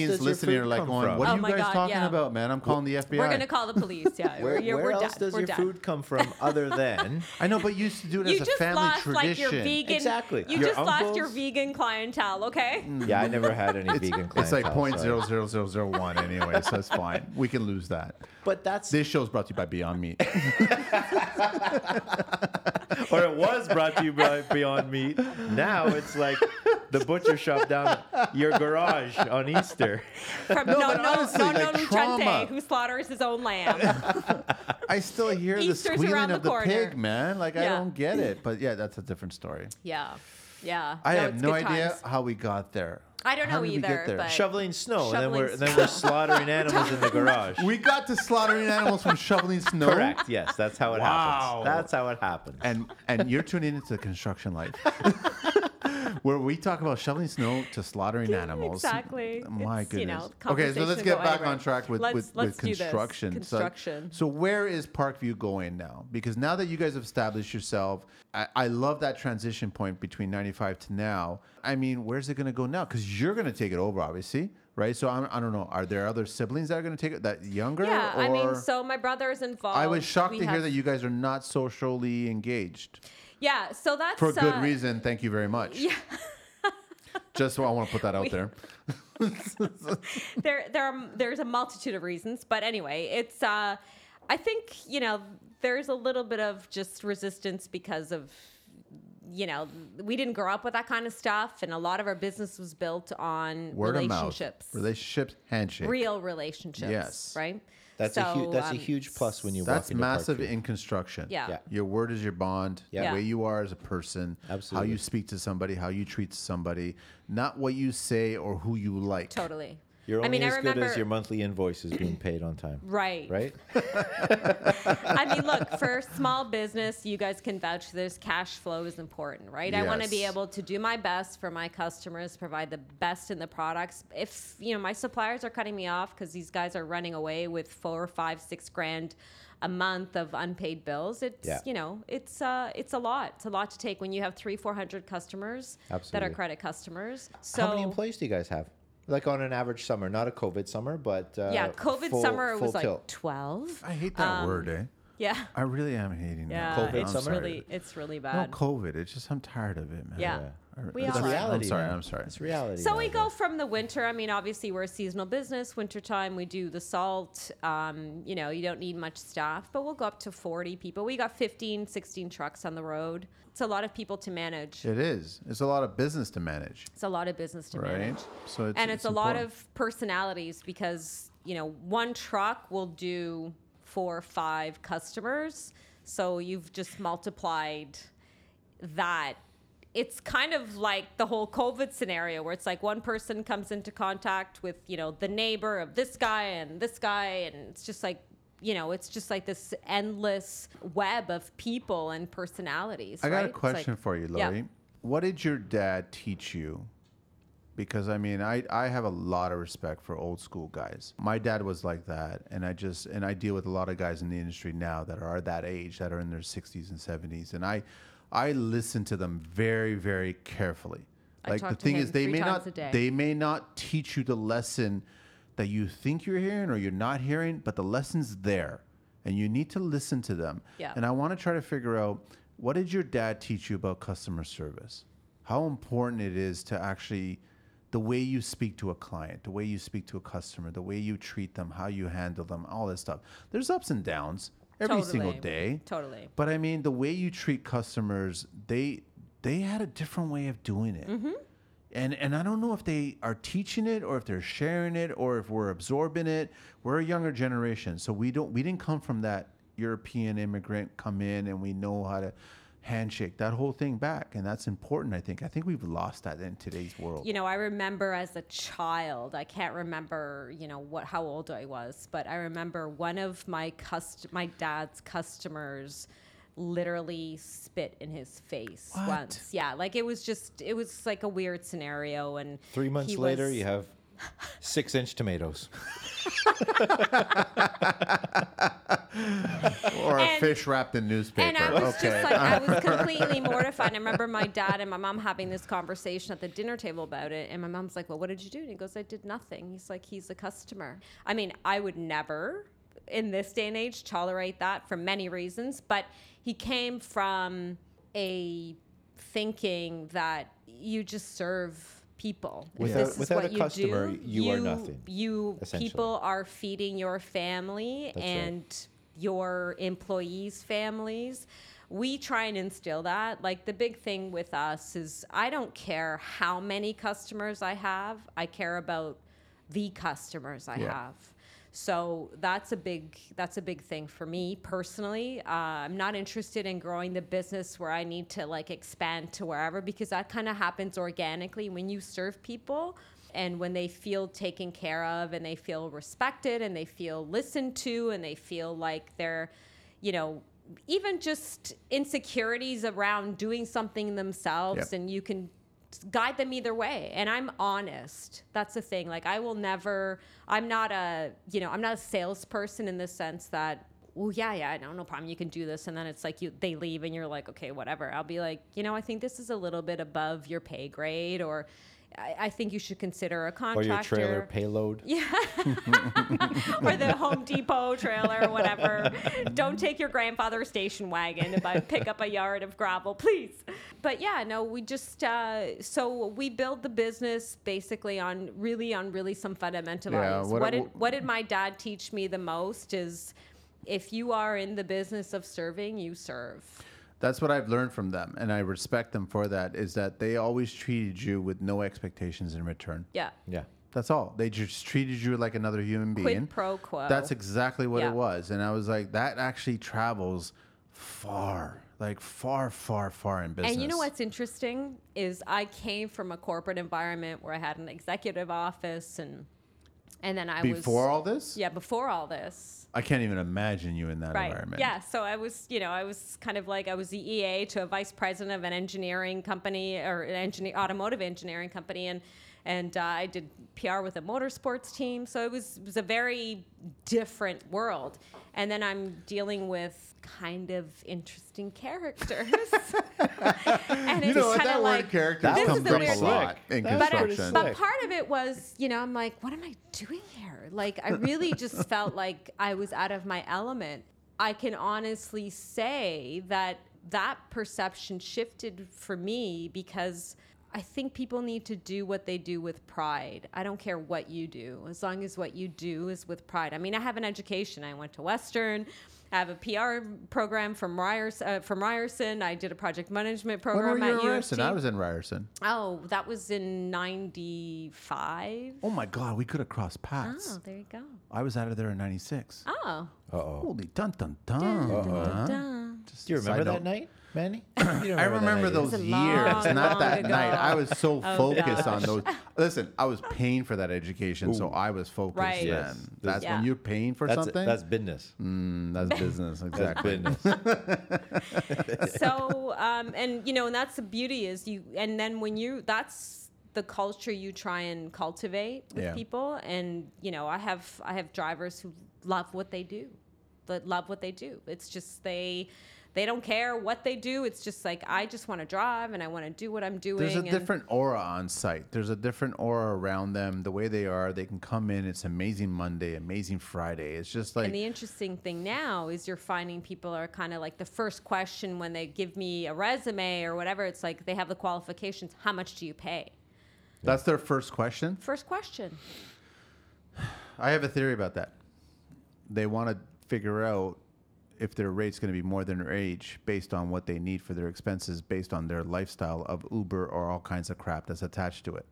Speaker 2: non-Europeans
Speaker 3: your
Speaker 2: listening
Speaker 3: food
Speaker 2: are like
Speaker 3: come
Speaker 2: going,
Speaker 3: from?
Speaker 2: "What
Speaker 1: Oh
Speaker 2: are you
Speaker 1: my
Speaker 2: guys
Speaker 1: God,
Speaker 2: talking
Speaker 1: yeah.
Speaker 2: about, man? I'm calling the FBI."
Speaker 1: We're gonna call the police. Yeah,
Speaker 2: [laughs]
Speaker 3: Where,
Speaker 1: we're,
Speaker 3: where
Speaker 1: we're
Speaker 3: else
Speaker 1: done.
Speaker 3: does
Speaker 1: we're
Speaker 3: your
Speaker 1: done.
Speaker 3: food come from [laughs] other than?
Speaker 2: I know, but you used to do it
Speaker 1: you
Speaker 2: as a
Speaker 1: just
Speaker 2: family
Speaker 1: lost like
Speaker 2: tradition.
Speaker 1: your vegan.
Speaker 3: Exactly.
Speaker 1: You
Speaker 3: Your
Speaker 1: just lost your
Speaker 3: uncles-
Speaker 1: vegan clientele.
Speaker 2: [laughs]
Speaker 1: Okay.
Speaker 3: yeah, I never had any vegan.
Speaker 2: It's like
Speaker 3: clientele,
Speaker 2: point
Speaker 3: so-
Speaker 2: zero zero zero zero one anyway, so it's fine. We can lose that.
Speaker 3: But that's [laughs]
Speaker 2: This show's brought to you by Beyond Meat.
Speaker 3: or it was brought to you by Beyond Meat. Now it's like the butcher shop down your garage on Easter. [laughs]
Speaker 1: From no, no,
Speaker 2: but
Speaker 1: no,
Speaker 2: honestly,
Speaker 1: no,
Speaker 2: like,
Speaker 1: no,
Speaker 2: trauma.
Speaker 1: Lucente, who slaughters his own
Speaker 2: [laughs]
Speaker 1: lamb.
Speaker 2: I still hear
Speaker 1: Easter's
Speaker 2: the squealing
Speaker 1: around
Speaker 2: of
Speaker 1: the
Speaker 2: the,
Speaker 1: corner.
Speaker 2: pig, man. Like I
Speaker 1: Yeah.
Speaker 2: don't get it, but yeah, that's a different story.
Speaker 1: yeah, yeah.
Speaker 2: I
Speaker 1: no,
Speaker 2: have
Speaker 1: it's
Speaker 2: no
Speaker 1: good
Speaker 2: idea
Speaker 1: times.
Speaker 2: how we got there.
Speaker 1: I don't
Speaker 2: How
Speaker 1: know
Speaker 2: did we get
Speaker 1: either,
Speaker 2: there?
Speaker 1: but
Speaker 3: Shoveling snow, and then
Speaker 1: Shoveling
Speaker 3: we're then we're slaughtering animals
Speaker 1: [laughs]
Speaker 3: in the garage.
Speaker 2: We got to slaughtering animals from shoveling snow.
Speaker 3: Correct. Yes, that's how it
Speaker 2: Wow.
Speaker 3: happens. That's how it happens.
Speaker 2: And and you're tuning into construction life. [laughs] Where we talk about shoveling snow to slaughtering animals.
Speaker 1: exactly.
Speaker 2: My
Speaker 1: It's, you know,
Speaker 2: goodness. okay, so let's
Speaker 1: conversation
Speaker 2: get
Speaker 1: go
Speaker 2: back
Speaker 1: anywhere.
Speaker 2: on track with,
Speaker 1: Let's-
Speaker 2: with,
Speaker 1: let's
Speaker 2: with
Speaker 1: do this.
Speaker 2: construction. So-
Speaker 1: Construction.
Speaker 2: So, where is Parkview going now? Because now that you guys have established yourself, I, I love that transition point between 95 to now. I mean, where's it going to go now? Because you're going to take it over, obviously, right? So I'm, I don't know. Are there other siblings that are going to take it that younger?
Speaker 1: Yeah,
Speaker 2: or...
Speaker 1: I mean, so my brother is involved.
Speaker 2: I was shocked
Speaker 1: We
Speaker 2: to hear
Speaker 1: have-
Speaker 2: that you guys are not socially engaged
Speaker 1: Yeah, so that's
Speaker 2: for good
Speaker 1: uh,
Speaker 2: reason. Thank you very much.
Speaker 1: Yeah.
Speaker 2: [laughs] Just so I want to put that
Speaker 1: [laughs]
Speaker 2: out there.
Speaker 1: there there are there's a multitude of reasons but anyway it's uh i think you know there's a little bit of just resistance because of you know we didn't grow up with that kind of stuff and a lot of our business was built on
Speaker 2: Word of mouth.
Speaker 1: relationships
Speaker 2: Relationships, handshake.
Speaker 1: real relationships
Speaker 2: Yes.
Speaker 1: right
Speaker 3: That's a huge
Speaker 1: So,
Speaker 3: that's
Speaker 1: um,
Speaker 3: a huge plus when you walk
Speaker 2: That's
Speaker 3: into
Speaker 2: massive
Speaker 3: Parkview.
Speaker 2: in construction.
Speaker 1: Yeah. Yeah.
Speaker 2: Your word is your bond.
Speaker 3: Yeah.
Speaker 2: The way you are as a person.
Speaker 3: Absolutely.
Speaker 2: How you speak to somebody, how you treat somebody, not what you say or who you like.
Speaker 1: totally
Speaker 3: You're only
Speaker 1: i mean
Speaker 3: as
Speaker 1: i remember
Speaker 3: good as your monthly invoices being paid on time.
Speaker 1: right
Speaker 3: Right?
Speaker 1: [laughs] I mean, look, for small business, you guys can vouch for this. Cash flow is important, right? I want to be
Speaker 2: Yes.
Speaker 1: able to do my best for my customers, provide the best in the products. If, you know, my suppliers are cutting me off because these guys are running away with four, five, six grand a month of unpaid bills, it's,
Speaker 3: Yeah.
Speaker 1: you know, it's, uh, it's a lot. It's a lot to take when you have three, 400 customers that
Speaker 3: Absolutely.
Speaker 1: are credit customers. So
Speaker 3: How many employees do you guys have? like on an average summer, not a COVID summer, but uh,
Speaker 1: yeah, COVID
Speaker 3: full-
Speaker 1: summer it
Speaker 3: full
Speaker 1: was like
Speaker 3: tilt.
Speaker 1: 12.
Speaker 2: I hate that
Speaker 1: Um,
Speaker 2: word, eh?
Speaker 1: Yeah.
Speaker 2: I really am hating
Speaker 1: Yeah.
Speaker 2: that.
Speaker 3: COVID
Speaker 1: it's
Speaker 3: summer.
Speaker 1: really it's really
Speaker 2: No
Speaker 1: bad.
Speaker 2: COVID. It's just I'm tired of it, man.
Speaker 1: Yeah.
Speaker 2: I-
Speaker 1: We
Speaker 2: it's
Speaker 1: all are.
Speaker 2: I'm
Speaker 3: reality,
Speaker 2: sorry.
Speaker 3: man.
Speaker 2: I'm sorry.
Speaker 3: It's reality.
Speaker 1: So we
Speaker 3: man.
Speaker 1: go from the winter. I mean, obviously we're a seasonal business. Wintertime, we do the salt. Um, you know, you don't need much staff, but we'll go up to 40 people. We got 15, 16 trucks on the road. It's a lot of people to manage.
Speaker 2: It is. It's a lot of business to manage,
Speaker 1: It's a lot of business to
Speaker 2: right?
Speaker 1: manage.
Speaker 2: So it's,
Speaker 1: and it's, a lot
Speaker 2: important.
Speaker 1: of personalities because, you know, one truck will do four or five customers. So you've just multiplied that it's kind of like the whole COVID scenario where it's like one person comes into contact with, you know, the neighbor of this guy and this guy. And it's just like, you know, it's just like this endless web of people and personalities.
Speaker 2: I got
Speaker 1: right?
Speaker 2: a
Speaker 1: It's
Speaker 2: question
Speaker 1: like-
Speaker 2: for you,
Speaker 1: Yeah.
Speaker 2: Lori. What did your dad teach you? Because I mean, I, I have a lot of respect for old school guys. My dad was like that, and I just and I deal with a lot of guys in the industry now that are that age, that are in their 60s and 70s, and I I listen to them very very carefully.
Speaker 1: I
Speaker 2: Like the
Speaker 1: talk to
Speaker 2: thing
Speaker 1: him
Speaker 2: is, they
Speaker 1: three
Speaker 2: may
Speaker 1: times
Speaker 2: not
Speaker 1: a day.
Speaker 2: they may not teach you the lesson that you think you're hearing or you're not hearing, but the lesson's there, and you need to listen to them.
Speaker 1: Yeah.
Speaker 2: And I want to try to figure out what did your dad teach you about customer service? How important it is to actually the way you speak to a client, the way you speak to a customer, the way you treat them, how you handle them, all this stuff. There's ups and downs every single
Speaker 1: Totally.
Speaker 2: day.
Speaker 1: Totally.
Speaker 2: But I mean, the way you treat customers, they they had a different way of doing it.
Speaker 1: Mm-hmm.
Speaker 2: And and I don't know if they are teaching it or if they're sharing it or if we're absorbing it. We're a younger generation, so we don't we didn't come from that European immigrant come in and we know how to handshake that whole thing back and that's important i think i think we've lost that in today's world
Speaker 1: you know, I remember as a child, I can't remember, you know, what how old I was, but I remember one of my cust- my dad's customers literally spit in his face
Speaker 2: What?
Speaker 1: once. Yeah, like it was just it was like a weird scenario and
Speaker 3: Three months
Speaker 1: he
Speaker 3: later,
Speaker 1: was-
Speaker 3: you have six inch tomatoes.
Speaker 2: or
Speaker 1: And-
Speaker 2: a fish wrapped in newspaper
Speaker 1: And I was
Speaker 2: okay
Speaker 1: just like, I
Speaker 3: [laughs]
Speaker 1: was completely mortified. I remember my dad and my mom having this conversation at the dinner table about it. And my mom's like, Well, what did you do? And he goes, I did nothing. He's like, He's a customer. I mean, I would never in this day and age tolerate that for many reasons, but he came from a thinking that you just serve people. If
Speaker 3: Without-
Speaker 1: this is
Speaker 3: without
Speaker 1: what
Speaker 3: a
Speaker 1: you
Speaker 3: customer,
Speaker 1: do,
Speaker 3: you are nothing,
Speaker 1: You
Speaker 3: essentially.
Speaker 1: people are feeding your family
Speaker 3: That's right.
Speaker 1: and your employees' families. We try and instill that. Like the big thing with us is I don't care how many customers I have, I care about the customers I
Speaker 2: Yeah.
Speaker 1: have. So that's a big that's a big thing for me personally. Uh, I'm not interested in growing the business where I need to like expand to wherever because that kind of happens organically when you serve people and when they feel taken care of and they feel respected and they feel listened to and they feel like they're you know even just insecurities around doing something themselves
Speaker 2: Yep.
Speaker 1: and you can guide them either way and i'm honest that's the thing like i will never i'm not a you know i'm not a salesperson in the sense that well yeah yeah no no problem you can do this and then it's like you they leave and you're like okay whatever i'll be like you know i think this is a little bit above your pay grade or i, I think you should consider a
Speaker 3: Or
Speaker 1: contractor
Speaker 3: your trailer payload.
Speaker 1: or the Home Depot trailer, whatever. Don't take your grandfather's station wagon if I pick up a yard of gravel, please. But yeah, no, we just uh, so we build the business basically on really on really some fundamental
Speaker 2: Yeah,
Speaker 1: values.
Speaker 2: what-
Speaker 1: What, did what did my dad teach me the most is if you are in the business of serving, you serve.
Speaker 2: That's what I've learned from them, and I respect them for that. Is that they always treated you with no expectations in return.
Speaker 1: Yeah.
Speaker 3: Yeah.
Speaker 2: That's all. They just treated you like another human being.
Speaker 1: Quid pro quo.
Speaker 2: That's exactly what
Speaker 1: Yeah.
Speaker 2: it was, and I was like, that actually travels far, like far, far, far in business.
Speaker 1: And you know what's interesting is I came from a corporate environment where I had an executive office and and then I
Speaker 2: Before
Speaker 1: was
Speaker 2: all this,
Speaker 1: yeah before all this
Speaker 2: I can't even imagine you in that
Speaker 1: right
Speaker 2: environment.
Speaker 1: yeah so I was you know I was kind of like I was the E EA to a vice president of an engineering company or an engineer automotive engineering company and and uh, I did PR with a motorsports team. So it was it was a very different world. And then I'm dealing with kind of interesting characters. [laughs] and
Speaker 2: You
Speaker 1: it's
Speaker 2: know what?
Speaker 1: kinda
Speaker 2: That
Speaker 1: like,
Speaker 2: word character
Speaker 1: this is
Speaker 2: comes
Speaker 1: the
Speaker 2: up a
Speaker 1: weird-
Speaker 2: lot in
Speaker 3: That was
Speaker 1: but, I-
Speaker 2: construction.
Speaker 1: but part of it was, you know, I'm like, what am I doing here? Like, I really
Speaker 2: [laughs]
Speaker 1: just felt like I was out of my element. I can honestly say that that perception shifted for me because I think people need to do what they do with pride. I don't care what you do, as long as what you do is with pride. I mean, I have an education, I went to Western. I have a PR program from Ryerson. Uh, from Ryerson, I did a project management
Speaker 2: when were
Speaker 1: program
Speaker 2: you
Speaker 1: at
Speaker 2: in Ryerson?
Speaker 1: UFT.
Speaker 2: I was in Ryerson.
Speaker 1: Oh, that was in 95.
Speaker 2: Oh my God, we could have crossed paths.
Speaker 1: Oh, there you go.
Speaker 2: I was out of there in '96. [laughs]
Speaker 1: Oh.
Speaker 2: Holy dun dun dun!
Speaker 1: Dun, dun.
Speaker 2: Just
Speaker 3: Do you
Speaker 2: a side
Speaker 3: remember
Speaker 2: note.
Speaker 3: that night,
Speaker 2: [coughs]
Speaker 3: Manny? You don't
Speaker 2: I remember
Speaker 3: that
Speaker 2: those
Speaker 3: night, do
Speaker 1: It's a
Speaker 2: years,
Speaker 1: long,
Speaker 2: not
Speaker 1: long
Speaker 2: that
Speaker 1: ago.
Speaker 2: night. I was so
Speaker 1: Oh,
Speaker 2: focused on
Speaker 1: gosh. [laughs]
Speaker 2: those. Listen, I was paying for that education, so I was focused
Speaker 1: Right.
Speaker 2: then.
Speaker 3: Yes.
Speaker 2: That's
Speaker 1: Yeah.
Speaker 2: when you're paying for
Speaker 3: you? That's,
Speaker 2: something.
Speaker 3: that's business.
Speaker 2: Mm, that's [laughs] business,
Speaker 3: [laughs] That's
Speaker 2: exactly.
Speaker 3: business.
Speaker 1: So, um, and you know, and that's the beauty is you, and then when you, that's the culture you try and cultivate with
Speaker 2: Yeah.
Speaker 1: people. And, you know, I have, I have drivers who love what they do, that love what they do. It's just, they, they don't care what they do. It's just like, I just want to drive and I want to do what I'm doing.
Speaker 2: There's a
Speaker 1: and-
Speaker 2: different aura on site. There's a different aura around them. The way they are, they can come in. It's amazing Monday, amazing Friday. It's just like
Speaker 1: And the interesting thing now is you're finding people are kind of like the first question when they give me a resume or whatever, it's like they have the qualifications. How much do you pay?
Speaker 2: that's their first question.
Speaker 1: First question.
Speaker 2: I have a theory about that. They want to figure out if their rate's going to be more than their age based on what they need for their expenses, based on their lifestyle of Uber or all kinds of crap that's attached to it.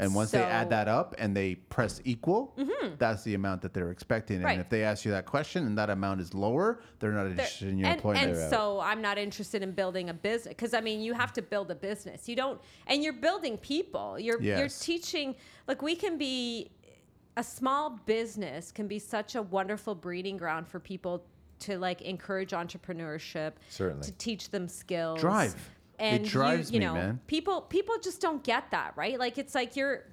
Speaker 2: And once they add
Speaker 1: So- Mm-hmm.
Speaker 2: that up and they press equal, that's the amount that they're expecting.
Speaker 1: Right.
Speaker 2: And if they ask you that question and that amount is lower, they're not
Speaker 1: There-
Speaker 2: interested in your
Speaker 1: and,
Speaker 2: employment.
Speaker 1: and so I'm not interested in building a business because I mean you have to build a business. You don't, and you're building people. You're you're
Speaker 2: Yes.
Speaker 1: teaching. Like we can be a small business can be such a wonderful breeding ground for people to like encourage entrepreneurship.
Speaker 3: Certainly.
Speaker 1: to teach them skills.
Speaker 2: Drive. It
Speaker 1: And you-
Speaker 2: drives
Speaker 1: you,
Speaker 2: me,
Speaker 1: know,
Speaker 2: man.
Speaker 1: people people just don't get that right. Like it's like you're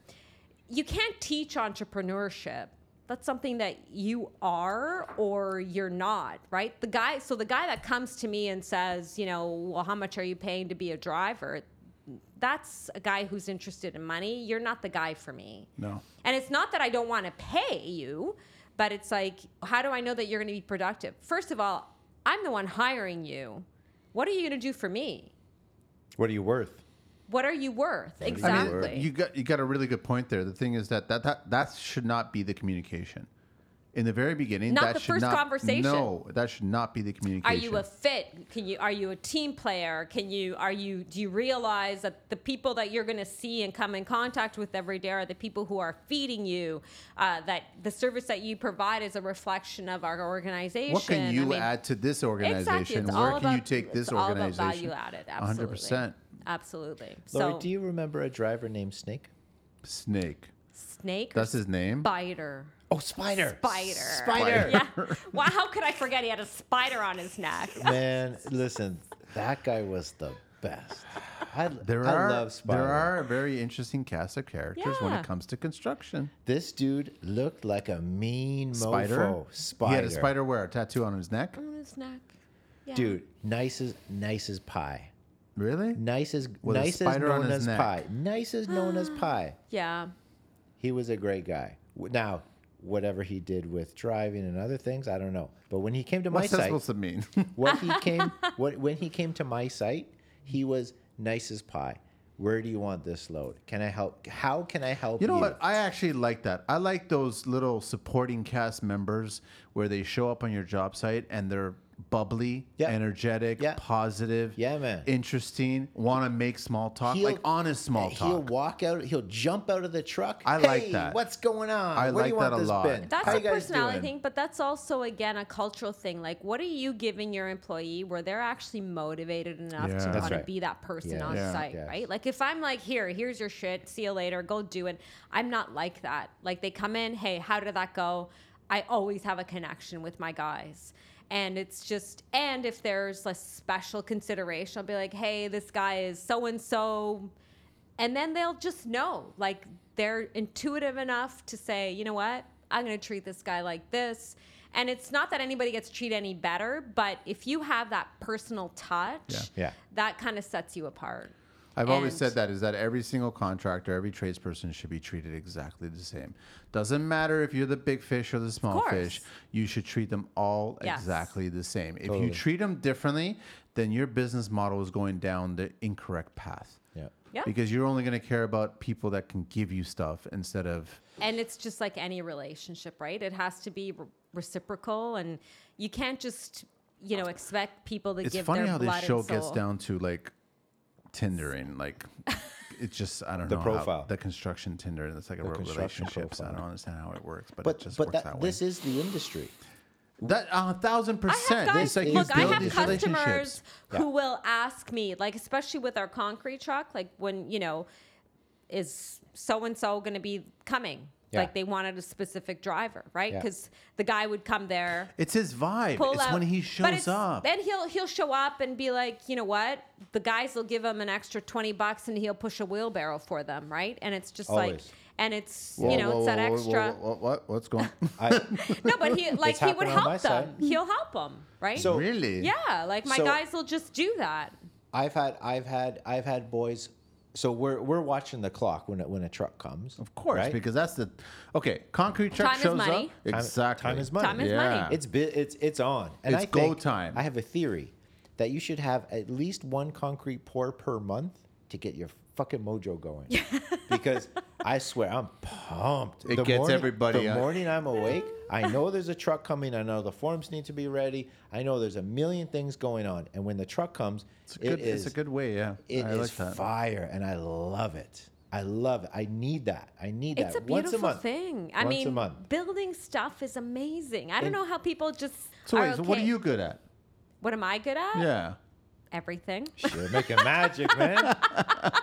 Speaker 1: you can't teach entrepreneurship. That's something that you are or you're not, right? The guy, so the guy that comes to me and says, you know, well, how much are you paying to be a driver? That's a guy who's interested in money. You're not the guy for me.
Speaker 2: no.
Speaker 1: And it's not that I don't want to pay you, but it's like, how do I know that you're going to be productive? First of all, I'm the one hiring you. What are you going to do for me?
Speaker 3: What are you worth?
Speaker 1: What are you worth?
Speaker 2: I
Speaker 1: Exactly.
Speaker 2: mean, you got you got a really good point there. The thing is that that that, that should not be the communication. In the very beginning,
Speaker 1: Not
Speaker 2: that
Speaker 1: the
Speaker 2: should
Speaker 1: first
Speaker 2: not,
Speaker 1: conversation.
Speaker 2: No, that should not be the
Speaker 1: are
Speaker 2: communication.
Speaker 1: you a fit? Can you are you a team player? Can you are you do you realize that the people that you're going to see and come in contact with every day are the people who are feeding you? Uh, that the service that you provide is a reflection of our organization.
Speaker 2: what can you
Speaker 1: I mean,
Speaker 2: add to this organization?
Speaker 1: Exactly. It's
Speaker 2: Where
Speaker 1: all
Speaker 2: can you
Speaker 1: about-
Speaker 2: take this
Speaker 1: it's
Speaker 2: organization?
Speaker 1: All about value added. Absolutely.
Speaker 2: 100%.
Speaker 1: Absolutely.
Speaker 3: Lori,
Speaker 1: so
Speaker 3: do you remember a driver named Snake?
Speaker 2: Snake.
Speaker 1: snake.
Speaker 2: That's
Speaker 1: or
Speaker 2: his name. [laughs]
Speaker 1: Spider.
Speaker 3: Oh, Spider.
Speaker 1: Spider.
Speaker 3: Spider.
Speaker 1: Yeah. Wow. How could I forget he had a spider on his
Speaker 2: [laughs]
Speaker 1: neck?
Speaker 3: [laughs] Man, listen, that guy was the best. I,
Speaker 2: There
Speaker 3: I
Speaker 2: are
Speaker 3: love Spider.
Speaker 2: there are very interesting cast of characters when
Speaker 1: Yeah.
Speaker 2: it comes to construction.
Speaker 3: This dude looked like a mean
Speaker 2: Spider.
Speaker 3: mofo. Spider.
Speaker 2: He had a spider wear a tattoo on his neck.
Speaker 1: on his neck. Yeah.
Speaker 3: Dude, nice as nice as pie.
Speaker 2: Really?
Speaker 3: Nice as
Speaker 2: With a
Speaker 3: nice as
Speaker 2: spider on
Speaker 3: known
Speaker 2: his
Speaker 3: as
Speaker 2: neck.
Speaker 3: pie. Nice as
Speaker 1: [gasps]
Speaker 3: known as pie.
Speaker 1: Yeah.
Speaker 3: He was a great guy. W- Now, whatever he did with driving and other things, I don't know. But when he came to my
Speaker 2: What's that
Speaker 3: site,
Speaker 2: supposed to mean? [laughs]
Speaker 3: what
Speaker 1: [laughs]
Speaker 3: he came what when he came to my site, he was nice as pie. Where do you want this load? Can I help? How can I help you?
Speaker 2: You know what? I actually like that. I like those little supporting cast members where they show up on your job site and they're bubbly,
Speaker 3: Yeah.
Speaker 2: energetic,
Speaker 3: Yeah.
Speaker 2: positive,
Speaker 3: Yeah, man.
Speaker 2: interesting, want to make small talk,
Speaker 3: He'll-
Speaker 2: like honest small
Speaker 3: He'll
Speaker 2: talk.
Speaker 3: walk out. He'll jump out of the truck.
Speaker 2: I like
Speaker 3: "Hey,
Speaker 2: that.
Speaker 3: What's going on?
Speaker 2: I
Speaker 3: Where do
Speaker 2: like
Speaker 3: you
Speaker 2: that
Speaker 3: want
Speaker 2: a
Speaker 3: this
Speaker 2: lot.
Speaker 3: bin?
Speaker 1: That's
Speaker 3: How
Speaker 1: a
Speaker 3: you guys
Speaker 1: personality
Speaker 3: doing?"
Speaker 1: thing, but that's also again a cultural thing. Like, what are you giving your employee where they're actually motivated enough
Speaker 2: Yeah.
Speaker 1: to
Speaker 2: That's
Speaker 1: want to
Speaker 3: right.
Speaker 1: be that person
Speaker 3: Yeah.
Speaker 1: on
Speaker 2: Yeah.
Speaker 1: site,
Speaker 3: Yes.
Speaker 1: right? Like, if I'm like, here, here's your shit, see you later, go do it. I'm not like that. Like, they come in, hey, how did that go? I always have a connection with my guys. And it's just, and if there's a special consideration, I'll be like, hey, this guy is so and so And then they'll just know, like they're intuitive enough to say, you know what, I'm going to treat this guy like this. And it's not that anybody gets treated any better, but if you have that personal touch,
Speaker 3: Yeah.
Speaker 1: that kind of sets you apart.
Speaker 2: I've always
Speaker 1: And-
Speaker 2: said that is that every single contractor, every tradesperson should be treated exactly the same. Doesn't matter if you're the big fish or the small
Speaker 1: course.
Speaker 2: fish, you should treat them all
Speaker 1: Yes.
Speaker 2: exactly the same. If
Speaker 3: Totally.
Speaker 2: you treat them differently, then your business model is going down the incorrect path.
Speaker 3: Yeah.
Speaker 1: Yeah.
Speaker 2: Because you're only going to care about people that can give you stuff instead of
Speaker 1: And it's just like any relationship, right? It has to be re- reciprocal, and you can't just, you know, expect people to
Speaker 2: It's
Speaker 1: give
Speaker 2: funny
Speaker 1: their
Speaker 2: how
Speaker 1: blood
Speaker 2: this show
Speaker 1: and soul.
Speaker 2: gets down to like
Speaker 1: [laughs]
Speaker 2: Tindering, like it's just I don't
Speaker 3: The
Speaker 2: know
Speaker 3: profile.
Speaker 2: how, the construction Tinder, and it's like a real
Speaker 3: construction
Speaker 2: relationships. I
Speaker 3: profile.
Speaker 2: don't understand how it works, but,
Speaker 3: But
Speaker 2: it just
Speaker 3: but
Speaker 2: works that,
Speaker 3: that,
Speaker 2: way.
Speaker 3: this is the industry.
Speaker 2: That a thousand
Speaker 1: I
Speaker 2: percent.
Speaker 1: have guys,
Speaker 2: it's like
Speaker 1: look,
Speaker 2: you
Speaker 1: I
Speaker 2: build
Speaker 1: have
Speaker 2: these
Speaker 1: customers
Speaker 2: relationships.
Speaker 1: who will ask me, like, especially with our concrete truck, like when you know, is so and so going to be coming?
Speaker 3: Yeah.
Speaker 1: Like they wanted a specific driver, right?
Speaker 3: Yeah.
Speaker 1: Because the guy would come there.
Speaker 2: It's his vibe.
Speaker 1: pull
Speaker 2: it's
Speaker 1: out.
Speaker 2: when he
Speaker 1: but
Speaker 2: shows
Speaker 1: it's-
Speaker 2: up.
Speaker 1: Then he'll he'll show up and be like, you know what? The guys will give him an extra twenty bucks and he'll push a wheelbarrow for them, right? And it's just like,
Speaker 3: Always.
Speaker 1: and it's you know it's that extra.
Speaker 2: what? What's [laughs] going?
Speaker 3: I,
Speaker 1: [laughs]
Speaker 3: [laughs]
Speaker 1: No, but
Speaker 2: [laughs]
Speaker 1: he like he would
Speaker 3: happened on my
Speaker 1: help them.
Speaker 3: side.
Speaker 1: He'll help them, right?
Speaker 3: So-
Speaker 2: really?
Speaker 1: yeah, like my
Speaker 3: so-
Speaker 1: guys will just do that.
Speaker 3: I've had I've had I've had boys. So we're we're watching the clock when it, when a truck comes.
Speaker 2: Of course,
Speaker 3: right?
Speaker 2: because that's the okay. Concrete truck
Speaker 1: Time is
Speaker 2: shows
Speaker 1: money.
Speaker 2: up. Exactly.
Speaker 3: time is money.
Speaker 1: Time is
Speaker 2: yeah.
Speaker 1: money.
Speaker 3: it's bi- it's it's on. And
Speaker 2: It's
Speaker 3: I think
Speaker 2: go time.
Speaker 3: I have a theory that you should have at least one concrete pour per month to get your fucking
Speaker 1: [laughs]
Speaker 3: mojo going. because I swear I'm pumped.
Speaker 2: It gets
Speaker 3: morning,
Speaker 2: everybody,
Speaker 3: The
Speaker 2: uh,
Speaker 3: morning I'm awake, I know there's a truck coming. I know the forms need to be ready. I know there's a million things going on. And when the truck comes,
Speaker 2: It's a good,
Speaker 3: it is
Speaker 2: it's a good way. Yeah.
Speaker 3: It
Speaker 2: I
Speaker 3: is
Speaker 2: like that.
Speaker 3: fire, and I love it. I love it. I need that. I need
Speaker 1: It's a
Speaker 3: that once
Speaker 1: beautiful
Speaker 3: a month.
Speaker 1: thing. I
Speaker 3: Once a
Speaker 1: mean,
Speaker 3: month.
Speaker 1: building stuff is amazing. I don't
Speaker 3: And-
Speaker 1: know how people just.
Speaker 2: So
Speaker 1: are
Speaker 2: wait. So what are
Speaker 1: okay.
Speaker 2: you good at?
Speaker 1: What am I good at?
Speaker 2: Yeah.
Speaker 1: Everything.
Speaker 3: You're making magic, man.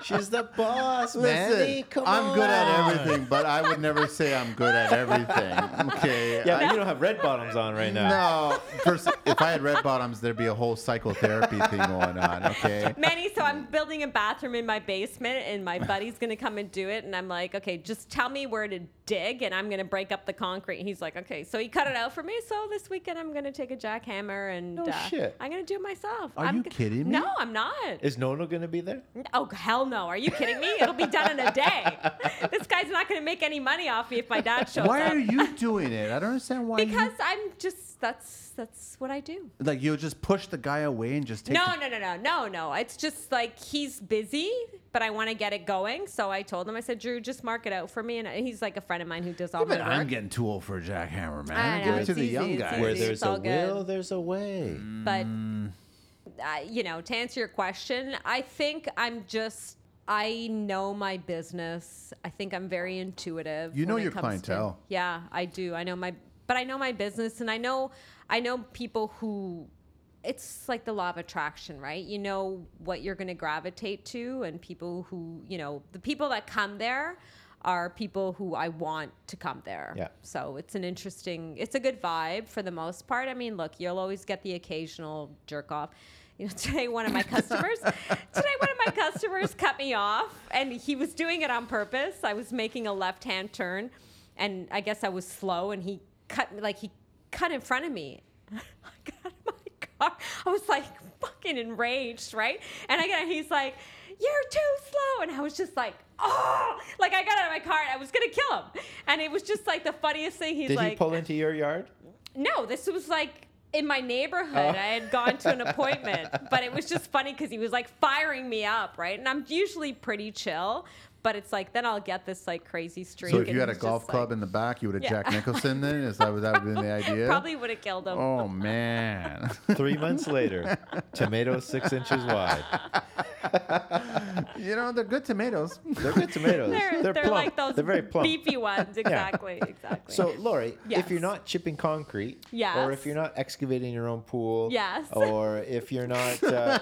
Speaker 3: She's the boss, man.
Speaker 2: Listen, I'm good at everything, but I would never say I'm good at everything.
Speaker 1: [laughs]
Speaker 2: Okay.
Speaker 3: Yeah, but you don't have red bottoms on right now.
Speaker 2: No, first, if I had red bottoms, there'd be a whole psychotherapy thing going on.
Speaker 1: [laughs]
Speaker 2: Okay.
Speaker 1: Manny, so I'm building a bathroom in my basement, and my buddy's gonna come and do it. And I'm like, okay, just tell me where to dig, and I'm gonna break up the concrete. And he's like, okay, so he cut it out for me. So this weekend, I'm gonna take a jackhammer and uh,
Speaker 3: No shit.
Speaker 1: I'm gonna do it myself.
Speaker 2: Are
Speaker 1: I'm
Speaker 2: you
Speaker 1: g-
Speaker 2: kidding me?
Speaker 1: No, I'm not.
Speaker 3: Is Nono going to be there?
Speaker 1: Oh hell no! Are you kidding me? It'll be done in a day.
Speaker 2: [laughs]
Speaker 1: this guy's not gonna make any money off me if my dad shows
Speaker 2: Why
Speaker 1: up.
Speaker 2: are you doing it? I don't understand why.
Speaker 1: because
Speaker 2: you,
Speaker 1: I'm just that's that's what I do.
Speaker 2: like you'll just push the guy away and just take.
Speaker 1: No,
Speaker 2: the-
Speaker 1: no, no, no, no, no. It's just like he's busy, but I want to get it going. So I told him, I said, Drew, just mark it out for me. And he's like a friend of mine who does all
Speaker 2: Even
Speaker 1: my work.
Speaker 2: I'm getting too old for a jackhammer, man.
Speaker 1: I
Speaker 2: Give
Speaker 1: know,
Speaker 2: it to
Speaker 1: it's
Speaker 2: the
Speaker 1: easy,
Speaker 2: young
Speaker 1: it's
Speaker 2: guy.
Speaker 3: Where
Speaker 1: easy.
Speaker 3: there's
Speaker 1: all
Speaker 3: a
Speaker 1: good. Mm.
Speaker 3: will, there's a way.
Speaker 1: but
Speaker 2: Mm.
Speaker 1: uh, you know to answer your question i think i'm just i know my business i think i'm very intuitive
Speaker 2: You know
Speaker 1: when it
Speaker 2: your
Speaker 1: comes to-
Speaker 2: clientele.
Speaker 1: yeah i do i know my but i know my business and i know i know people who it's like the law of attraction right you know what you're going to gravitate to and people who you know the people that come there are people who I want to come there.
Speaker 3: Yeah.
Speaker 1: So it's an interesting, it's a good vibe for the most part. I mean, look, you'll always get the occasional jerk off. You know, [laughs] today one of my customers, today one of my customers cut me off, and he was doing it on purpose. I was making a left-hand turn, and I guess I was slow, and he cut me like he cut in front of me. [laughs] I got out of my car. I was like fucking enraged, right? And I got, he's like, "You're too slow," and I was just like, "Oh!" Like I got out of my car and I was gonna kill him, and it was just like the funniest thing. He's
Speaker 3: Did
Speaker 1: like,
Speaker 3: he pull into your yard?
Speaker 1: no, this was like in my neighborhood.
Speaker 3: Oh.
Speaker 1: I had gone to an appointment, but it was just funny because he was like firing me up, right? And I'm usually pretty chill, but it's like then I'll get this like crazy streak.
Speaker 2: So if
Speaker 1: and
Speaker 2: you had a
Speaker 1: he's just
Speaker 2: golf
Speaker 1: like-
Speaker 2: club in the back, you would have
Speaker 1: Yeah.
Speaker 2: Jack Nicholson. Then is that would that have been
Speaker 1: [laughs]
Speaker 2: the idea?
Speaker 1: probably would have killed him.
Speaker 2: Oh man.
Speaker 3: Three months later, tomatoes six inches wide.
Speaker 2: [laughs] you know they're good
Speaker 3: [laughs]
Speaker 2: tomatoes.
Speaker 3: They're good tomatoes.
Speaker 1: They're, they're,
Speaker 3: plump.
Speaker 1: like those
Speaker 3: they're very plump.
Speaker 1: beefy
Speaker 3: [laughs]
Speaker 1: ones, exactly, exactly.
Speaker 3: So, Lori, if you're
Speaker 1: Yes.
Speaker 3: not chipping concrete,
Speaker 1: Yes.
Speaker 3: or if you're not excavating your own pool,
Speaker 1: Yes.
Speaker 3: or if you're not uh,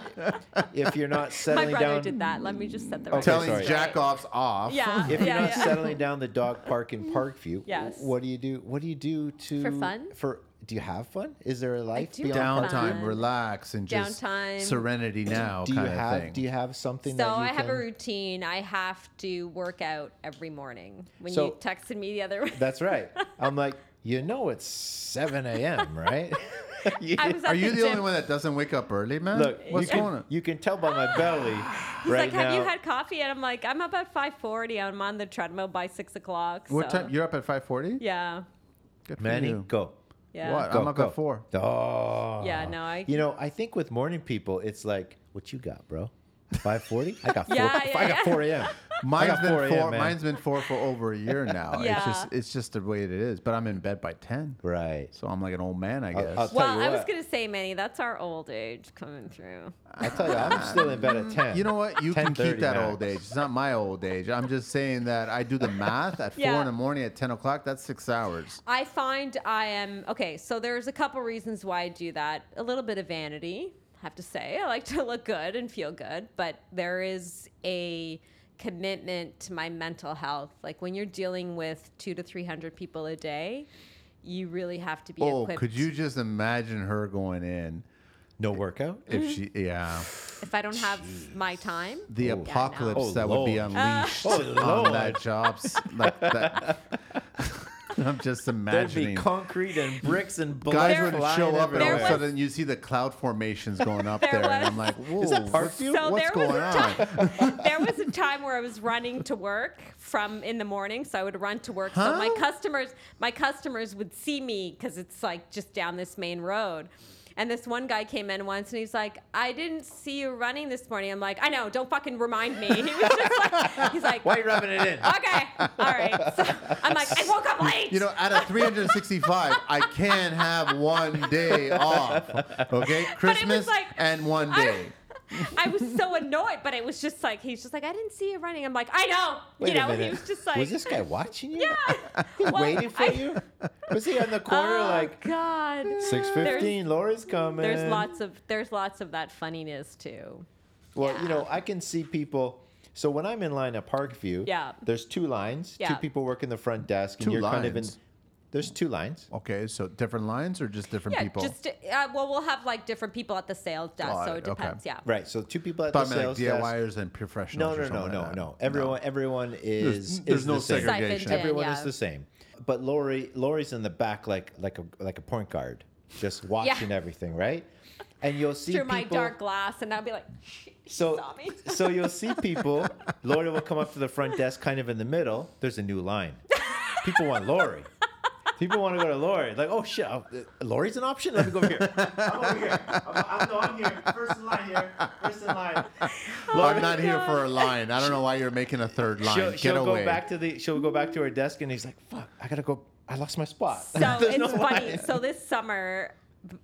Speaker 3: if you're not
Speaker 1: [laughs] my
Speaker 3: settling
Speaker 1: brother
Speaker 3: down,
Speaker 1: did that. Let me just set the record
Speaker 2: Telling
Speaker 3: sorry.
Speaker 1: straight.
Speaker 2: jack offs off. [laughs]
Speaker 1: Yeah,
Speaker 3: if
Speaker 1: yeah,
Speaker 3: you're not
Speaker 1: yeah. [laughs]
Speaker 3: settling down the dog park in Parkview,
Speaker 1: Yes.
Speaker 3: what do you do? What do you do to
Speaker 1: For fun?
Speaker 3: For do you have fun? Is there a life
Speaker 1: do
Speaker 3: beyond
Speaker 1: have
Speaker 3: park?
Speaker 1: fun.
Speaker 2: Downtime, relax, and just
Speaker 1: Downtime.
Speaker 2: serenity now
Speaker 3: Do you
Speaker 2: kind of
Speaker 3: have
Speaker 2: thing.
Speaker 3: do you have something
Speaker 1: So
Speaker 3: that you
Speaker 1: I have a
Speaker 3: can-
Speaker 1: routine. I have to work out every morning. When
Speaker 3: So-
Speaker 1: you texted me the other [laughs]
Speaker 3: That's right. I'm like, you know it's 7 a.m.,
Speaker 1: [laughs]
Speaker 3: right?
Speaker 1: I was at
Speaker 2: Are you the
Speaker 1: gym.
Speaker 2: only one that doesn't wake up early, man?
Speaker 3: [laughs] Look,
Speaker 2: what's
Speaker 3: you, can,
Speaker 2: going on?
Speaker 3: you can tell by my belly
Speaker 1: [gasps] He's like,
Speaker 3: right now.
Speaker 1: have you
Speaker 3: [laughs]
Speaker 1: had coffee? And I'm like, I'm up at 5:40. I'm on the treadmill by six o'clock.
Speaker 2: What
Speaker 1: so-
Speaker 2: time? You're up at 5:40.
Speaker 1: Yeah,
Speaker 2: Good for
Speaker 3: Manny,
Speaker 2: you.
Speaker 3: go.
Speaker 1: yeah.
Speaker 2: What?
Speaker 3: Go,
Speaker 2: I'm up
Speaker 3: go.
Speaker 2: at four.
Speaker 3: Oh.
Speaker 1: Yeah, no, I-
Speaker 3: You know, I think with morning people, it's like, what you got, bro? 540?
Speaker 1: [laughs]
Speaker 3: I got 4,
Speaker 1: Yeah, yeah,
Speaker 3: I got
Speaker 1: yeah.
Speaker 3: 4 a.m.
Speaker 1: [laughs]
Speaker 2: Mine's been
Speaker 3: 4 a.m.,
Speaker 2: four.
Speaker 3: man.
Speaker 2: Mine's been four for over a year now.
Speaker 1: Yeah.
Speaker 2: It's just it's just the way it is. But I'm in bed by 10,
Speaker 3: Right.
Speaker 2: so I'm like an old man, I
Speaker 3: I'll-
Speaker 2: guess.
Speaker 3: I'll tell
Speaker 1: Well,
Speaker 3: you
Speaker 1: I was
Speaker 3: what.
Speaker 1: gonna say, Manny, that's our old age coming through.
Speaker 3: I tell you, I'm still in bed at 10.
Speaker 2: you know what? You can
Speaker 3: 10:30
Speaker 2: keep that
Speaker 3: max.
Speaker 2: old age. It's not my old age. I'm just saying that I
Speaker 3: [laughs]
Speaker 2: do the math at
Speaker 1: Yeah.
Speaker 2: four in the morning at 10 o'clock. That's six hours.
Speaker 1: I find I am okay. So there's a couple reasons why I do that. A little bit of vanity, I have to say. I like to [laughs] look good and feel good, but there is a commitment to my mental health. Like when you're dealing with two to three hundred people a day, you really have to be.
Speaker 2: Oh,
Speaker 1: equipped.
Speaker 2: could you just imagine her going in
Speaker 3: no workout?
Speaker 2: if she? Yeah,
Speaker 1: If I don't have my time,
Speaker 2: the
Speaker 1: Yeah, no.
Speaker 2: apocalypse
Speaker 3: Oh,
Speaker 2: that would be
Speaker 3: Lord.
Speaker 2: unleashed
Speaker 3: Oh,
Speaker 2: on
Speaker 3: Lord.
Speaker 2: that jobs. Like
Speaker 3: [laughs]
Speaker 2: that. I'm just
Speaker 3: There'd be
Speaker 2: imagining.
Speaker 3: concrete and bricks [laughs] and
Speaker 2: Guys
Speaker 3: bullets
Speaker 2: would
Speaker 3: flying
Speaker 2: show up, and all of a
Speaker 3: everywhere.
Speaker 1: There was-
Speaker 2: sudden you see the cloud formations going up
Speaker 1: There
Speaker 2: there, and
Speaker 1: was-
Speaker 2: I'm like, "Whoa,
Speaker 3: Is that
Speaker 2: what's,
Speaker 3: Parkview?
Speaker 1: So
Speaker 2: what's
Speaker 1: there was a
Speaker 2: going on?"
Speaker 1: there was a time where I was running to work from in the morning, so I would run to work. So my
Speaker 2: Huh?
Speaker 1: customers, my customers would see me because it's like just down this main road. And this one guy came in once and he's like, I didn't see you running this morning. I'm like, I know, don't fucking remind me. [laughs] He was just like, he's like,
Speaker 3: Why are you rubbing it in?
Speaker 1: okay, all right. [laughs] So I'm like, I woke up late.
Speaker 2: You know, out of 365, I can have one day off. Okay, Christmas
Speaker 1: like-
Speaker 2: and one
Speaker 1: I-
Speaker 2: day.
Speaker 1: I was so annoyed, but it was just like, he's just like, I didn't see you running. I'm like, I know.
Speaker 3: [laughs] Wait
Speaker 1: you
Speaker 3: a
Speaker 1: know,
Speaker 3: minute.
Speaker 1: he was just like,
Speaker 3: was this guy watching you?
Speaker 1: yeah.
Speaker 3: [laughs] He
Speaker 1: Well,
Speaker 3: waited for
Speaker 1: I-
Speaker 3: you? Was he on the corner
Speaker 1: oh,
Speaker 3: like
Speaker 1: God.
Speaker 3: six fifteen? Laura's coming.
Speaker 1: There's lots of there's lots of that funniness too.
Speaker 3: Well, you know, I can see people. So when I'm in line at Parkview,
Speaker 1: Yeah.
Speaker 3: there's two lines.
Speaker 1: Yeah.
Speaker 3: Two people work in the front desk, and
Speaker 2: Two
Speaker 3: you're kind of in.
Speaker 2: lines?
Speaker 3: There's two lines.
Speaker 2: Okay, so different lines or just different
Speaker 1: Yeah,
Speaker 2: people?
Speaker 1: just uh, well, we'll have like different people at the sales desk,
Speaker 2: Got
Speaker 1: so
Speaker 2: it,
Speaker 1: it
Speaker 2: okay.
Speaker 1: depends. Yeah,
Speaker 3: Right. So two people at
Speaker 2: But I
Speaker 3: the
Speaker 2: mean, like
Speaker 3: sales desk.
Speaker 2: DIYers and
Speaker 3: No,
Speaker 2: professionals.
Speaker 3: no,
Speaker 2: or
Speaker 3: no,
Speaker 2: something
Speaker 3: no,
Speaker 2: like that.
Speaker 3: no. Everyone, everyone is.
Speaker 2: there's
Speaker 3: is
Speaker 2: no
Speaker 3: the same.
Speaker 2: segregation.
Speaker 1: Siphoned in,
Speaker 3: Everyone
Speaker 1: yeah.
Speaker 3: is the same. But Lori, Lori's in the back, like like a like a point guard, just watching everything, right? And you'll see
Speaker 1: Through
Speaker 3: people,
Speaker 1: my dark glass, and I'll be like, [laughs]
Speaker 3: So,
Speaker 1: saw
Speaker 3: [laughs]
Speaker 1: me.
Speaker 3: so you'll see people. Lori will come up to the front desk, kind of in the middle. There's a new line. People want Lori. People want to go to Lori. Like, oh shit, uh, Lori's an option. Let me go
Speaker 2: [laughs]
Speaker 3: over here. I'm over Oh, here. I'm, I'm, no, I'm here. First in line here. First in line.
Speaker 1: Oh
Speaker 2: I'm not here for a line. I don't know why you're making a third line.
Speaker 3: She'll,
Speaker 2: Get
Speaker 3: she'll
Speaker 2: away.
Speaker 3: go back to the. She'll go back to her desk, and he's like, "Fuck, I gotta go. I lost my spot."
Speaker 1: so
Speaker 3: [laughs] There's
Speaker 1: it's
Speaker 3: no
Speaker 1: funny.
Speaker 3: line.
Speaker 1: So this summer,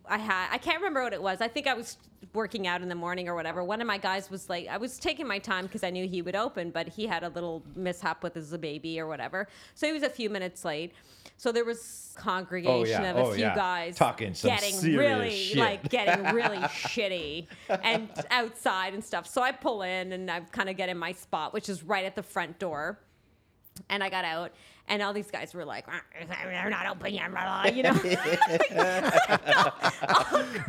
Speaker 1: I had I can't remember what it was. I think I was working out in the morning or whatever. One of my guys was like, I was taking my time because I knew he would open, but he had a little mishap with his baby or whatever, so he was a few minutes late. So there was congregation of a
Speaker 3: oh,
Speaker 1: few
Speaker 3: yeah.
Speaker 1: guys
Speaker 3: Talking some
Speaker 1: getting
Speaker 3: serious
Speaker 1: really
Speaker 3: shit.
Speaker 1: like getting
Speaker 3: [laughs]
Speaker 1: really shitty and outside and stuff. So I pull in and I kind of get in my spot, which is right at the front door. And I got out, and all these guys were like, "They're not open yet," blah, blah, you
Speaker 3: [laughs]
Speaker 1: know.
Speaker 2: You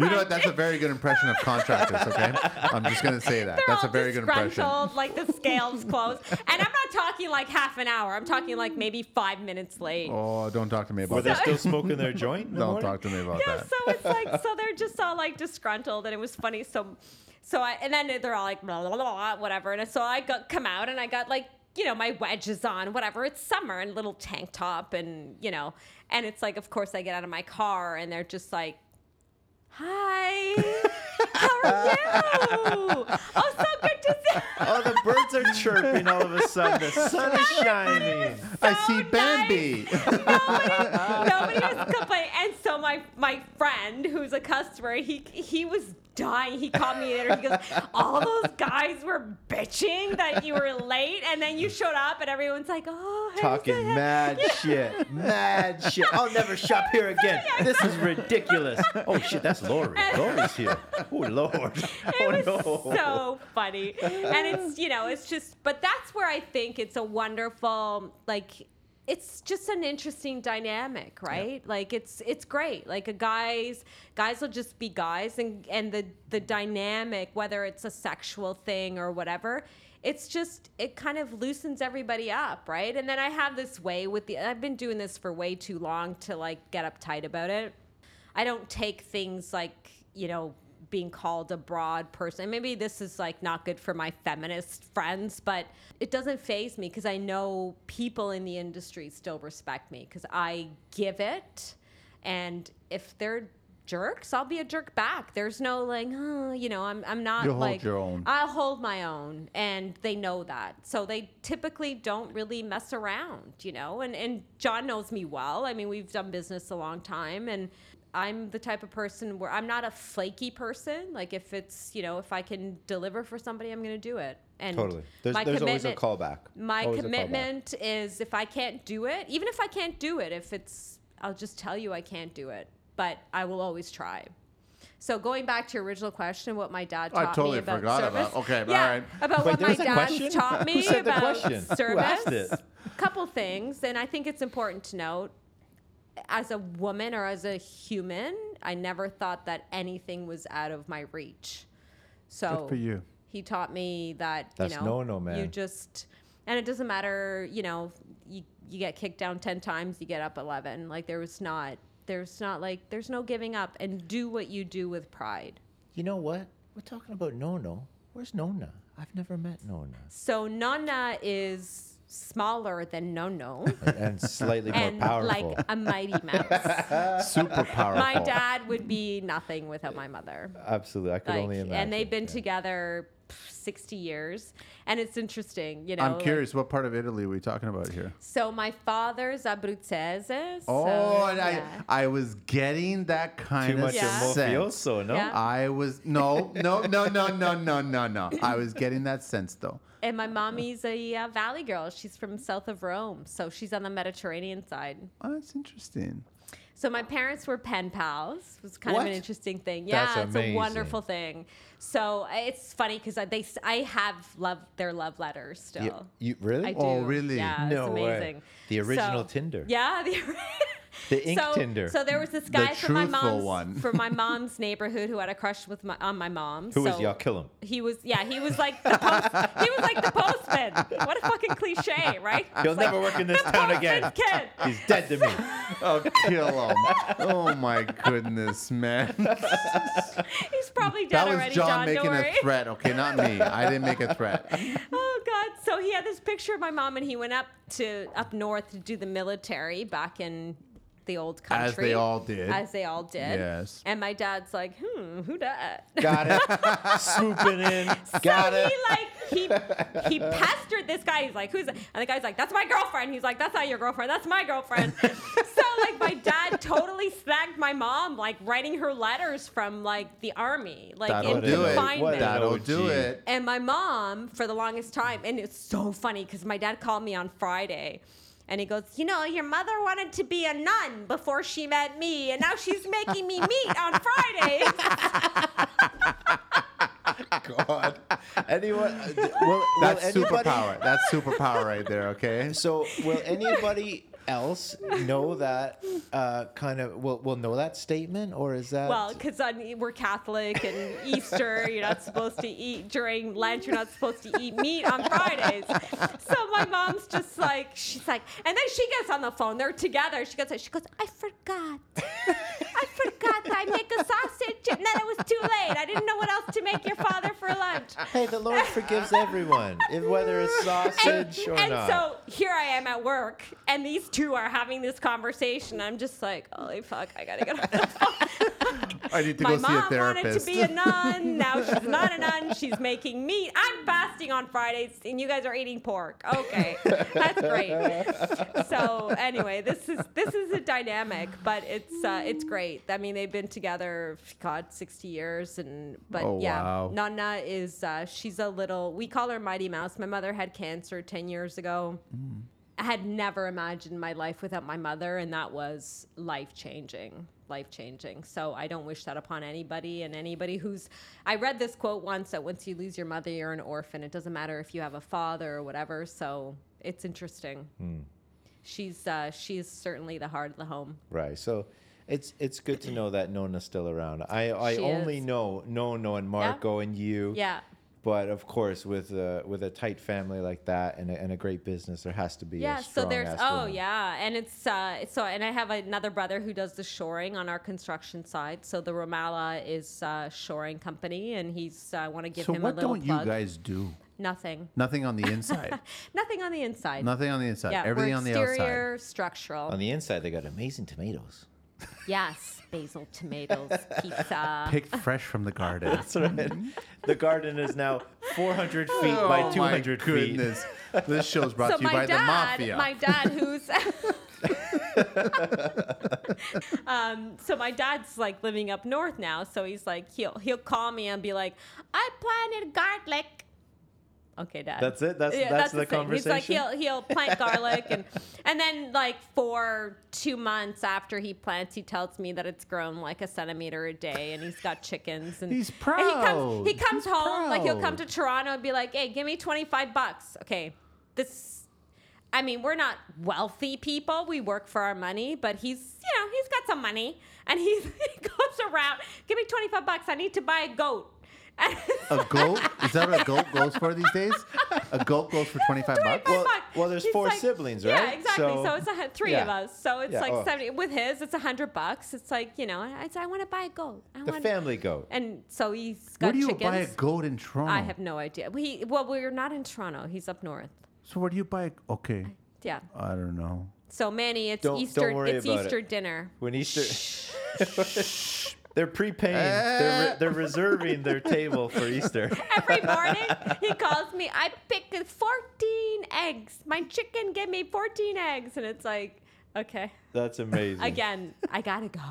Speaker 2: know what? That's a very good impression of contractors, okay? I'm just going to say that. That's a
Speaker 1: all
Speaker 2: very good impression.
Speaker 1: disgruntled, Like the scales closed, and I'm not talking like half an hour. I'm talking like maybe five minutes late.
Speaker 2: Oh, don't talk to me
Speaker 3: Were
Speaker 2: about
Speaker 3: they
Speaker 1: [laughs]
Speaker 2: that.
Speaker 3: still smoking their joint? in the
Speaker 2: Don't
Speaker 3: morning?
Speaker 2: talk to me about
Speaker 1: yeah,
Speaker 2: that.
Speaker 1: so it's like so they're just all like disgruntled, and it was funny. So, so I and then they're all like blah blah blah whatever, and so I got come out and I got like you know my wedges on whatever. It's summer and little tank top and you know, and it's like of course I get out of my car and they're just like. Hi, how are
Speaker 2: [laughs]
Speaker 1: you? Oh, so good to see.
Speaker 3: Oh, the birds are chirping all of a sudden. The sun is shining.
Speaker 2: I
Speaker 1: so
Speaker 2: see
Speaker 1: nice.
Speaker 2: Bambi.
Speaker 1: nobody, [laughs] nobody was complaining. And so my my friend, who's a customer, he he was dying. He called me later. He goes, "All those guys were bitching that you were late, and then you showed up, and everyone's like, oh, hey,
Speaker 3: Talking
Speaker 1: so-
Speaker 3: mad shit. Mad shit. I'll never shop here again. This is ridiculous. Oh shit,
Speaker 1: [laughs]
Speaker 3: that's Lori. Lori's here. Oh Lord. [laughs] Oh
Speaker 1: It was
Speaker 3: no.
Speaker 1: so funny. And it's, you know, it's just, but that's where I think it's a wonderful, like, it's just an interesting dynamic, right? Like it's it's great. Like a guys guys will just be guys and and the the dynamic whether it's a sexual thing or whatever, it's just it kind of loosens everybody up, right? And then I have this way with the I've been doing this for way too long to like get uptight about it. I don't take things like, you know, being called a broad person. Maybe this is like not good for my feminist friends, but it doesn't phase me because I know people in the industry still respect me because I give it. And if they're jerks, I'll be a jerk back. There's no like, oh, you know, I'm, I'm not
Speaker 4: You'll hold
Speaker 1: like,
Speaker 4: your
Speaker 3: Mm.
Speaker 4: own.
Speaker 1: I'll hold my own. And they know that. So they typically don't really mess around, you know? And, and John knows me well. I mean, we've done business a long time. And I'm the type of person where I'm not a flaky person. Like, if it's, you know, if I can deliver for somebody, I'm going to do it. And
Speaker 3: Totally. There's,
Speaker 1: my
Speaker 3: there's always a
Speaker 1: commitment-
Speaker 3: callback.
Speaker 1: my
Speaker 3: Always a callback.
Speaker 1: commitment is if I can't do it, even if I can't do it, if it's, I'll just tell you I can't do it, but I will always try. So going back to your original question, what my dad
Speaker 4: I
Speaker 1: taught
Speaker 4: totally
Speaker 1: me about
Speaker 4: forgot
Speaker 1: service,
Speaker 4: about- okay,
Speaker 1: yeah,
Speaker 4: alright.
Speaker 1: about
Speaker 3: Wait,
Speaker 1: what
Speaker 3: there
Speaker 1: my
Speaker 3: was a
Speaker 1: dad
Speaker 3: question?
Speaker 1: taught me
Speaker 3: Who said the
Speaker 1: about
Speaker 3: question? Who
Speaker 1: service.
Speaker 3: asked it?
Speaker 1: Couple things, and I think it's important to note. As a woman or as a human, I never thought that anything was out of my reach. So
Speaker 4: Good for you.
Speaker 1: he taught me that
Speaker 3: That's
Speaker 1: you know
Speaker 3: no-no, man.
Speaker 1: you just and it doesn't matter you know you, you get kicked down 10 times you get up 11 like there was not there's not like there's no giving up and do what you do with pride
Speaker 3: You know what? We're talking about Nono. Where's Nona? I've never met Nona.
Speaker 1: so nana is smaller than nono
Speaker 3: And slightly more
Speaker 1: and
Speaker 3: [laughs] powerful.
Speaker 1: like a mighty
Speaker 3: [laughs]
Speaker 1: mouse
Speaker 4: Super powerful.
Speaker 1: [laughs] my dad would be nothing without my mother
Speaker 3: Absolutely. I could
Speaker 1: like
Speaker 3: only imagine.
Speaker 1: and they've been
Speaker 3: yeah.
Speaker 1: together pff, 60 years and it's interesting you know
Speaker 4: I'm
Speaker 1: like-
Speaker 4: curious, what part of Italy are we talking about here?
Speaker 1: So my father's Abruzzese. So,
Speaker 4: oh, and
Speaker 1: yeah.
Speaker 4: I, I was getting that kind
Speaker 3: Too
Speaker 4: of
Speaker 3: much
Speaker 1: Yeah.
Speaker 3: of
Speaker 4: sense.
Speaker 3: mafioso, no?
Speaker 1: Yeah.
Speaker 4: I was no, no, no, no, no, no, no, no. I was getting that sense though.
Speaker 1: and my mommy's a uh, valley girl. She's from south of Rome, so she's on the Mediterranean side.
Speaker 4: Oh, that's interesting.
Speaker 1: So my parents were pen pals. It was kind of
Speaker 3: What?
Speaker 1: an interesting thing. Yeah,
Speaker 3: That's
Speaker 1: it's
Speaker 3: amazing.
Speaker 1: a wonderful thing. So I- it's funny because I, they s- I have love their love letters still.
Speaker 3: You, you- really?
Speaker 1: I do.
Speaker 4: Oh, really?
Speaker 1: Yeah,
Speaker 3: No
Speaker 1: it's
Speaker 3: way.
Speaker 1: amazing.
Speaker 3: The original
Speaker 1: So-
Speaker 3: Tinder.
Speaker 1: Yeah, [laughs] the,
Speaker 3: The ink
Speaker 1: so,
Speaker 3: Tinder.
Speaker 1: So there was this guy from my
Speaker 4: truthful
Speaker 1: mom's
Speaker 4: one.
Speaker 1: from
Speaker 3: [laughs]
Speaker 1: my mom's neighborhood who had a crush with my, on my mom.
Speaker 3: Who was
Speaker 1: so,
Speaker 3: Yakilum?
Speaker 1: He was, yeah, he was like the post, he was like the postman. What a fucking cliche, right?
Speaker 3: He'll
Speaker 1: It's like,
Speaker 3: never work in this
Speaker 1: "The
Speaker 3: town [laughs]
Speaker 1: postman's
Speaker 3: again.
Speaker 1: Kid.
Speaker 3: He's dead to me.
Speaker 4: Oh, kill him! Oh my goodness,
Speaker 1: [laughs]
Speaker 4: man.
Speaker 1: He's probably dead
Speaker 4: that was
Speaker 1: already,
Speaker 4: John,
Speaker 1: don't
Speaker 4: making
Speaker 1: worry.
Speaker 4: a threat. Okay, not me. I didn't make
Speaker 1: [laughs]
Speaker 4: a threat.
Speaker 1: Oh God! So he had this picture of my mom, and he went up to up north to do the military back in the old country,
Speaker 4: As they all did.
Speaker 1: as they all did.
Speaker 4: Yes.
Speaker 1: And my dad's like, hmm, who dat?
Speaker 3: Got
Speaker 1: [laughs]
Speaker 3: it. Swooping in. Got
Speaker 1: so
Speaker 3: it.
Speaker 1: he like he he pestered this guy. He's like, who's that? and the guy's like, that's my girlfriend. He's like, that's not your girlfriend. That's my girlfriend.
Speaker 4: [laughs]
Speaker 1: so like my dad totally snagged my mom like writing her letters from like the army, like
Speaker 4: That'll
Speaker 1: in
Speaker 4: do it.
Speaker 1: confinement.
Speaker 3: What an
Speaker 4: That'll do
Speaker 3: OG.
Speaker 4: it.
Speaker 1: And my mom, for the longest time, and it's so funny because my dad called me on Friday and he goes, You know, your mother wanted to be a nun before she met me, and now she's making me meet on Friday. [laughs]
Speaker 3: God. Anyone? uh,
Speaker 4: [laughs]
Speaker 3: Will, will
Speaker 4: That's
Speaker 3: anybody,
Speaker 4: superpower. That's superpower right there. Okay.
Speaker 1: [laughs]
Speaker 3: So, will anybody else know that uh, kind of will will know that statement, or is that
Speaker 1: well, because we're Catholic and Easter, you're not supposed to eat during Lent, you're not supposed to eat meat on Fridays. So my mom's just like, She's like, and then she gets on the phone, they're together. She goes, She goes, I forgot. I forgot that I make a sausage, and then it was too late. I didn't know what else to make your father for lunch.
Speaker 3: hey, the Lord forgives everyone, if, whether it's sausage or
Speaker 1: [laughs] and
Speaker 3: not?
Speaker 1: so here I am at work, and these two are having this conversation. I'm just like, holy fuck, I gotta get off the
Speaker 4: I need to
Speaker 1: My
Speaker 4: go see a
Speaker 1: mom wanted to
Speaker 4: therapist.
Speaker 1: be a nun.
Speaker 4: [laughs]
Speaker 1: Now she's not a nun. She's making meat. I'm fasting on Fridays, and you guys are eating pork. Okay, that's great. So anyway, this is this is a dynamic, but it's uh, it's great. I mean, they've been together, God, sixty years, and but
Speaker 4: Oh,
Speaker 1: yeah,
Speaker 4: wow.
Speaker 1: Nana is uh, she's a little. We call her Mighty Mouse. My mother had cancer ten years ago. I had never imagined my life without my mother, and that was life changing. Life changing. So I don't wish that upon anybody. And anybody who's, I read this quote once that once you lose your mother,
Speaker 4: Hmm.
Speaker 1: you're an orphan. It doesn't matter if you have a father or whatever. So it's interesting. she's uh, she's certainly the heart of the home.
Speaker 3: Right. So it's it's good to know that Nona's still around. I, I
Speaker 1: She
Speaker 3: only
Speaker 1: is.
Speaker 3: know Nona and Marco and you.
Speaker 1: Yeah.
Speaker 3: But of course, with a with a tight family like that and a, and a great business, there has to be
Speaker 1: Yeah,
Speaker 3: A
Speaker 1: so
Speaker 3: strong
Speaker 1: there's
Speaker 3: ass
Speaker 1: oh
Speaker 3: woman.
Speaker 1: yeah, and it's uh so and I have another brother who does the shoring on our construction side. So the Romala is uh shoring company and he's I want to give
Speaker 4: So
Speaker 1: him
Speaker 4: what
Speaker 1: a little
Speaker 4: don't you
Speaker 1: plug.
Speaker 4: guys do?
Speaker 1: Nothing.
Speaker 4: Nothing
Speaker 1: [laughs]
Speaker 4: on the inside.
Speaker 1: Nothing on the inside.
Speaker 4: Nothing on the inside.
Speaker 1: Yeah,
Speaker 4: Everything
Speaker 1: we're
Speaker 4: on the outside.
Speaker 1: exterior structural.
Speaker 3: On the inside, they got amazing tomatoes.
Speaker 1: yes, basil, tomatoes, pizza.
Speaker 4: Picked fresh
Speaker 1: [laughs]
Speaker 4: from the garden.
Speaker 3: That's right.
Speaker 1: Mm-hmm.
Speaker 3: the garden is now
Speaker 1: [laughs]
Speaker 3: 400 feet
Speaker 1: Oh
Speaker 3: by 200 feet.
Speaker 4: Oh goodness. this show's brought
Speaker 1: so
Speaker 4: to you by
Speaker 1: my
Speaker 4: the
Speaker 1: dad,
Speaker 4: mafia.
Speaker 1: my dad, who's um, so my dad's like living up north now. So he's like he'll he'll call me and be like, I planted garlic. Okay, dad.
Speaker 3: That's it? That's- that's the
Speaker 1: thing. He's
Speaker 3: conversation?
Speaker 1: like he'll he'll plant garlic and and then like for two months after he plants, he tells me that it's grown like a centimeter a day, and he's got chickens. And
Speaker 4: He's
Speaker 1: and he comes
Speaker 4: proud.
Speaker 1: he comes
Speaker 4: He's
Speaker 1: home like he'll come
Speaker 4: proud.
Speaker 1: to Toronto and be like, "Hey, give me twenty five bucks." Okay, this I mean, we're not wealthy people. We work for our money, but he's, you know, he's got some money and he, [laughs] he goes around, give me 25 bucks. I need to buy a goat. [laughs] And it's
Speaker 4: a goat? Is that what a goat goes for these days? A goat goes for 25 bucks?
Speaker 1: 25
Speaker 3: Well-
Speaker 1: bucks.
Speaker 3: well, there's four siblings,
Speaker 1: Yeah,
Speaker 3: right?
Speaker 1: exactly. So,
Speaker 3: So-
Speaker 1: it's a, hun- three of
Speaker 3: yeah.
Speaker 1: us. So it's
Speaker 3: Yeah,
Speaker 1: like
Speaker 3: oh.
Speaker 1: 70. With his, it's 100 bucks. It's like, you know, I, I want to buy a goat. I
Speaker 3: The
Speaker 1: wanna-"
Speaker 3: family goat.
Speaker 1: And so he's got
Speaker 4: Where do you
Speaker 1: chickens.
Speaker 4: buy a goat in Toronto?
Speaker 3: Oh.
Speaker 1: I have no idea. We, well, we're not in Toronto. He's up north.
Speaker 4: So where do you buy? A, okay,
Speaker 1: Yeah.
Speaker 4: I don't know.
Speaker 1: So Manny, it's
Speaker 3: Don't- don't
Speaker 1: Easter.
Speaker 3: worry
Speaker 1: it's
Speaker 3: about it.
Speaker 1: Easter dinner.
Speaker 3: When Easter. [laughs] they're prepaying, they're, re- they're reserving their table
Speaker 1: [laughs]
Speaker 3: for Easter.
Speaker 1: Every morning
Speaker 3: [laughs]
Speaker 1: he calls me. I picked 14 eggs. My chicken gave me 14 eggs, and it's like, okay,
Speaker 3: That's amazing.
Speaker 1: again, I gotta
Speaker 3: [laughs]
Speaker 1: go.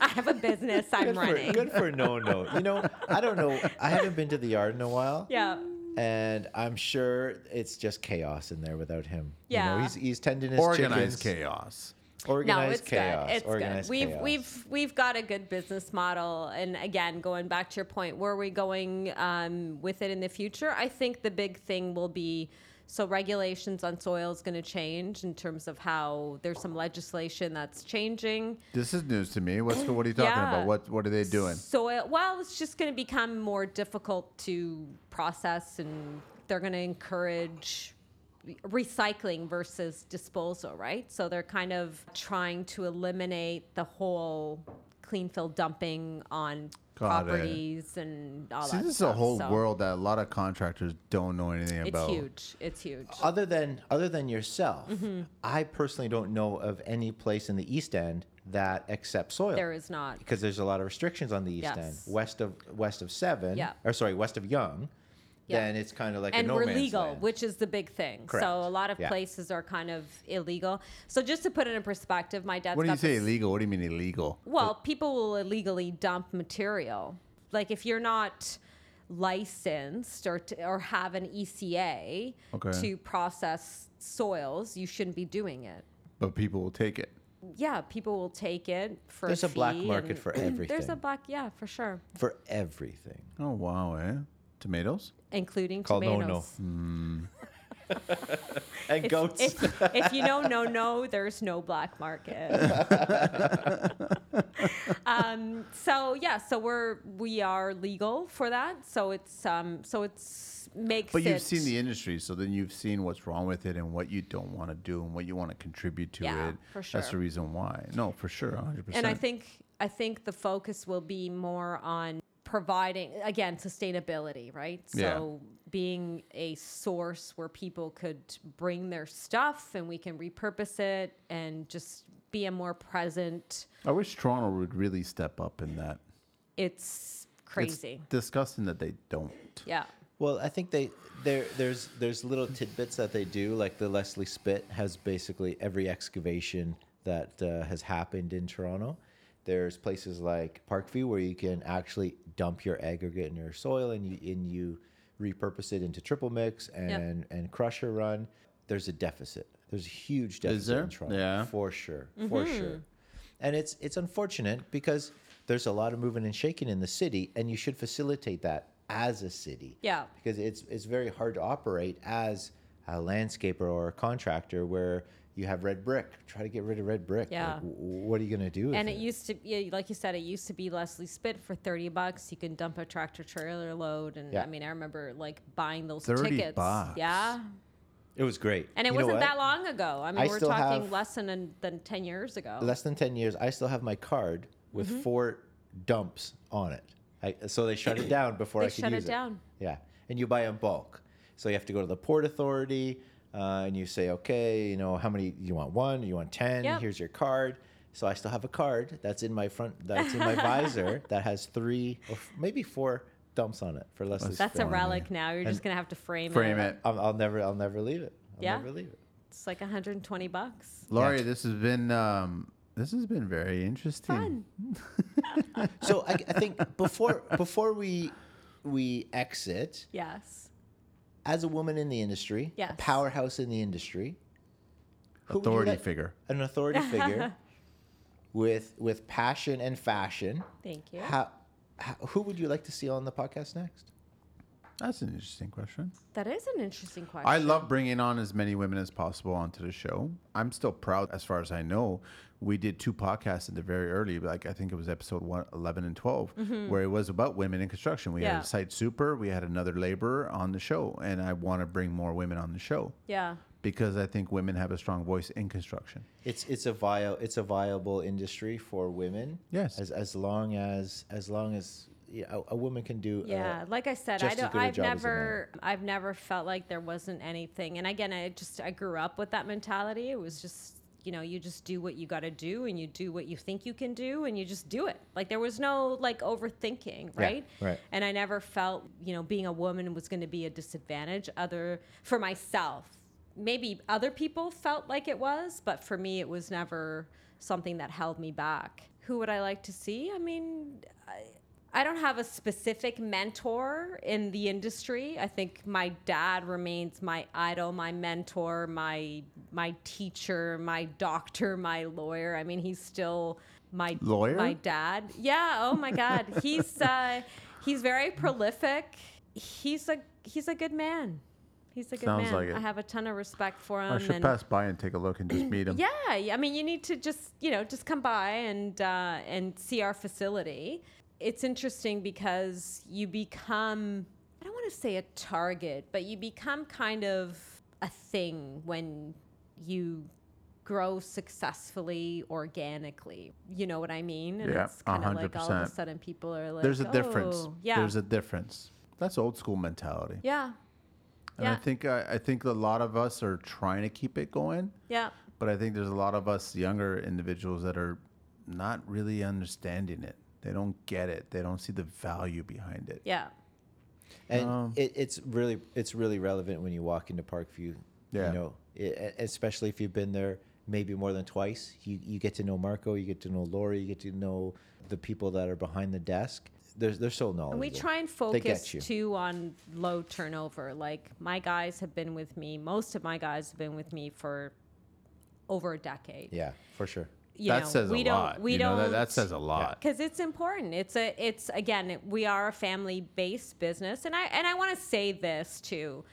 Speaker 1: I have a business. I'm
Speaker 3: Good for,
Speaker 1: running.
Speaker 3: good for no no. You know, I don't know. I haven't been to the yard in a while.
Speaker 1: Yeah,
Speaker 3: And I'm sure it's just chaos in there without him. You
Speaker 1: Yeah.
Speaker 3: know, he's, he's tending his
Speaker 4: Organized
Speaker 3: chickens.
Speaker 4: chaos.
Speaker 3: Organized
Speaker 1: no, it's
Speaker 3: chaos.
Speaker 1: good. It's
Speaker 3: organized
Speaker 1: good. We've
Speaker 3: chaos.
Speaker 1: we've we've got a good business model, and again, going back to your point, where are we going um, with it in the future? I think the big thing will be. So regulations on soil is going to change in terms of how there's some legislation that's changing.
Speaker 4: This is news to me. What's what are you talking
Speaker 1: Yeah.
Speaker 4: about? What what are they doing?
Speaker 1: soil well uh, it's just going to become more difficult to process and they're going to encourage recycling versus disposal right so they're kind of trying to eliminate the whole clean fill dumping on
Speaker 4: Got it.
Speaker 1: properties and all
Speaker 4: See,
Speaker 1: that
Speaker 4: this is a
Speaker 1: stuff,
Speaker 4: whole
Speaker 1: so
Speaker 4: world that a lot of contractors don't know anything
Speaker 1: it's
Speaker 4: about. Uh,
Speaker 1: huge it's huge
Speaker 3: other than other than yourself,
Speaker 1: Mm-hmm.
Speaker 3: I personally don't know of any place in the East End that accepts soil.
Speaker 1: there is not
Speaker 3: because there's a lot of restrictions on the East
Speaker 1: Yes.
Speaker 3: End. West of west of seven,
Speaker 1: Yeah.
Speaker 3: or sorry, west of Young,
Speaker 1: Yeah.
Speaker 3: then it's kind of like a
Speaker 1: and
Speaker 3: no
Speaker 1: we're
Speaker 3: man's
Speaker 1: legal,
Speaker 3: land.
Speaker 1: which is the big thing.
Speaker 3: Correct.
Speaker 1: So a lot of
Speaker 3: Yeah.
Speaker 1: places are kind of illegal. So just to put it in perspective, my dad's
Speaker 4: What do you
Speaker 1: got
Speaker 4: say
Speaker 1: this-
Speaker 4: illegal? What do you mean illegal?
Speaker 1: Well, people will illegally dump material. Like if you're not licensed or t or have an ECA
Speaker 4: Okay.
Speaker 1: to process soils, you shouldn't be doing it.
Speaker 4: But people will take it.
Speaker 1: Yeah, people will take it for.
Speaker 3: There's a black
Speaker 1: fee
Speaker 3: market
Speaker 1: and-
Speaker 3: for
Speaker 1: [clears throat] There's a
Speaker 3: everything.
Speaker 1: black, yeah, for sure,
Speaker 3: for everything.
Speaker 4: Oh wow, eh? Tomatoes?
Speaker 1: including
Speaker 3: Called no-no.
Speaker 1: tomatoes.
Speaker 3: And goats.
Speaker 1: If, if you know no no, there's no black
Speaker 4: [laughs]
Speaker 1: market. um, so yeah, so we're we are legal for that. So it's um so it's makes.
Speaker 4: But
Speaker 1: it-
Speaker 4: you've seen the industry, so then you've seen what's wrong with it and what you don't want to do and what you want to contribute to
Speaker 1: Yeah,
Speaker 4: it.
Speaker 1: for
Speaker 4: That's the
Speaker 1: sure.
Speaker 4: reason why. No, for sure, 100%.
Speaker 1: and I think I think the focus will be more on providing again sustainability, right?
Speaker 4: Yeah.
Speaker 1: So being a source where people could bring their stuff and we can repurpose it and just be a more present.
Speaker 4: I wish Toronto would really step up in that. It's
Speaker 1: It's crazy.
Speaker 4: disgusting that they don't.
Speaker 1: yeah.
Speaker 3: Well, I think they there there's there's little tidbits that they do, like the Leslie Spit has basically every excavation that uh, has happened in Toronto. There's places like Parkview where you can actually dump your aggregate in your soil and you and you repurpose it into triple mix and and crusher run. There's a deficit. There's a huge deficit
Speaker 4: there?
Speaker 3: in Toronto
Speaker 4: Yeah.
Speaker 3: for sure, for
Speaker 1: Mm-hmm.
Speaker 3: sure. And it's it's unfortunate because there's a lot of moving and shaking in the city, and you should facilitate that as a city.
Speaker 1: Yeah.
Speaker 3: Because it's it's very hard to operate as a landscaper or a contractor where You have red brick. Try to get rid of red brick.
Speaker 1: Yeah.
Speaker 3: Like, w- what are you going to do? with
Speaker 1: And it used to, yeah, like you said, it used to be Leslie Spit for thirty bucks. You can dump a tractor trailer load, and
Speaker 3: Yeah.
Speaker 1: I mean, I remember like buying those
Speaker 7: 30
Speaker 1: tickets.
Speaker 7: bucks.
Speaker 1: Yeah,
Speaker 3: It was great.
Speaker 1: and it
Speaker 3: You know
Speaker 1: wasn't
Speaker 3: what?
Speaker 1: that long ago. I mean,
Speaker 3: I
Speaker 1: we're
Speaker 3: still
Speaker 1: talking
Speaker 3: have-
Speaker 1: less than than ten years ago.
Speaker 3: less than 10 years, I still have my card with
Speaker 1: Mm-hmm.
Speaker 3: four dumps on it. I, so
Speaker 1: [coughs]
Speaker 3: they shut it down before
Speaker 1: They
Speaker 3: I could
Speaker 1: shut it
Speaker 3: use
Speaker 1: down.
Speaker 3: Yeah. And you buy in bulk. So you have to go to the port authority uh, and you say, okay, you know, how many you want? One, you want 10,
Speaker 1: Yep.
Speaker 3: here's your card. So I still have a card that's in my front, that's in
Speaker 1: [laughs]
Speaker 3: my visor that has three or f- maybe four dumps on it for less than
Speaker 1: That's a relic now. You're just gonna have to frame,
Speaker 7: Frame it.
Speaker 3: I'll, I'll never, I'll never leave it. I'll
Speaker 1: Yeah.
Speaker 3: never leave it.
Speaker 1: It's like 120 bucks.
Speaker 2: Laurie, this has been um, this has been very interesting.
Speaker 1: Fun.
Speaker 3: So I, I think before, before we, we exit,
Speaker 1: Yes.
Speaker 3: as a woman in the industry,
Speaker 1: Yes.
Speaker 3: a powerhouse in the industry, who would you
Speaker 2: Authority
Speaker 3: let-
Speaker 2: figure.
Speaker 1: [laughs]
Speaker 3: an authority figure with with passion and fashion.
Speaker 1: Thank you.
Speaker 3: How, how, who would you like to see on the podcast next?
Speaker 2: That's an interesting question.
Speaker 1: That is an interesting question.
Speaker 2: I love bringing on as many women as possible onto the show. I'm still proud, as far as I know. We did two podcasts in the very early, like I think it was episode one, 11 and 12, where it was about women in construction. We
Speaker 1: Mm-hmm. Yeah.
Speaker 2: had a site super, we had another laborer on the show, and I want to bring more women on the show
Speaker 1: Yeah.
Speaker 2: because I think women have a strong voice in construction.
Speaker 3: It's it's a via, it's a viable industry for women.
Speaker 2: Yes.
Speaker 3: as as long as as long as yeah, a, a woman can do. uh,
Speaker 1: Yeah, like I said,
Speaker 3: just
Speaker 1: I
Speaker 3: as
Speaker 1: don't.
Speaker 3: good a
Speaker 1: I've
Speaker 3: job as a man.
Speaker 1: never, I've never felt like there wasn't anything. And again, I just, I grew up with that mentality. It was just, you know, you just do what you got to do, and you do what you think you can do, and you just do it. Like there was no like overthinking, right?
Speaker 3: right.
Speaker 1: And I never felt, you know, being a woman was going to be a disadvantage other for myself. Maybe other people felt like it was, but for me, it was never something that held me back. Who would I like to see? I mean, I don't have a specific mentor in the industry. I think my dad remains my idol, my mentor, my my teacher, my doctor, my lawyer. I mean, he's still my
Speaker 2: Lawyer?
Speaker 1: My dad. Yeah. Oh my
Speaker 2: [laughs]
Speaker 1: God. He's uh, he's very prolific. He's a he's a good man. He's a good
Speaker 2: Sounds
Speaker 1: man.
Speaker 2: like it.
Speaker 1: I have a ton of respect for him.
Speaker 2: I should
Speaker 1: and-
Speaker 2: pass by and take a look and just meet them.
Speaker 1: yeah, I mean, you need to just you know just come by and uh, and see our facility. It's interesting because you become I don't want to say a target, but you become kind of a thing when you grow successfully organically. You know what I mean? And
Speaker 2: Yeah,
Speaker 1: it's kind of like all of a
Speaker 2: 100%.
Speaker 1: sudden people are like,
Speaker 2: [clears throat] There's a difference.
Speaker 1: "Oh, Yeah,
Speaker 2: There's a difference. That's old school mentality.
Speaker 1: yeah,
Speaker 2: And I
Speaker 1: yeah,
Speaker 2: think uh, I, I think a lot of us are trying to keep it going.
Speaker 1: yeah,
Speaker 2: But I think there's a lot of us younger individuals that are not really understanding it. They don't get it. They don't see the value behind it.
Speaker 1: yeah,
Speaker 3: and it, it's really it's really relevant when you walk into Parkview.
Speaker 2: Yeah.
Speaker 3: You know, e- e- especially if you've been there maybe more than twice, you you get to know Marco, you get to know Lori, you get to know the people that are behind the desk. They're they're so knowledgeable.
Speaker 1: And we try and
Speaker 3: They
Speaker 1: focus
Speaker 3: get you.
Speaker 1: too on low turnover. Like my guys have been with me, most of my guys have been with me for over a decade.
Speaker 3: Yeah, for sure.
Speaker 1: You
Speaker 2: that
Speaker 1: know,
Speaker 2: says
Speaker 1: we
Speaker 2: a
Speaker 1: don't,
Speaker 2: lot.
Speaker 1: We
Speaker 2: you
Speaker 1: don't
Speaker 2: know, that, that says a lot.
Speaker 1: because it's important. It's a it's again it- we are a family based business, and I and I want to say this too.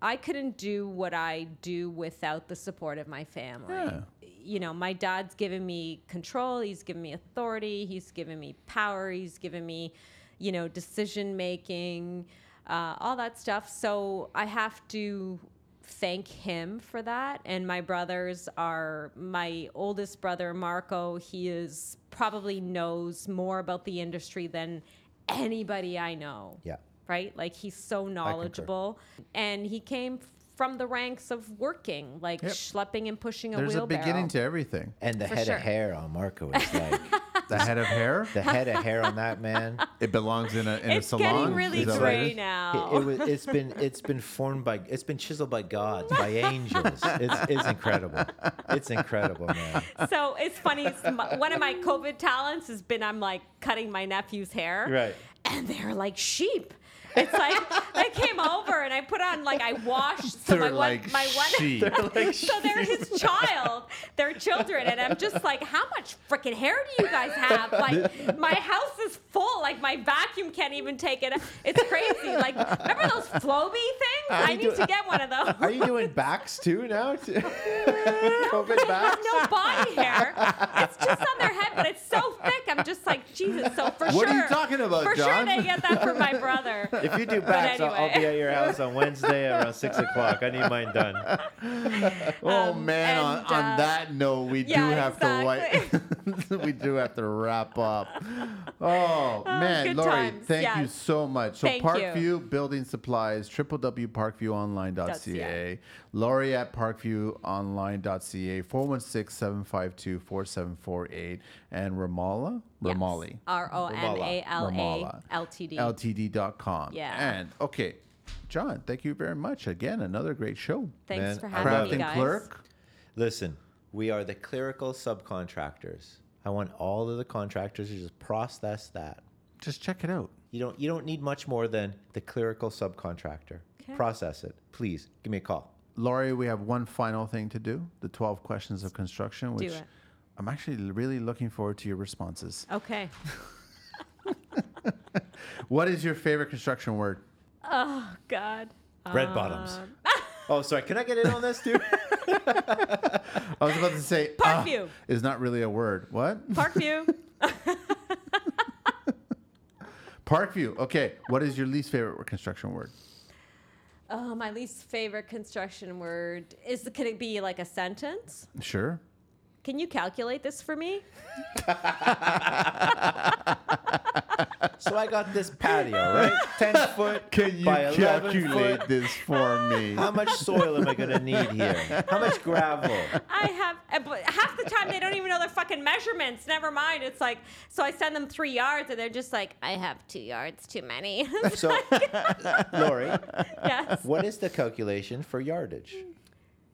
Speaker 1: I couldn't do what I do without the support of my family.
Speaker 2: Yeah.
Speaker 1: You know, my dad's given me control. He's given me authority. He's given me power. He's given me, you know, decision making, uh, all that stuff. So I have to thank him for that. And my brothers are my oldest brother, Marco. He is probably knows more about the industry than anybody I know
Speaker 3: Yeah.
Speaker 1: right? Like he's so knowledgeable, and he came from the ranks of working, like
Speaker 2: Yep.
Speaker 1: schlepping and pushing a
Speaker 2: There's a
Speaker 1: wheelbarrow.
Speaker 2: beginning to everything.
Speaker 1: [laughs]
Speaker 3: And the
Speaker 1: For
Speaker 3: head
Speaker 1: sure.
Speaker 3: of hair on Marco is
Speaker 1: [laughs]
Speaker 3: like
Speaker 2: The head of hair,
Speaker 3: the head of hair on that man.
Speaker 2: it belongs in a in
Speaker 1: it's
Speaker 2: a salon.
Speaker 1: getting really
Speaker 2: Is that what it
Speaker 1: gray
Speaker 2: is?
Speaker 3: It,
Speaker 1: now.
Speaker 3: it was, it's been it's been formed by it's been chiseled by God
Speaker 1: [laughs]
Speaker 3: by angels. It's, it's incredible. It's incredible, man.
Speaker 1: so it's funny. It's my, one of my COVID talents has been I'm like cutting my nephew's hair,
Speaker 3: Right.
Speaker 1: and they're like sheep. It's like I came over and I put on like I washed So my
Speaker 2: They're
Speaker 1: one,
Speaker 2: like
Speaker 1: my one, [laughs]
Speaker 2: sheep.
Speaker 1: so they're his child, they're children, and I'm just like, how much freaking hair do you guys have? Like, my house is full. Like, my vacuum can't even take it. It's crazy. Like, remember those Floby things? I
Speaker 3: you
Speaker 1: need
Speaker 3: do-
Speaker 1: to get one of those.
Speaker 3: Are you doing backs too now? COVID
Speaker 1: I have
Speaker 3: backs?
Speaker 1: no body hair. It's just on their head, but it's so thick. I'm just like, Jesus. So for sure.
Speaker 2: What are you talking about,
Speaker 1: For sure
Speaker 2: John?
Speaker 1: they get that for my
Speaker 2: [laughs]
Speaker 1: brother.
Speaker 8: If you do backs, I'll- I'll be
Speaker 1: anyway.
Speaker 8: at your house on Wednesday around
Speaker 1: [laughs]
Speaker 8: six o'clock. I need mine done.
Speaker 2: Oh
Speaker 1: Um,
Speaker 2: man, on,
Speaker 1: and,
Speaker 2: on
Speaker 1: uh,
Speaker 2: that note, we do
Speaker 1: yeah,
Speaker 2: have to wipe. [laughs] we do have to wrap up.
Speaker 1: [laughs]
Speaker 2: Oh, man,
Speaker 1: good
Speaker 2: Lori,
Speaker 1: times,
Speaker 2: thank you
Speaker 1: yes.
Speaker 2: so much. So
Speaker 1: Thank you.
Speaker 2: Parkview Building Supplies, www.parkviewonline.ca,
Speaker 1: .ca.
Speaker 2: Lori at parkviewonline.ca, 416-752-4748, and Ramallah,
Speaker 1: Yes.
Speaker 2: Ramali,
Speaker 1: R O M A L
Speaker 2: Ramala.
Speaker 1: A L T D.
Speaker 2: ltd.com.
Speaker 1: Yeah.
Speaker 2: And okay, John, thank you very much again. Another great show.
Speaker 1: Thanks
Speaker 3: Man,
Speaker 1: for
Speaker 3: I
Speaker 1: having
Speaker 2: Craft
Speaker 1: me,
Speaker 2: and
Speaker 1: guys.
Speaker 2: Clerk.
Speaker 3: Listen, we are the clerical subcontractors. I want all of the contractors to just process that.
Speaker 2: Just check it out.
Speaker 3: You don't you don't need much more than the clerical subcontractor.
Speaker 1: Okay.
Speaker 3: Process it. Please give me a call.
Speaker 2: Laurie, we have one final thing to do the 12 questions of construction,
Speaker 1: Do
Speaker 2: which
Speaker 1: it.
Speaker 2: I'm actually really looking forward to your responses.
Speaker 1: Okay.
Speaker 2: What is your favorite construction word?
Speaker 1: Oh God.
Speaker 3: Red
Speaker 1: Um, [laughs]
Speaker 3: bottoms. Oh, sorry. Can I get in on this too?
Speaker 2: I was about to say,
Speaker 1: [laughs] Park
Speaker 2: "Ah,"
Speaker 1: view.
Speaker 2: is not really a word. What?
Speaker 1: Parkview.
Speaker 2: Parkview. Okay. What is your least favorite construction word?
Speaker 1: Oh, my least favorite construction word is. Can it be like a sentence?
Speaker 2: Sure.
Speaker 1: Can you calculate this for me?
Speaker 3: so I got this patio, right? Ten foot. by 11 foot.
Speaker 2: this for me?
Speaker 3: [laughs] How much soil am I gonna need here? How much gravel?
Speaker 1: I have, uh, but half the time they don't even know their fucking measurements. Never mind. It's like, so I send them three yards and they're just like, I have two yards too many. [laughs]
Speaker 3: So, Lori,
Speaker 1: yes.
Speaker 3: what is the calculation for yardage?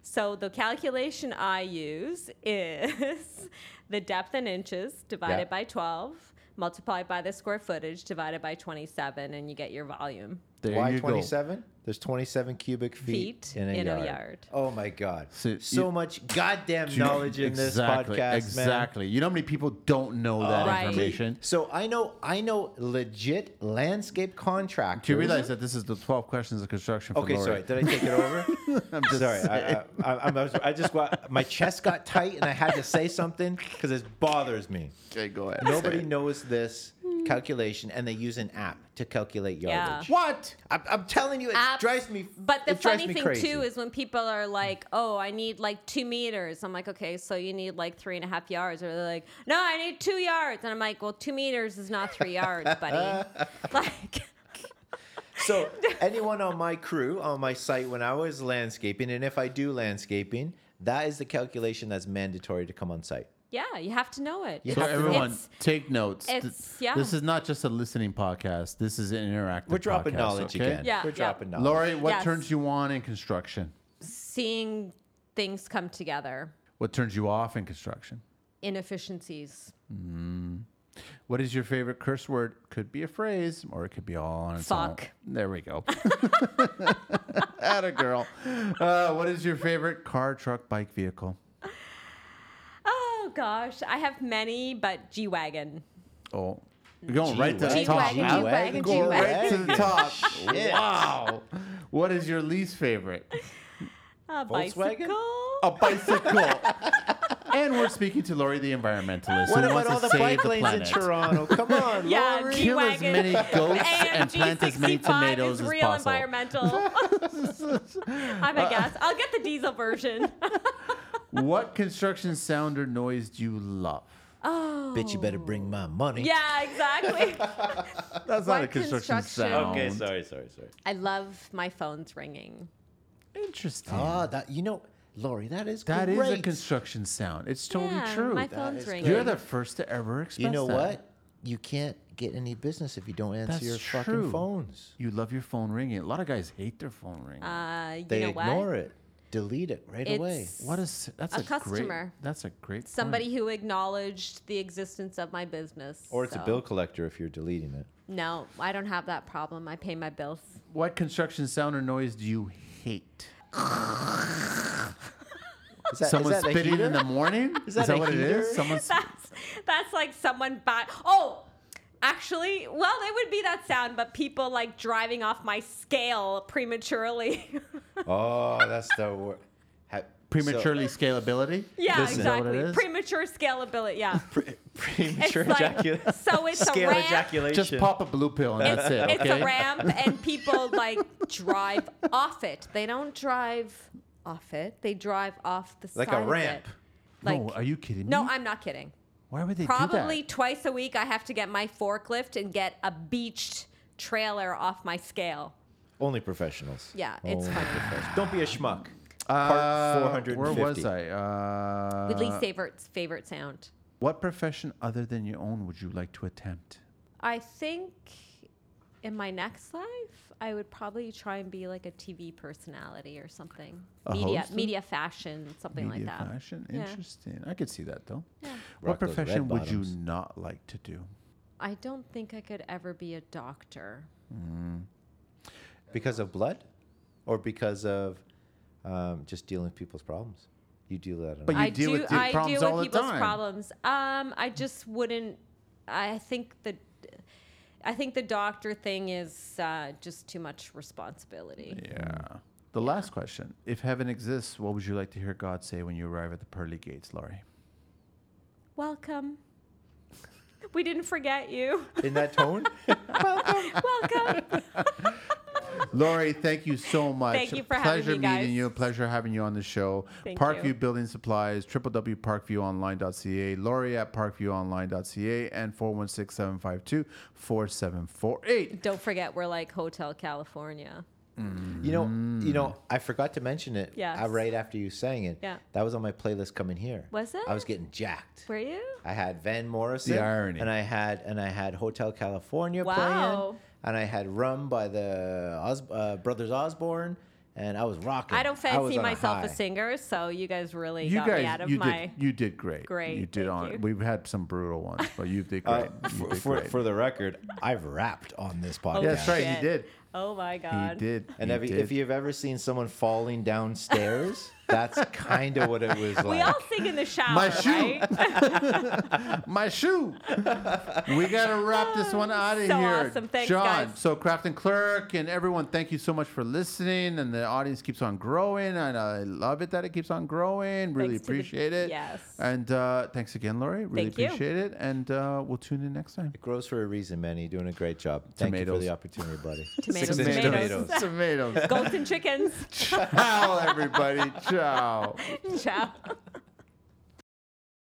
Speaker 1: So the calculation I use is the depth in inches divided
Speaker 3: Yeah.
Speaker 1: by 12, multiplied by the square footage divided by 27, and you get your volume.
Speaker 2: There
Speaker 3: Why
Speaker 2: you go.
Speaker 3: 27? There's 27 cubic feet,
Speaker 1: Feet
Speaker 3: in, a,
Speaker 1: in a
Speaker 3: yard.
Speaker 1: yard.
Speaker 3: Oh my God.
Speaker 2: So
Speaker 3: So,
Speaker 2: you-
Speaker 3: much goddamn knowledge in this
Speaker 2: Exactly,
Speaker 3: podcast, man.
Speaker 2: Exactly. You know how many people don't know that
Speaker 1: Oh. Right.
Speaker 2: information?
Speaker 3: So I know I know legit landscape contractors.
Speaker 2: Do you realize that this is the 12 questions of construction for
Speaker 3: Okay,
Speaker 2: Lori?
Speaker 3: sorry. Did I take it over? [laughs] I'm just sorry. I, I, I, I'm- I, was, I just got, my chest got tight and I had to say something because it bothers [laughs] me.
Speaker 2: Okay, go ahead.
Speaker 3: Nobody knows this calculation, and they use an app to calculate
Speaker 1: Yeah.
Speaker 3: yardage.
Speaker 2: What?
Speaker 3: I'm, I'm telling you, it
Speaker 1: Apps.
Speaker 3: drives me.
Speaker 1: But the
Speaker 3: it drives
Speaker 1: funny
Speaker 3: me
Speaker 1: thing
Speaker 3: crazy.
Speaker 1: too is when people are like, "Oh, I need like two meters." I'm like, "Okay, so you need like three and a half yards," or they're like, "No, I need two yards," and I'm like, "Well, two meters is not three
Speaker 3: [laughs]
Speaker 1: yards, buddy." like, [laughs]
Speaker 3: So anyone on my crew on my site when I was landscaping, and if I do landscaping, that is the calculation that's mandatory to come on site.
Speaker 1: yeah, you have to know it.
Speaker 3: You
Speaker 2: So
Speaker 3: have to-
Speaker 2: everyone,
Speaker 1: It's-
Speaker 2: take notes. Th-
Speaker 1: it's- yeah.
Speaker 2: This is not just a listening podcast. This is an interactive.
Speaker 3: We're dropping
Speaker 2: podcast,
Speaker 3: knowledge
Speaker 2: okay?
Speaker 3: again.
Speaker 1: Yeah,
Speaker 3: We're
Speaker 1: yeah.
Speaker 3: dropping knowledge.
Speaker 2: Lori, what
Speaker 1: Yes.
Speaker 2: turns you on in construction?
Speaker 1: seeing things come together,
Speaker 2: What turns you off in construction?
Speaker 1: inefficiencies,
Speaker 2: What is your favorite curse word? Could be a phrase, or it could be all on its
Speaker 1: Fuck.
Speaker 2: own. There we
Speaker 1: [laughs]
Speaker 2: go. [laughs] Atta girl. Uh, what is your favorite car, truck, bike, vehicle?
Speaker 1: Oh gosh, I have many, but G wagon.
Speaker 2: Oh, you're going right to the
Speaker 1: G-Wagon.
Speaker 2: top.
Speaker 1: G-Wagon,
Speaker 2: huh?
Speaker 1: G-Wagon,
Speaker 2: Going right to
Speaker 3: G-Wagon.
Speaker 2: the top.
Speaker 3: Shit.
Speaker 2: Wow. What is your least favorite?
Speaker 1: A
Speaker 3: Volkswagen? Oh,
Speaker 1: bicycle.
Speaker 2: a bicycle. [laughs] and we're speaking to Lori, the environmentalist.
Speaker 3: What
Speaker 2: who
Speaker 3: about
Speaker 2: wants
Speaker 3: all
Speaker 2: to
Speaker 3: the
Speaker 2: save
Speaker 3: bike
Speaker 2: the
Speaker 3: lanes
Speaker 2: planet.
Speaker 3: in Toronto?
Speaker 2: [laughs]
Speaker 3: Come on,
Speaker 1: Yeah,
Speaker 3: Lori.
Speaker 1: G-
Speaker 2: Kill as
Speaker 1: G-Wagon.
Speaker 2: many
Speaker 1: [laughs]
Speaker 2: goats and
Speaker 1: AMG
Speaker 2: plant as many
Speaker 1: 65
Speaker 2: tomatoes
Speaker 1: is
Speaker 2: as
Speaker 1: real
Speaker 2: possible.
Speaker 1: environmental. [laughs] I'm a guess. I'll get the diesel [laughs] version.
Speaker 2: What construction sound or noise do you love?
Speaker 3: Bitch, you better bring my money.
Speaker 1: yeah, exactly.
Speaker 2: That's
Speaker 1: not a What construction construction? sound.
Speaker 3: Okay, sorry, sorry, sorry.
Speaker 1: [laughs] I love my phone's ringing.
Speaker 2: Interesting.
Speaker 3: Ah, that you know, Lori, that is
Speaker 2: that is
Speaker 3: great.
Speaker 2: a construction sound. It's totally
Speaker 1: yeah,
Speaker 2: true.
Speaker 1: My
Speaker 3: That
Speaker 1: phone's
Speaker 3: is great.
Speaker 1: ringing. Uh,
Speaker 2: You're the first to ever express
Speaker 3: You know
Speaker 2: that.
Speaker 3: what? You can't get any business if you don't answer
Speaker 2: That's
Speaker 3: your
Speaker 2: true.
Speaker 3: fucking phones.
Speaker 2: You love your phone ringing. A lot of guys hate their phone ringing.
Speaker 1: uh, you
Speaker 3: They
Speaker 1: know
Speaker 3: ignore
Speaker 1: what?
Speaker 3: it, delete it right
Speaker 1: It's
Speaker 3: away.
Speaker 2: what is that's
Speaker 1: a
Speaker 2: a,
Speaker 1: customer.
Speaker 2: Great, that's a great. point.
Speaker 1: Somebody who acknowledged the existence of my business. so-
Speaker 3: collector if you're deleting it.
Speaker 1: No, I don't have that problem. I pay my bills.
Speaker 2: What construction sound or noise do you hate?
Speaker 3: Is that, is
Speaker 2: Someone
Speaker 3: that a
Speaker 2: spitting
Speaker 3: heater?
Speaker 2: in the morning? Is
Speaker 3: that
Speaker 2: that
Speaker 3: a
Speaker 2: what it
Speaker 3: heater?
Speaker 2: is? Someone's
Speaker 1: [laughs] that's that's like someone bat. Oh, actually, well, it would be that sound, but people like driving off my scale prematurely. [laughs]
Speaker 3: [laughs]
Speaker 5: Oh, that's the word.
Speaker 2: prematurely scalability.
Speaker 1: yeah,
Speaker 2: This is that what
Speaker 1: exactly.
Speaker 2: it is?
Speaker 1: Premature scalability. Yeah, it's
Speaker 5: [laughs] premature
Speaker 1: like
Speaker 5: ejaculation.
Speaker 1: so it's a
Speaker 5: Scale
Speaker 1: ramp.
Speaker 5: ejaculation.
Speaker 2: Just pop a blue pill and that's it.
Speaker 1: It's
Speaker 2: okay?
Speaker 1: a ramp,
Speaker 2: [laughs]
Speaker 1: and people like drive off it. They don't drive off it. They drive off the
Speaker 5: Like a
Speaker 1: side of it.
Speaker 5: ramp.
Speaker 1: Like,
Speaker 2: no, are you kidding me?
Speaker 1: no, I'm not kidding.
Speaker 2: Why would they
Speaker 1: Probably
Speaker 2: do
Speaker 1: twice a week, I have to get my forklift and get a beached trailer off my scale.
Speaker 3: Only professionals. Oh.
Speaker 1: Yeah, it's
Speaker 2: Oh.
Speaker 3: Only
Speaker 1: fun.
Speaker 5: [sighs]
Speaker 3: professionals.
Speaker 5: Don't be a schmuck.
Speaker 2: that?
Speaker 3: Part
Speaker 2: Uh, Where was
Speaker 3: 450.
Speaker 2: I? Uh,
Speaker 1: With Lee's favorite favorite sound.
Speaker 2: What profession other than your own would you like to attempt?
Speaker 1: I think in my next life, I would probably try and be like a TV personality or something.
Speaker 2: A
Speaker 1: media,
Speaker 2: host?
Speaker 1: media fashion, something
Speaker 2: Media
Speaker 1: like that.
Speaker 2: fashion?
Speaker 1: Yeah.
Speaker 2: Interesting. I could see that though.
Speaker 1: Yeah.
Speaker 2: What
Speaker 3: Rock those red
Speaker 2: profession would you
Speaker 3: bottoms.
Speaker 2: not like to do?
Speaker 1: I don't think I could ever be a doctor.
Speaker 3: Because of blood, or because of um, just dealing with people's problems. You deal with that. on
Speaker 2: But
Speaker 3: a-
Speaker 2: you
Speaker 1: I
Speaker 2: deal
Speaker 1: do.
Speaker 2: with
Speaker 1: I
Speaker 2: problems
Speaker 1: deal
Speaker 2: all the
Speaker 1: with people's
Speaker 2: time.
Speaker 1: problems. Um, I just wouldn't. I think the. I think the doctor thing is uh, just too much responsibility.
Speaker 2: Yeah. The last question. If heaven exists, what would you like to hear God say when you arrive at the pearly gates, Laurie?
Speaker 1: Welcome. [laughs] We didn't forget you. [laughs]
Speaker 3: [laughs] in that tone,
Speaker 2: [laughs]
Speaker 1: Welcome.
Speaker 2: Laurie, thank you so much.
Speaker 1: Thank you for
Speaker 2: Pleasure
Speaker 1: having me,
Speaker 2: meeting
Speaker 1: guys.
Speaker 2: you. Pleasure having you on the show.
Speaker 1: Thank
Speaker 2: Parkview
Speaker 1: you.
Speaker 2: Building Supplies, www.parkviewonline.ca, Laurie at parkviewonline.ca, and 416 752 4748.
Speaker 1: Don't forget, we're like Hotel California.
Speaker 3: you know, you know, I forgot to mention it.
Speaker 1: Yes.
Speaker 3: uh, right after you sang it.
Speaker 1: Yeah.
Speaker 3: That was on my playlist coming here.
Speaker 1: Was it?
Speaker 3: I was getting jacked.
Speaker 1: Were you?
Speaker 3: I had Van Morrison.
Speaker 2: The irony.
Speaker 3: And I had and I had Hotel California
Speaker 1: Wow.
Speaker 3: playing. And I had Rum by the Os- uh, Brothers Osborne. And I was rocking.
Speaker 1: I don't
Speaker 3: was
Speaker 1: fancy
Speaker 3: on a
Speaker 1: myself
Speaker 3: high.
Speaker 1: a singer, so you guys really
Speaker 2: You
Speaker 1: got me out
Speaker 2: guys,
Speaker 1: of
Speaker 2: you
Speaker 1: my.
Speaker 2: did, you did great.
Speaker 1: Great,
Speaker 2: You did
Speaker 1: thank
Speaker 2: on.
Speaker 1: you.
Speaker 2: We've had some brutal ones, but you did
Speaker 5: [laughs] Uh,
Speaker 2: great. You
Speaker 5: for,
Speaker 2: did
Speaker 5: for,
Speaker 2: great.
Speaker 5: for the record,
Speaker 3: I've rapped on this podcast.
Speaker 1: Oh,
Speaker 2: That's right. He
Speaker 1: shit.
Speaker 2: did.
Speaker 1: Oh my
Speaker 2: He
Speaker 1: god.
Speaker 2: did.
Speaker 3: And
Speaker 2: he
Speaker 3: if, you-
Speaker 2: did.
Speaker 3: if you've ever seen someone
Speaker 1: [laughs]
Speaker 3: falling downstairs, that's kind of what it was like.
Speaker 1: We all sing in the shower,
Speaker 2: My shoe.
Speaker 1: right?
Speaker 2: my shoe.
Speaker 1: [laughs]
Speaker 2: we gotta wrap this one out of
Speaker 1: So
Speaker 2: here.
Speaker 1: awesome. Thanks,
Speaker 2: John.
Speaker 1: guys.
Speaker 2: So Craft and Clerk and everyone, thank you so much for listening. And the audience keeps on growing, and I love it that it keeps on growing. Really
Speaker 1: Thanks to the-
Speaker 2: appreciate it.
Speaker 1: yes.
Speaker 2: And uh, thanks again, Laurie. Really
Speaker 1: Thank you.
Speaker 2: appreciate it. And uh, we'll tune in next time.
Speaker 3: It grows for a reason, man. You're doing a great job. Thank you
Speaker 2: Tomatoes.
Speaker 3: for the opportunity, buddy.
Speaker 1: Tomatoes,
Speaker 3: Six-inch
Speaker 1: tomatoes. [laughs]
Speaker 2: Tomatoes. [laughs]
Speaker 1: Golden chickens.
Speaker 2: Ciao, everybody. Ciao.
Speaker 1: Ciao.